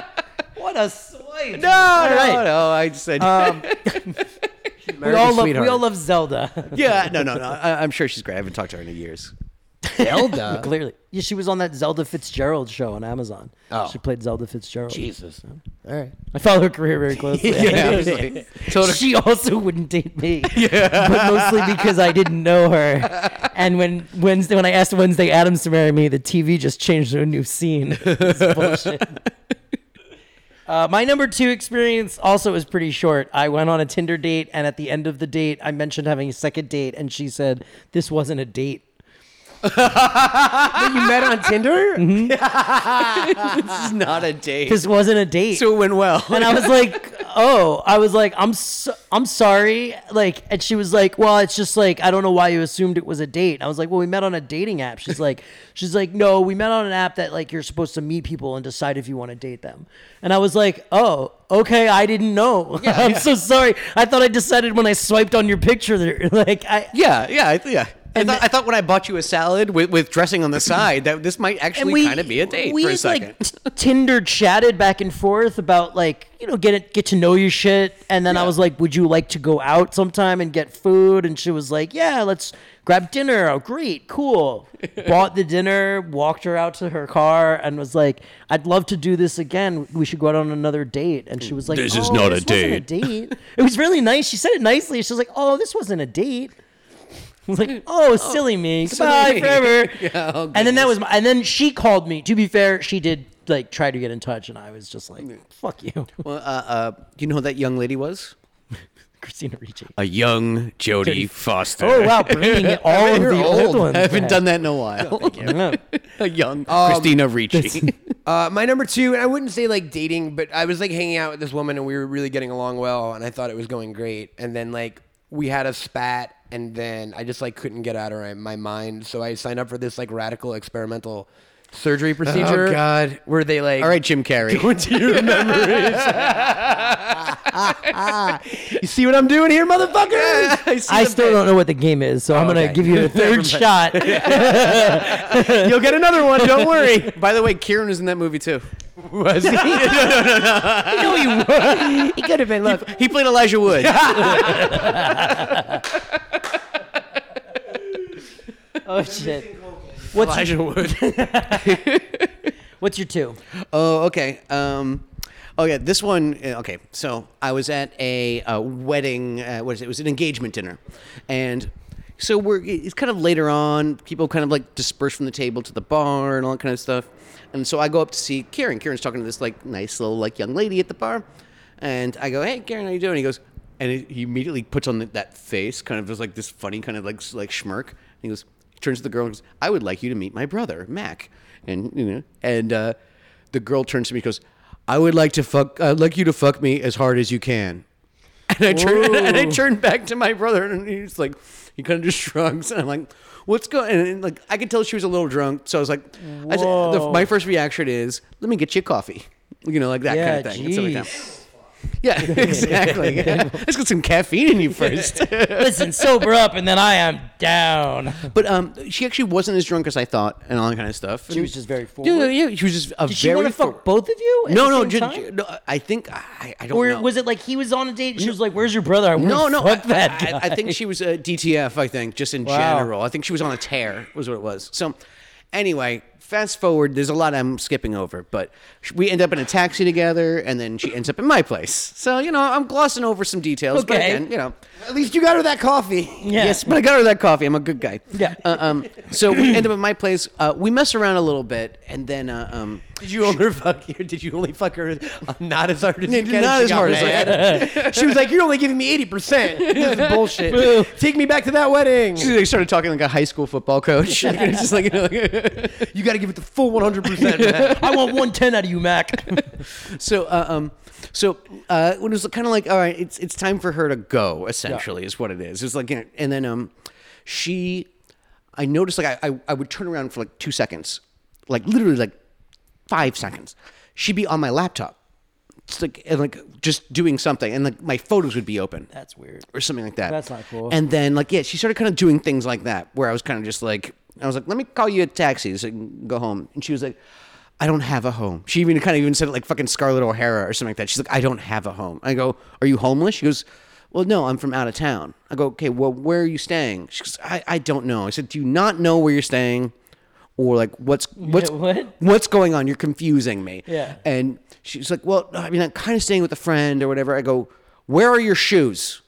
Speaker 4: What a swipe!
Speaker 2: No, no,
Speaker 4: right.
Speaker 2: no. I said,
Speaker 4: we all love we all love Zelda.
Speaker 2: yeah, no, no, no. I, I'm sure she's great. I haven't talked to her in years.
Speaker 3: Zelda.
Speaker 4: Clearly, yeah, she was on that Zelda Fitzgerald show on Amazon.
Speaker 3: Oh.
Speaker 4: she played Zelda Fitzgerald.
Speaker 3: Jesus. All right.
Speaker 4: I follow her career very closely.
Speaker 2: obviously. So
Speaker 4: she also wouldn't date me. But mostly because I didn't know her. And when Wednesday when I asked Wednesday Adams to marry me, the TV just changed to a new scene. It's bullshit. Uh, my number two experience also was pretty short. I went on a Tinder date, and at the end of the date, I mentioned having a second date, and she said, This wasn't a date.
Speaker 3: you met on Tinder?
Speaker 2: this is not a date.
Speaker 4: This wasn't a date.
Speaker 2: So it went well.
Speaker 4: and I was like, oh, I was like, I'm so, I'm sorry. Like, and she was like, well, it's just like I don't know why you assumed it was a date. I was like, well, we met on a dating app. She's like, she's like, no, we met on an app that like you're supposed to meet people and decide if you want to date them. And I was like, oh, okay, I didn't know. I'm so sorry. I thought I decided when I swiped on your picture that like I
Speaker 2: Yeah, yeah, I- yeah. I thought, I thought when I bought you a salad with, with dressing on the side that this might actually kind of be a date
Speaker 4: we
Speaker 2: for a
Speaker 4: had,
Speaker 2: second.
Speaker 4: Like, Tinder chatted back and forth about like you know get it, get to know your shit, and then I was like, "Would you like to go out sometime and get food?" And she was like, "Yeah, let's grab dinner." Oh, great, cool. Bought the dinner, walked her out to her car, and was like, "I'd love to do this again. We should go out on another date." And she was like, "Oh, "This is not a, date. a date." It was really nice. She said it nicely. She was like, "Oh, this wasn't a date." I was like, "Oh, silly me, goodbye
Speaker 2: Mm. me."
Speaker 4: forever."
Speaker 2: Yeah, oh,
Speaker 4: and then that was, my, and then she called me. To be fair, she did like try to get in touch, and I was just like, "Fuck you,
Speaker 2: Well, uh, uh, you know who that young lady was?
Speaker 4: Christina Ricci."
Speaker 2: A young Jodie Foster.
Speaker 4: Oh wow, bringing it all of
Speaker 2: You're
Speaker 4: the old ones.
Speaker 2: I haven't
Speaker 4: back.
Speaker 2: done that in a while.
Speaker 4: Yeah.
Speaker 2: a young
Speaker 4: Um,
Speaker 2: Christina Ricci.
Speaker 3: Uh, my number two, and I wouldn't say like dating, but I was like hanging out with this woman and we were really getting along well, and I thought it was going great. And then like we had a spat, and then I just like couldn't get out of my- my mind, so I signed up for this like radical experimental surgery procedure.
Speaker 2: Oh, God.
Speaker 3: where they like
Speaker 2: All right, Jim Carrey.
Speaker 3: you see what I'm doing here, motherfuckers?
Speaker 4: I still don't know what the game is, so I'm gonna
Speaker 2: Oh, okay.
Speaker 4: give you a third shot.
Speaker 2: You'll get another one. Don't worry. By the way, Kieran was in that movie too.
Speaker 3: Was he?
Speaker 4: no, you won't. It could have been. Look,
Speaker 2: He played Elijah Wood.
Speaker 4: oh shit. What's Elijah your, Wood. What's your two?
Speaker 2: Oh, okay. Um, oh, yeah. This one. uh, Okay. So I was at a, uh wedding. Uh, what is it? It was an engagement dinner, and so we're. It's kind of later on. People kind of like disperse from the table to the bar and all that kind of stuff. And so I go up to see Kieran. Kieran's talking to this like nice little like young lady at the bar, and I go, "Hey, Kieran, how you doing?" He goes, and he- he immediately puts on that face, kind of just like this funny kind of like s- like smirk. And he goes, turns to the girl and goes, "I would like you to meet my brother, Mac." And you know, and uh, the girl turns to me and goes, I would like to fuck, I'd like you to fuck me as hard as you can. And I turn and I turn back to my brother and he's like, he kind of just shrugs and I'm like, what's going? And, and, like I could tell she was a little drunk, so I was like, I said, the, my first reaction is, let me get you a coffee, you know, like that
Speaker 4: Yeah,
Speaker 2: kind of thing. and stuff like that.
Speaker 4: jeez.
Speaker 2: Yeah, exactly. Yeah. Let's get some caffeine in you first.
Speaker 4: Listen, sober up, and then I am down.
Speaker 2: but um, she actually wasn't as drunk as I thought, and all that kind of stuff.
Speaker 4: She was just very
Speaker 2: Yeah,
Speaker 4: forward.
Speaker 2: yeah, she was just a
Speaker 4: Did she
Speaker 2: very.
Speaker 4: want to fuck
Speaker 2: forward-
Speaker 4: both of you? At
Speaker 2: No,
Speaker 4: the
Speaker 2: no,
Speaker 4: same
Speaker 2: ju-
Speaker 4: time?
Speaker 2: ju- no. I think I, I don't
Speaker 4: Or
Speaker 2: know.
Speaker 4: was it like he was on a date? and She was like, "Where's your brother?" I
Speaker 2: No, no.
Speaker 4: fuck
Speaker 2: I,
Speaker 4: that
Speaker 2: I-
Speaker 4: guy.
Speaker 2: I, think she was a DTF. I think just in
Speaker 4: Wow.
Speaker 2: general. I think she was on a tear. Was what it was. So, anyway, fast forward. There's a lot I'm skipping over, but sh- we end up in a taxi together, and then she ends up in my place. So you know, I'm glossing over some details. But
Speaker 4: Okay.
Speaker 2: again, you know,
Speaker 3: At least you got her that coffee.
Speaker 4: Yeah.
Speaker 2: Yes, but I got her that coffee. I'm a good guy.
Speaker 4: Yeah.
Speaker 2: Uh, um. So we end up at my place. Uh, we mess around a little bit, and then uh, um.
Speaker 3: Did you only fuck her? Did you only fuck her uh, not as hard as you can?
Speaker 2: Not
Speaker 3: She
Speaker 2: as
Speaker 3: got
Speaker 2: hard as I
Speaker 3: mad.
Speaker 2: had.
Speaker 3: She was like, "You're only giving me eighty percent. This is
Speaker 4: Boo.
Speaker 3: bullshit. Take me back to that wedding.
Speaker 2: They started talking like a high school football coach. It's just like, you know, like-
Speaker 3: You got to give it the full one hundred percent."
Speaker 4: I want one ten out of you, Mac.
Speaker 2: So, uh, um, so uh, when it was kind of like, all right, it's it's time for her to go. Essentially, is what it is. It's like, you know, and then um, she, I noticed like I, I I would turn around for like two seconds, like literally like five seconds. She'd be on my laptop, it's like and like just doing something, and like my photos would be open
Speaker 4: That's weird.
Speaker 2: or something like that.
Speaker 4: That's not cool.
Speaker 2: And then like yeah, she started kind of doing things like that where I was kind of just like I was like, let me call you a taxi so you can go home. And she was like, I don't have a home. She even kind of even said it like fucking Scarlett O'Hara or something like that. She's like, I don't have a home. I go, are you homeless? She goes. Well, no, I'm from out of town. I go, okay, well, where are you staying? She goes, I, I don't know. I said, do you not know where you're staying? Or like, what's, what's,
Speaker 4: what?
Speaker 2: what's going on? You're confusing me.
Speaker 4: Yeah.
Speaker 2: And she's like, well, I mean, I'm kind of staying with a friend or whatever. I go, where are your shoes?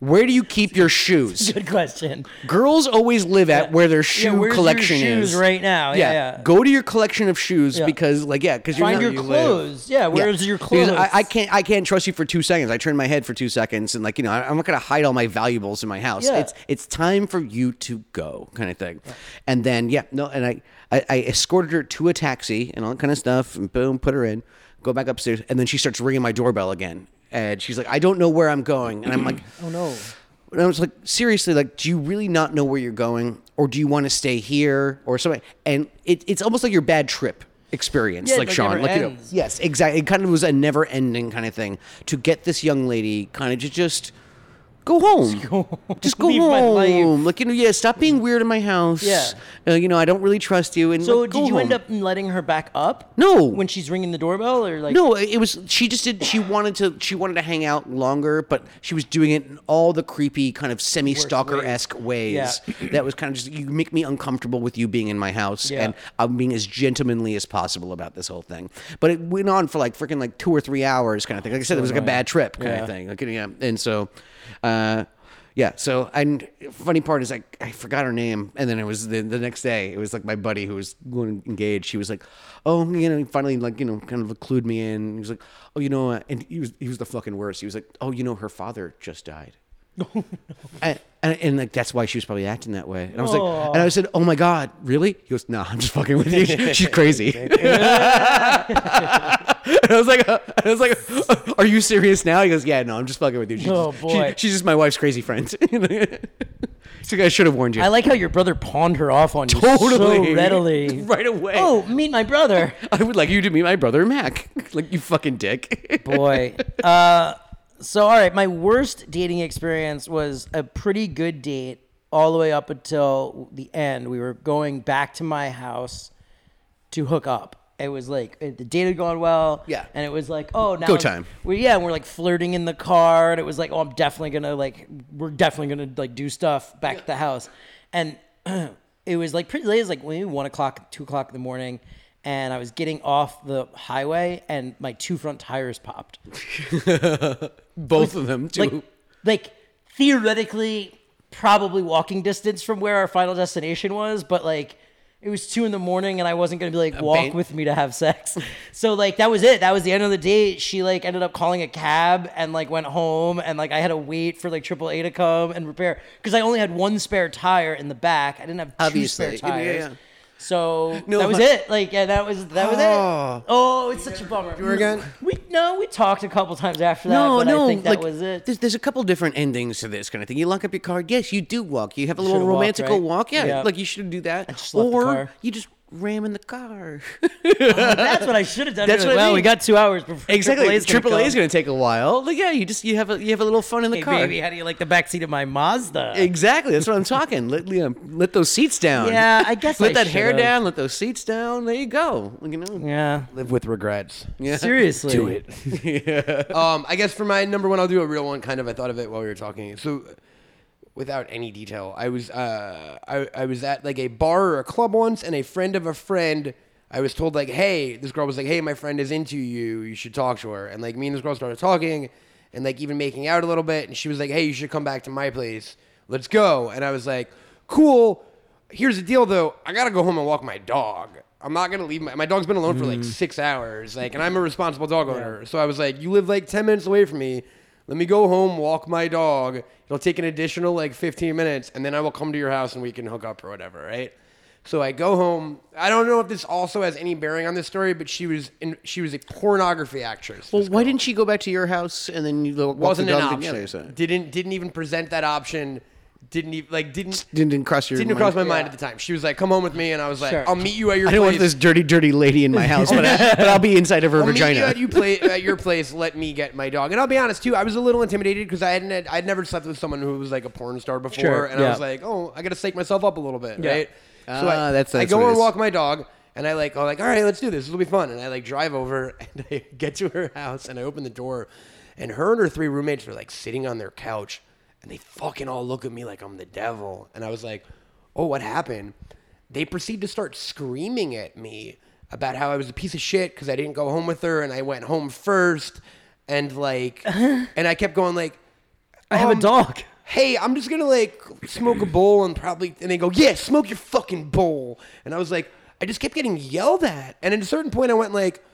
Speaker 2: Where do you keep your shoes?
Speaker 4: Good question.
Speaker 2: Girls always live at where their
Speaker 4: Yeah,
Speaker 2: shoe
Speaker 4: where's
Speaker 2: collection
Speaker 4: your shoes
Speaker 2: is.
Speaker 4: right now? Yeah. yeah.
Speaker 2: Go to your collection of shoes
Speaker 4: Yeah.
Speaker 2: because, like, yeah, because
Speaker 4: Find your
Speaker 2: you
Speaker 4: clothes. Yeah,
Speaker 2: Live.
Speaker 4: where's
Speaker 2: Yeah.
Speaker 4: your
Speaker 2: Because
Speaker 4: clothes?
Speaker 2: I, I can't. I can't trust you for two seconds. I turn my head for two seconds, and like you know, I, I'm not gonna hide all my valuables in my house.
Speaker 4: Yeah.
Speaker 2: It's it's time for you to go, kind of thing. And then yeah, no, and I, I I escorted her to a taxi and all that kind of stuff, and boom, put her in, go back upstairs, and then she starts ringing my doorbell again. and she's like, I don't know where I'm going, and I'm like,
Speaker 4: Oh no.
Speaker 2: and I was like, seriously, like, do you really not know where you're going, or do you want to stay here, or something? And it, it's almost like your bad trip experience,
Speaker 4: Yeah,
Speaker 2: like
Speaker 4: like
Speaker 2: Sean,
Speaker 4: never
Speaker 2: like you know,
Speaker 4: ends.
Speaker 2: yes, exactly. It kind of was a never-ending kind of thing to get this young lady kind of to just go home, just go home,
Speaker 4: Leave my life.
Speaker 2: like you know, yeah, stop being weird in my house,
Speaker 4: Yeah.
Speaker 2: Uh, you know, I don't really trust you, and
Speaker 4: So
Speaker 2: like, go
Speaker 4: did you end
Speaker 2: home.
Speaker 4: up letting her back up?
Speaker 2: No.
Speaker 4: When she's ringing the doorbell or like
Speaker 2: No, it was she just did. She wanted to. She wanted to hang out longer, but she was doing it in all the creepy kind of semi stalker esque ways. That was kind of just you make me uncomfortable with you being in my house,
Speaker 4: Yeah.
Speaker 2: and I'm being as gentlemanly as possible about this whole thing. But it went on for like freaking like two or three hours, kind of thing. Like I said, it was like a bad trip kind of thing. Like yeah, and so. uh yeah, so and funny part is like I forgot her name, and then it was the, the next day. It was like my buddy who was going engaged. She was like, "Oh, you know," he finally like you know kind of clued me in. He was like, "Oh, you know," uh," and he was he was the fucking worst. He was like, "Oh, you know, her father just died." And, and, and like that's why she was probably acting that way. And I was like, and I said, "Oh my god, really?" He goes, "No, I'm just fucking with you. She's crazy." and I was like, uh, "I was like, uh, are you serious now?" He goes, "Yeah, no, I'm just fucking with you. She's
Speaker 4: Oh,
Speaker 2: just,
Speaker 4: boy.
Speaker 2: she- she's just my wife's crazy friend." She's like, "I should have warned you."
Speaker 4: I like how your brother pawned her off on you
Speaker 2: totally
Speaker 4: so readily.
Speaker 2: right away.
Speaker 4: Oh, meet my brother.
Speaker 2: I would like you to meet my brother Mac. like you fucking dick.
Speaker 4: boy. Uh, so, all right, my worst dating experience was a pretty good date all the way up until the end. We were going back to my house to hook up. It was like it- the date had gone well.
Speaker 2: Yeah.
Speaker 4: And it was like, oh, now
Speaker 2: Go time.
Speaker 4: We yeah, and we're like flirting in the car, and it was like, oh, I'm definitely gonna like, we're definitely gonna like do stuff back at the house, and it was like pretty late. It was like maybe one o'clock, two o'clock in the morning, and I was getting off the highway, and my two front tires popped.
Speaker 2: Both of them too.
Speaker 4: Like, like theoretically, probably walking distance from where our final destination was, but like. It was two in the morning, and I wasn't gonna be like walk
Speaker 2: bait.
Speaker 4: with me to have sex. So like that was it. That was the end of the date. She like ended up calling a cab and like went home, and like I had to wait for like AAA to come and repair because I only had one spare tire in the back. I didn't have two
Speaker 2: Obviously.
Speaker 4: spare
Speaker 2: Yeah, yeah,
Speaker 4: tires.
Speaker 2: yeah.
Speaker 4: So
Speaker 2: No,
Speaker 4: that was
Speaker 2: but-
Speaker 4: it. Like, yeah, that was that was
Speaker 2: Oh.
Speaker 4: it. Oh, it's such a bummer. You
Speaker 3: were again?
Speaker 4: We no, we talked a couple times after that.
Speaker 2: No,
Speaker 4: but
Speaker 2: no,
Speaker 4: I think that
Speaker 2: like,
Speaker 4: was it.
Speaker 2: There's, there's a couple different endings to this kind of thing. You lock up your car. Yes, you do walk. You have a little
Speaker 4: should've walked,
Speaker 2: romantical
Speaker 4: right?
Speaker 2: walk. Yeah,
Speaker 4: Yeah.
Speaker 2: like you should do that.
Speaker 4: just left the
Speaker 2: Or
Speaker 4: car.
Speaker 2: you just ram in the car.
Speaker 4: That's what I should have done.
Speaker 2: That's
Speaker 4: Really
Speaker 2: what I
Speaker 4: well, we
Speaker 2: mean.
Speaker 4: got two hours before
Speaker 2: exactly.
Speaker 4: AAA's gonna
Speaker 2: Triple A is
Speaker 4: come.
Speaker 2: going to take a while. Like yeah, you just you have a you have a little fun in the
Speaker 4: Hey,
Speaker 2: car.
Speaker 4: baby, how do you like the backseat of my Mazda?
Speaker 2: Exactly. That's what I'm talking. let you know, let those seats down.
Speaker 4: Yeah, I guess
Speaker 2: Let
Speaker 4: I
Speaker 2: that hair
Speaker 4: should've.
Speaker 2: down. Let those seats down. There you go. You know.
Speaker 4: Yeah.
Speaker 3: Live with regrets.
Speaker 2: Yeah.
Speaker 4: Seriously. Do it.
Speaker 3: Um, I guess for my number one, I'll do a real one. Kind of, I thought of it while we were talking. So, without any detail, I was uh, I, I was at like a bar or a club once, and a friend of a friend. I was told like, hey, this girl was like, hey, my friend is into you. You should talk to her. And like, me and this girl started talking, and like even making out a little bit. And she was like, hey, you should come back to my place. Let's go. And I was like, cool. Here's the deal though. I gotta go home and walk my dog. I'm not gonna leave my my dog's been alone for like six hours. Like, and I'm a responsible dog owner. So I was like, you live like ten minutes away from me. Let me go home, walk my dog. It'll take an additional like 15 minutes, and then I will come to your house and we can hook up or whatever, right? So I go home. I don't know if this also has any bearing on this story, but she was in, she was a pornography actress.
Speaker 2: Well,
Speaker 3: This
Speaker 2: why
Speaker 3: girl
Speaker 2: didn't she go back to your house and then you lo- walk
Speaker 3: wasn't
Speaker 2: the
Speaker 3: an
Speaker 2: dog
Speaker 3: option?
Speaker 2: together? So.
Speaker 3: Didn't didn't even present that option. Didn't even like didn't
Speaker 2: Didn't, didn't cross your
Speaker 3: didn't
Speaker 2: mind.
Speaker 3: cross my mind at the time. She was like, "Come home with me," and I was like,
Speaker 4: Sure.
Speaker 3: "I'll meet you at your
Speaker 2: I
Speaker 3: place."
Speaker 2: don't want this dirty, dirty lady in my house, but, I, but I'll be inside of her
Speaker 3: I'll meet you
Speaker 2: vagina.
Speaker 3: at, you play, at your place. Let me get my dog. And I'll be honest too. I was a little intimidated because I hadn't had, I'd never slept with someone who was like a porn star before,
Speaker 4: Sure,
Speaker 3: and I
Speaker 4: yeah.
Speaker 3: was like, oh, I got to stake myself up a little bit,
Speaker 4: Yeah.
Speaker 3: right?
Speaker 2: Ah,
Speaker 3: I,
Speaker 2: that's-
Speaker 3: I
Speaker 2: that's what
Speaker 3: go
Speaker 2: it
Speaker 3: and
Speaker 2: is.
Speaker 3: walk my dog, and I like, I'm like, all right, let's do this. This will be fun. And I like drive over, and I get to her house, and I open the door, and her and her three roommates are like sitting on their couch, and they fucking all look at me like I'm the devil, and I was like, oh, what happened? They proceed to start screaming at me about how I was a piece of shit because I didn't go home with her, and I went home first, and like, and I kept going like.
Speaker 4: I have a
Speaker 3: Um,
Speaker 4: dog.
Speaker 3: Hey, I'm just gonna like smoke a bowl and probably, and they go, yeah, smoke your fucking bowl. And I was like, I just kept getting yelled at, and at a certain point, I went like,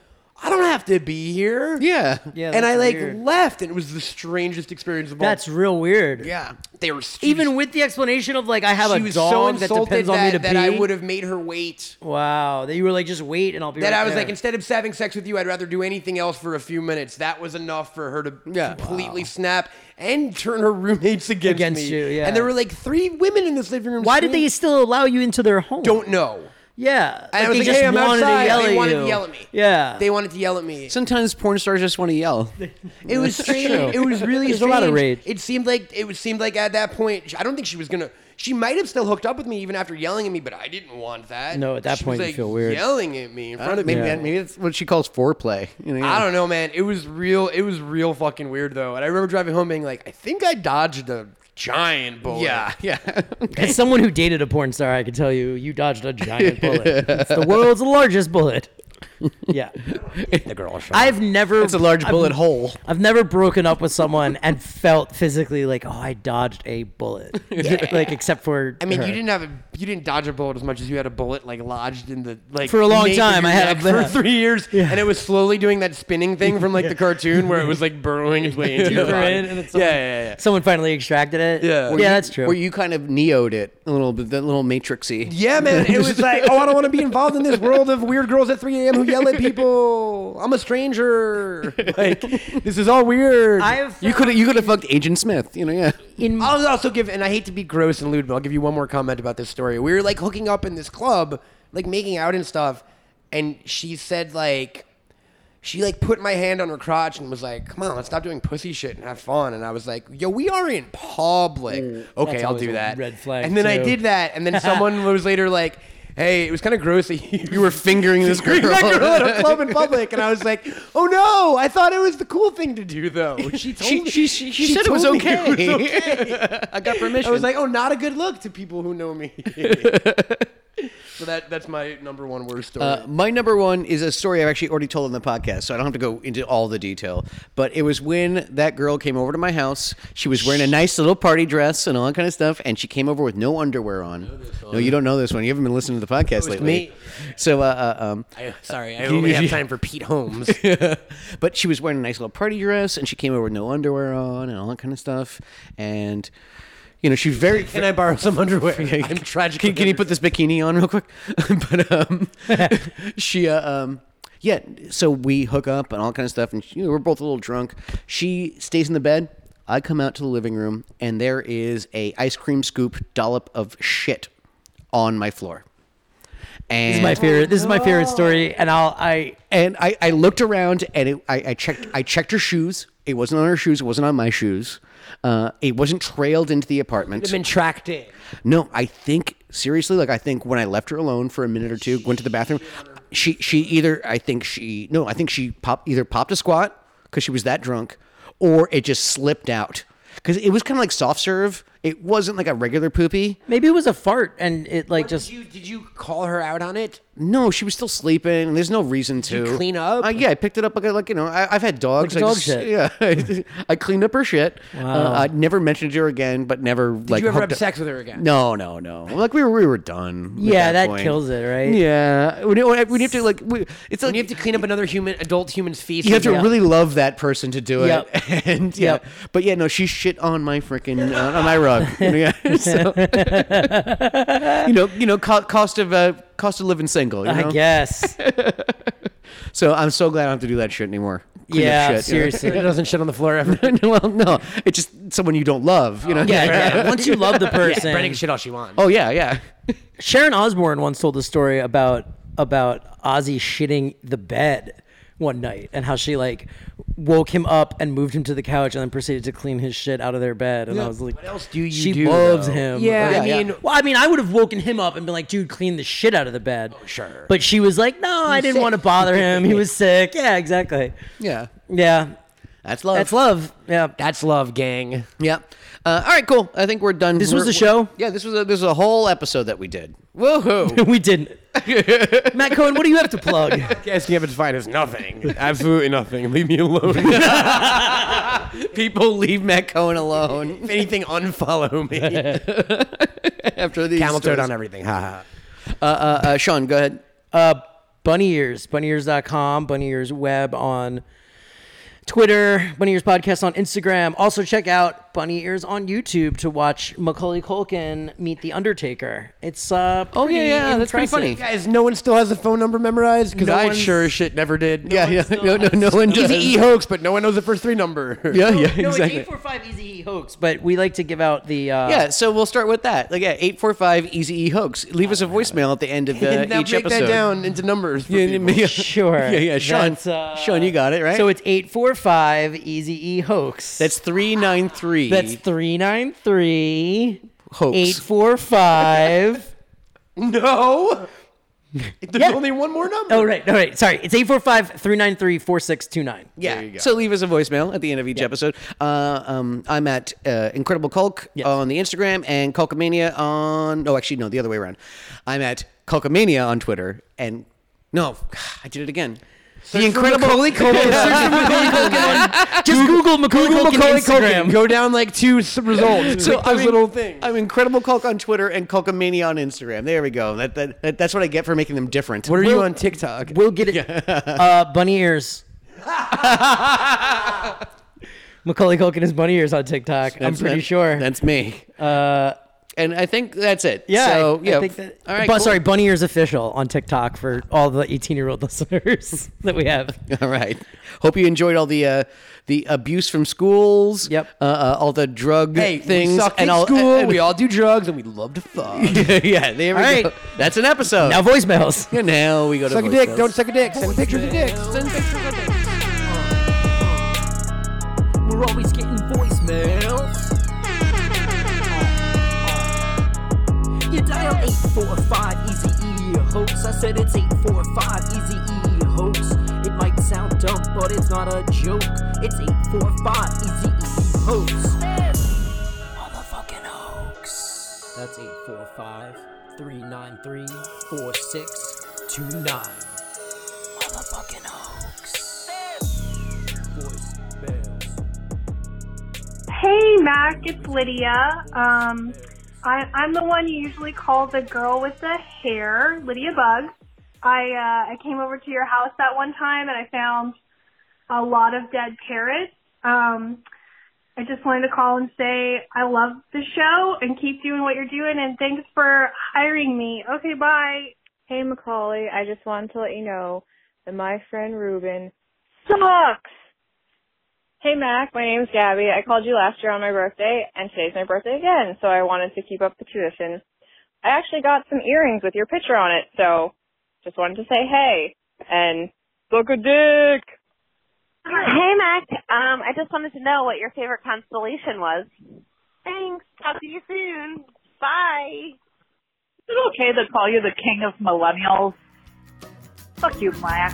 Speaker 3: I don't have to be here.
Speaker 2: Yeah.
Speaker 4: Yeah,
Speaker 3: and I
Speaker 4: that's
Speaker 3: like
Speaker 4: weird.
Speaker 3: left, and it was the strangest experience of all.
Speaker 4: That's real weird.
Speaker 3: yeah. They were
Speaker 4: Even with the explanation of like I have
Speaker 3: she
Speaker 4: a
Speaker 3: was
Speaker 4: dog
Speaker 3: so
Speaker 4: that
Speaker 3: insulted
Speaker 4: depends
Speaker 3: that,
Speaker 4: on me to
Speaker 3: that
Speaker 4: pee.
Speaker 3: I would have made her wait.
Speaker 4: Wow, that you were like just wait and I'll be.
Speaker 3: That
Speaker 4: right
Speaker 3: I was
Speaker 4: there.
Speaker 3: like, instead of having sex with you, I'd rather do anything else for a few minutes. That was enough for her to
Speaker 2: Yeah.
Speaker 3: completely snap and turn her roommates against,
Speaker 4: Against
Speaker 3: me.
Speaker 4: you, yeah.
Speaker 3: And there were like three women in this living room.
Speaker 4: Why did they
Speaker 3: screaming.
Speaker 4: still allow you into their home?
Speaker 3: Don't know.
Speaker 4: Yeah,
Speaker 3: And I
Speaker 4: like,
Speaker 3: was
Speaker 4: they
Speaker 3: like,
Speaker 4: just
Speaker 3: hey, I'm
Speaker 4: wanted
Speaker 3: outside.
Speaker 4: to yell
Speaker 3: they
Speaker 4: at
Speaker 3: wanted
Speaker 4: you.
Speaker 3: to yell at me.
Speaker 4: Yeah,
Speaker 3: They wanted to yell at me.
Speaker 2: Sometimes porn stars just want to yell.
Speaker 3: It was strange.
Speaker 4: true.
Speaker 3: It was really
Speaker 4: There's a
Speaker 3: strange.
Speaker 4: lot of rage.
Speaker 3: It seemed like it was seemed like at that point, I don't think she was gonna. She might have still hooked up with me even after yelling at me, but I didn't want that.
Speaker 4: No, at that
Speaker 3: She
Speaker 4: point,
Speaker 3: was,
Speaker 4: you
Speaker 3: like,
Speaker 4: feel weird.
Speaker 3: Yelling at me in front of
Speaker 2: Maybe
Speaker 3: me.
Speaker 2: that, maybe that's what she calls foreplay. You know,
Speaker 3: I don't know, man. It was real. It was real fucking weird though. And I remember driving home being like, I think I dodged a giant bullet.
Speaker 2: Yeah, yeah.
Speaker 4: as someone who dated a porn star, I can tell you, you dodged a giant bullet. It's the world's largest bullet. Yeah,
Speaker 3: the girl. shot.
Speaker 4: I've never.
Speaker 2: It's a large
Speaker 4: I've-
Speaker 2: bullet hole.
Speaker 4: I've never broken up with someone and felt physically like, oh, I dodged a bullet. like, except for
Speaker 3: I mean,
Speaker 4: her.
Speaker 3: you didn't have a, you didn't dodge a bullet as much as you had a bullet like lodged in the like
Speaker 4: For a long
Speaker 3: nape of
Speaker 4: time,
Speaker 3: your
Speaker 4: I had
Speaker 3: neck
Speaker 4: a-
Speaker 3: for three years, and it was slowly doing that spinning thing from like the cartoon where it was like burrowing its way into your body.
Speaker 4: Right, and it's
Speaker 3: yeah,
Speaker 4: like-
Speaker 3: yeah, yeah.
Speaker 4: Someone finally extracted it.
Speaker 3: Yeah. Were
Speaker 4: yeah, that's true.
Speaker 2: Where you kind of neoed it a little bit, that little matrixy.
Speaker 3: Yeah, man. It was like, oh, I don't want to be involved in this world of weird girls at 3 a.m. who yell at people. I'm a stranger. Like, this is all weird.
Speaker 4: I've
Speaker 2: You could you could have fucked Agent Smith. You know, yeah.
Speaker 4: in
Speaker 3: I'll also give, and I hate to be gross and lewd, but I'll give you one more comment about this story. We were like hooking up in this club, like making out and stuff, and she said like, she like put my hand on her crotch and was like, "Come on, let's stop doing pussy shit and have fun." And I was like, "Yo, we are in public. okay,
Speaker 4: that's
Speaker 3: I'll
Speaker 4: always
Speaker 3: do
Speaker 4: a
Speaker 3: that."
Speaker 4: red flag,
Speaker 3: And then I
Speaker 4: too.
Speaker 3: did that, and then someone was later like. Hey, it was kind of gross that you, you were
Speaker 2: Fingering this girl.
Speaker 3: fingering that girl at a club in public, and I was like, "Oh no! I thought it was the cool thing to do, though." She told
Speaker 2: She-
Speaker 3: me
Speaker 2: she- she- she said it was
Speaker 3: told me
Speaker 2: okay.
Speaker 3: was okay. I got permission. I was like, "Oh, not a good look to people who know me." so that that's my number one worst story.
Speaker 2: Uh, my number one is a story I've actually already told on the podcast, so I don't have to go into all the detail. But it was when that girl came over to my house. She was wearing a nice little party dress and all that kind of stuff, and she came over with no underwear on. No, you don't know this one. You haven't been listening to the podcast lately.
Speaker 3: me.
Speaker 2: So, uh, uh, um,
Speaker 3: I, sorry, I only have time for Pete Holmes.
Speaker 2: but she was wearing a nice little party dress, and she came over with no underwear on and all that kind of stuff. And you know, she was very.
Speaker 3: Can I borrow some underwear? I'm tragic.
Speaker 2: Can, can you put this bikini on real quick? but um, she, uh, um, yeah. So we hook up and all kind of stuff, and you know, we're both a little drunk. She stays in the bed. I come out to the living room, and there is a ice cream scoop dollop of shit on my floor. And
Speaker 4: this is my favorite. This is my
Speaker 3: Oh,
Speaker 4: favorite story, and I'll I
Speaker 2: and I, I looked around and it, I, I checked I checked her shoes. It wasn't on her shoes. It wasn't on my shoes. Uh, it wasn't trailed into the apartment.
Speaker 3: been tracked in.
Speaker 2: No, I think seriously, like I think when I left her alone for a minute or two, went to the bathroom, she she either I think she no, I think she pop either popped a squat because she was that drunk, or it just slipped out because it was kind of like soft serve. It wasn't like a regular poopy.
Speaker 4: maybe it was a fart and it like just
Speaker 3: Did you did you call her out on it?
Speaker 2: No, she was still sleeping. and There's no reason to
Speaker 3: you clean up?
Speaker 2: Uh, yeah, I picked it up like like you know I, I've had dogs.
Speaker 4: Like
Speaker 2: I
Speaker 4: dog
Speaker 2: just-
Speaker 4: shit.
Speaker 2: Yeah, I cleaned up her shit. Uh, I never mentioned to her again, but never like
Speaker 3: you ever
Speaker 2: hooked
Speaker 3: have
Speaker 2: up-
Speaker 3: sex with her again?
Speaker 2: No, no, no. Like we were we were done. at
Speaker 4: yeah,
Speaker 2: that,
Speaker 4: that,
Speaker 2: point.
Speaker 4: kills it, right?
Speaker 2: Yeah, we, don't- we have to like we, it's like
Speaker 3: When you have to clean up another human, adult human's feces.
Speaker 2: you have to
Speaker 4: Yeah.
Speaker 2: really love that person to do it.
Speaker 4: Yep.
Speaker 2: And yeah,
Speaker 4: Yep.
Speaker 2: but yeah, no, she shit on my freaking uh, on my rug. yeah, so, you know, you know, co- cost of uh, cost of living single. You know?
Speaker 4: I guess.
Speaker 2: So I'm so glad I don't have to do that shit anymore. Clean up
Speaker 4: yeah,
Speaker 2: shit, you know?
Speaker 4: seriously.
Speaker 3: It doesn't shit on the floor ever.
Speaker 2: well, no, it's just someone you don't love. You know.
Speaker 4: Yeah, yeah. Once you love the person,
Speaker 3: Brenda can shit all she wants.
Speaker 2: Oh yeah, yeah.
Speaker 4: Sharon Osbourne once told a story about about Ozzy shitting the bed one night and how she like woke him up and moved him to the couch and then proceeded to clean his shit out of their bed and I was like
Speaker 3: What else do you
Speaker 4: she
Speaker 3: do,
Speaker 4: loves
Speaker 3: though?
Speaker 4: him
Speaker 3: Yeah,
Speaker 4: Like,
Speaker 3: I mean-
Speaker 4: well I mean I would have woken him up and been like dude clean the shit out of the bed
Speaker 3: Oh, sure.
Speaker 4: but she was like no I didn't
Speaker 3: sick.
Speaker 4: want to bother him he was sick yeah exactly
Speaker 2: Yeah.
Speaker 4: yeah
Speaker 2: That's love.
Speaker 4: that's love yeah
Speaker 3: That's love, gang.
Speaker 2: Yeah. Uh, all right, cool. I think we're done.
Speaker 4: This was
Speaker 2: We're-
Speaker 4: the show?
Speaker 2: Yeah, this was a, this was a whole episode that we did. Woohoo!
Speaker 4: we didn't Matt Cohen what do you have to plug
Speaker 3: Guess you have to find us nothing. Absolutely nothing. Leave me alone.
Speaker 2: People leave Matt Cohen alone
Speaker 3: if anything, unfollow me.
Speaker 2: after these.
Speaker 3: Camel toad
Speaker 2: stories.
Speaker 3: on everything. Ha ha.
Speaker 2: Uh, uh, uh, Sean, go ahead.
Speaker 4: Uh, Bunny Ears, bunnyears.com, Bunny Ears Web on Twitter, Bunny Ears Podcast on Instagram. Also, check out Bunny Ears on YouTube to watch Macaulay Culkin meet The Undertaker. It's, uh,
Speaker 5: Oh, yeah,
Speaker 4: pretty
Speaker 5: yeah, that's pretty
Speaker 4: impressive.
Speaker 5: funny.
Speaker 3: Guys, no one still has the phone number memorized because
Speaker 5: No
Speaker 3: I
Speaker 5: one's-
Speaker 3: sure as shit never did.
Speaker 2: yeah, yeah. No, no, no one does.
Speaker 3: Easy E hoax, but no one knows the first three number.
Speaker 2: Yeah, yeah,
Speaker 4: No, it's
Speaker 2: exactly.
Speaker 4: 845 Easy E hoax, but we like to give out the, uh,
Speaker 2: Yeah, so we'll start with that. Like, yeah, eight four five easy e hoax. Leave us a voicemail at the end of uh,
Speaker 3: and now
Speaker 2: each
Speaker 3: break
Speaker 2: episode.
Speaker 3: that down into numbers. For
Speaker 2: Yeah,
Speaker 3: people.
Speaker 2: yeah.
Speaker 4: Sure.
Speaker 2: Yeah, yeah. Sean,
Speaker 4: That's, uh,
Speaker 2: Sean, you got it right.
Speaker 4: So it's 845 Easy E hoax.
Speaker 2: that's three nine three.
Speaker 4: That's 393
Speaker 2: Hoax.
Speaker 4: 845.
Speaker 3: No. There's only one more number.
Speaker 4: oh, right. All right. Sorry. It's 845 393 4629.
Speaker 2: Yeah.
Speaker 3: There you go.
Speaker 2: So leave us a voicemail at the end of each episode. Uh, um, I'm at uh, Incredible Culk
Speaker 4: Yes.
Speaker 2: on the Instagram and Culkamania on. No, actually, no, the other way around. I'm at Culkamania on Twitter and. No, I did it again. the Incredible
Speaker 3: Macaulay
Speaker 4: Just Google Macaulay
Speaker 3: Google
Speaker 4: Culkin
Speaker 3: Macaulay Culkin.
Speaker 4: Instagram.
Speaker 3: Go down like two s- results.
Speaker 2: So
Speaker 3: so those
Speaker 2: I'm,
Speaker 3: little things.
Speaker 2: I'm Incredible Culk on Twitter and Culkamania on Instagram. There we go. That, that, that that's what I get for making them different.
Speaker 3: What are you on TikTok?
Speaker 4: We'll get it. Uh, bunny ears. Macaulay Culkin is bunny ears on TikTok. I'm
Speaker 2: That's-
Speaker 4: pretty
Speaker 2: that-
Speaker 4: sure.
Speaker 2: That's me. Uh, and I think that's it.
Speaker 4: yeah,
Speaker 2: So,
Speaker 4: I,
Speaker 2: yeah.
Speaker 4: I think that.
Speaker 2: All right.
Speaker 4: but
Speaker 2: cool.
Speaker 4: sorry, Bunny Ears official on TikTok for all the 18 year old listeners that we have.
Speaker 2: All right. Hope you enjoyed all the uh, the abuse from schools.
Speaker 4: Yep.
Speaker 2: Uh, uh, all the drug
Speaker 3: Hey,
Speaker 2: things
Speaker 3: we suck in
Speaker 2: all
Speaker 3: school.
Speaker 2: and-
Speaker 3: we all do drugs, and we love to fuck.
Speaker 2: yeah. There we
Speaker 4: All right.
Speaker 2: go. That's an episode.
Speaker 4: Now voicemails.
Speaker 2: Yeah, now we go to
Speaker 3: suck a dick.
Speaker 2: voicemails.
Speaker 3: Don't suck a dick. Send pictures of dicks. Send pictures.
Speaker 6: We're always getting voicemails. You dial 845 Easy E hoax. I said it's 845 Easy E hoax. It might sound dumb, but it's not a joke. It's 845 Easy E hoax. Motherfucking hoax. That's 845 393 4629. Motherfucking hoax. Voicemails.
Speaker 7: Hey, Mac, it's Lydia. Um, I, I'm the one you usually call the girl with the hair, Lydia Bugs. I uh, I came over to your house that one time and I found a lot of dead parrots. Um, I just wanted to call and say I love the show and keep doing what you're doing and thanks for hiring me. Okay, bye.
Speaker 8: Hey Macaulay, I just wanted to let you know that my friend Ruben sucks. Hey Mac, my name's Gabby. I called you last year on my birthday, and today's my birthday again, so I wanted to keep up the tradition. I actually got some earrings with your picture on it, so just wanted to say hey and suck a dick.
Speaker 9: Hey, Mac. Um, I just wanted to know what your favorite constellation was. Thanks. Talk to you soon. Bye.
Speaker 10: Is it okay to call you the king of millennials? Fuck you, Black.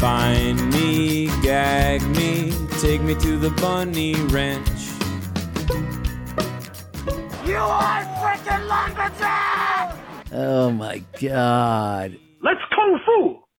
Speaker 1: Bind me, gag me, take me to the bunny ranch.
Speaker 2: Oh my god.
Speaker 10: Let's kung fu!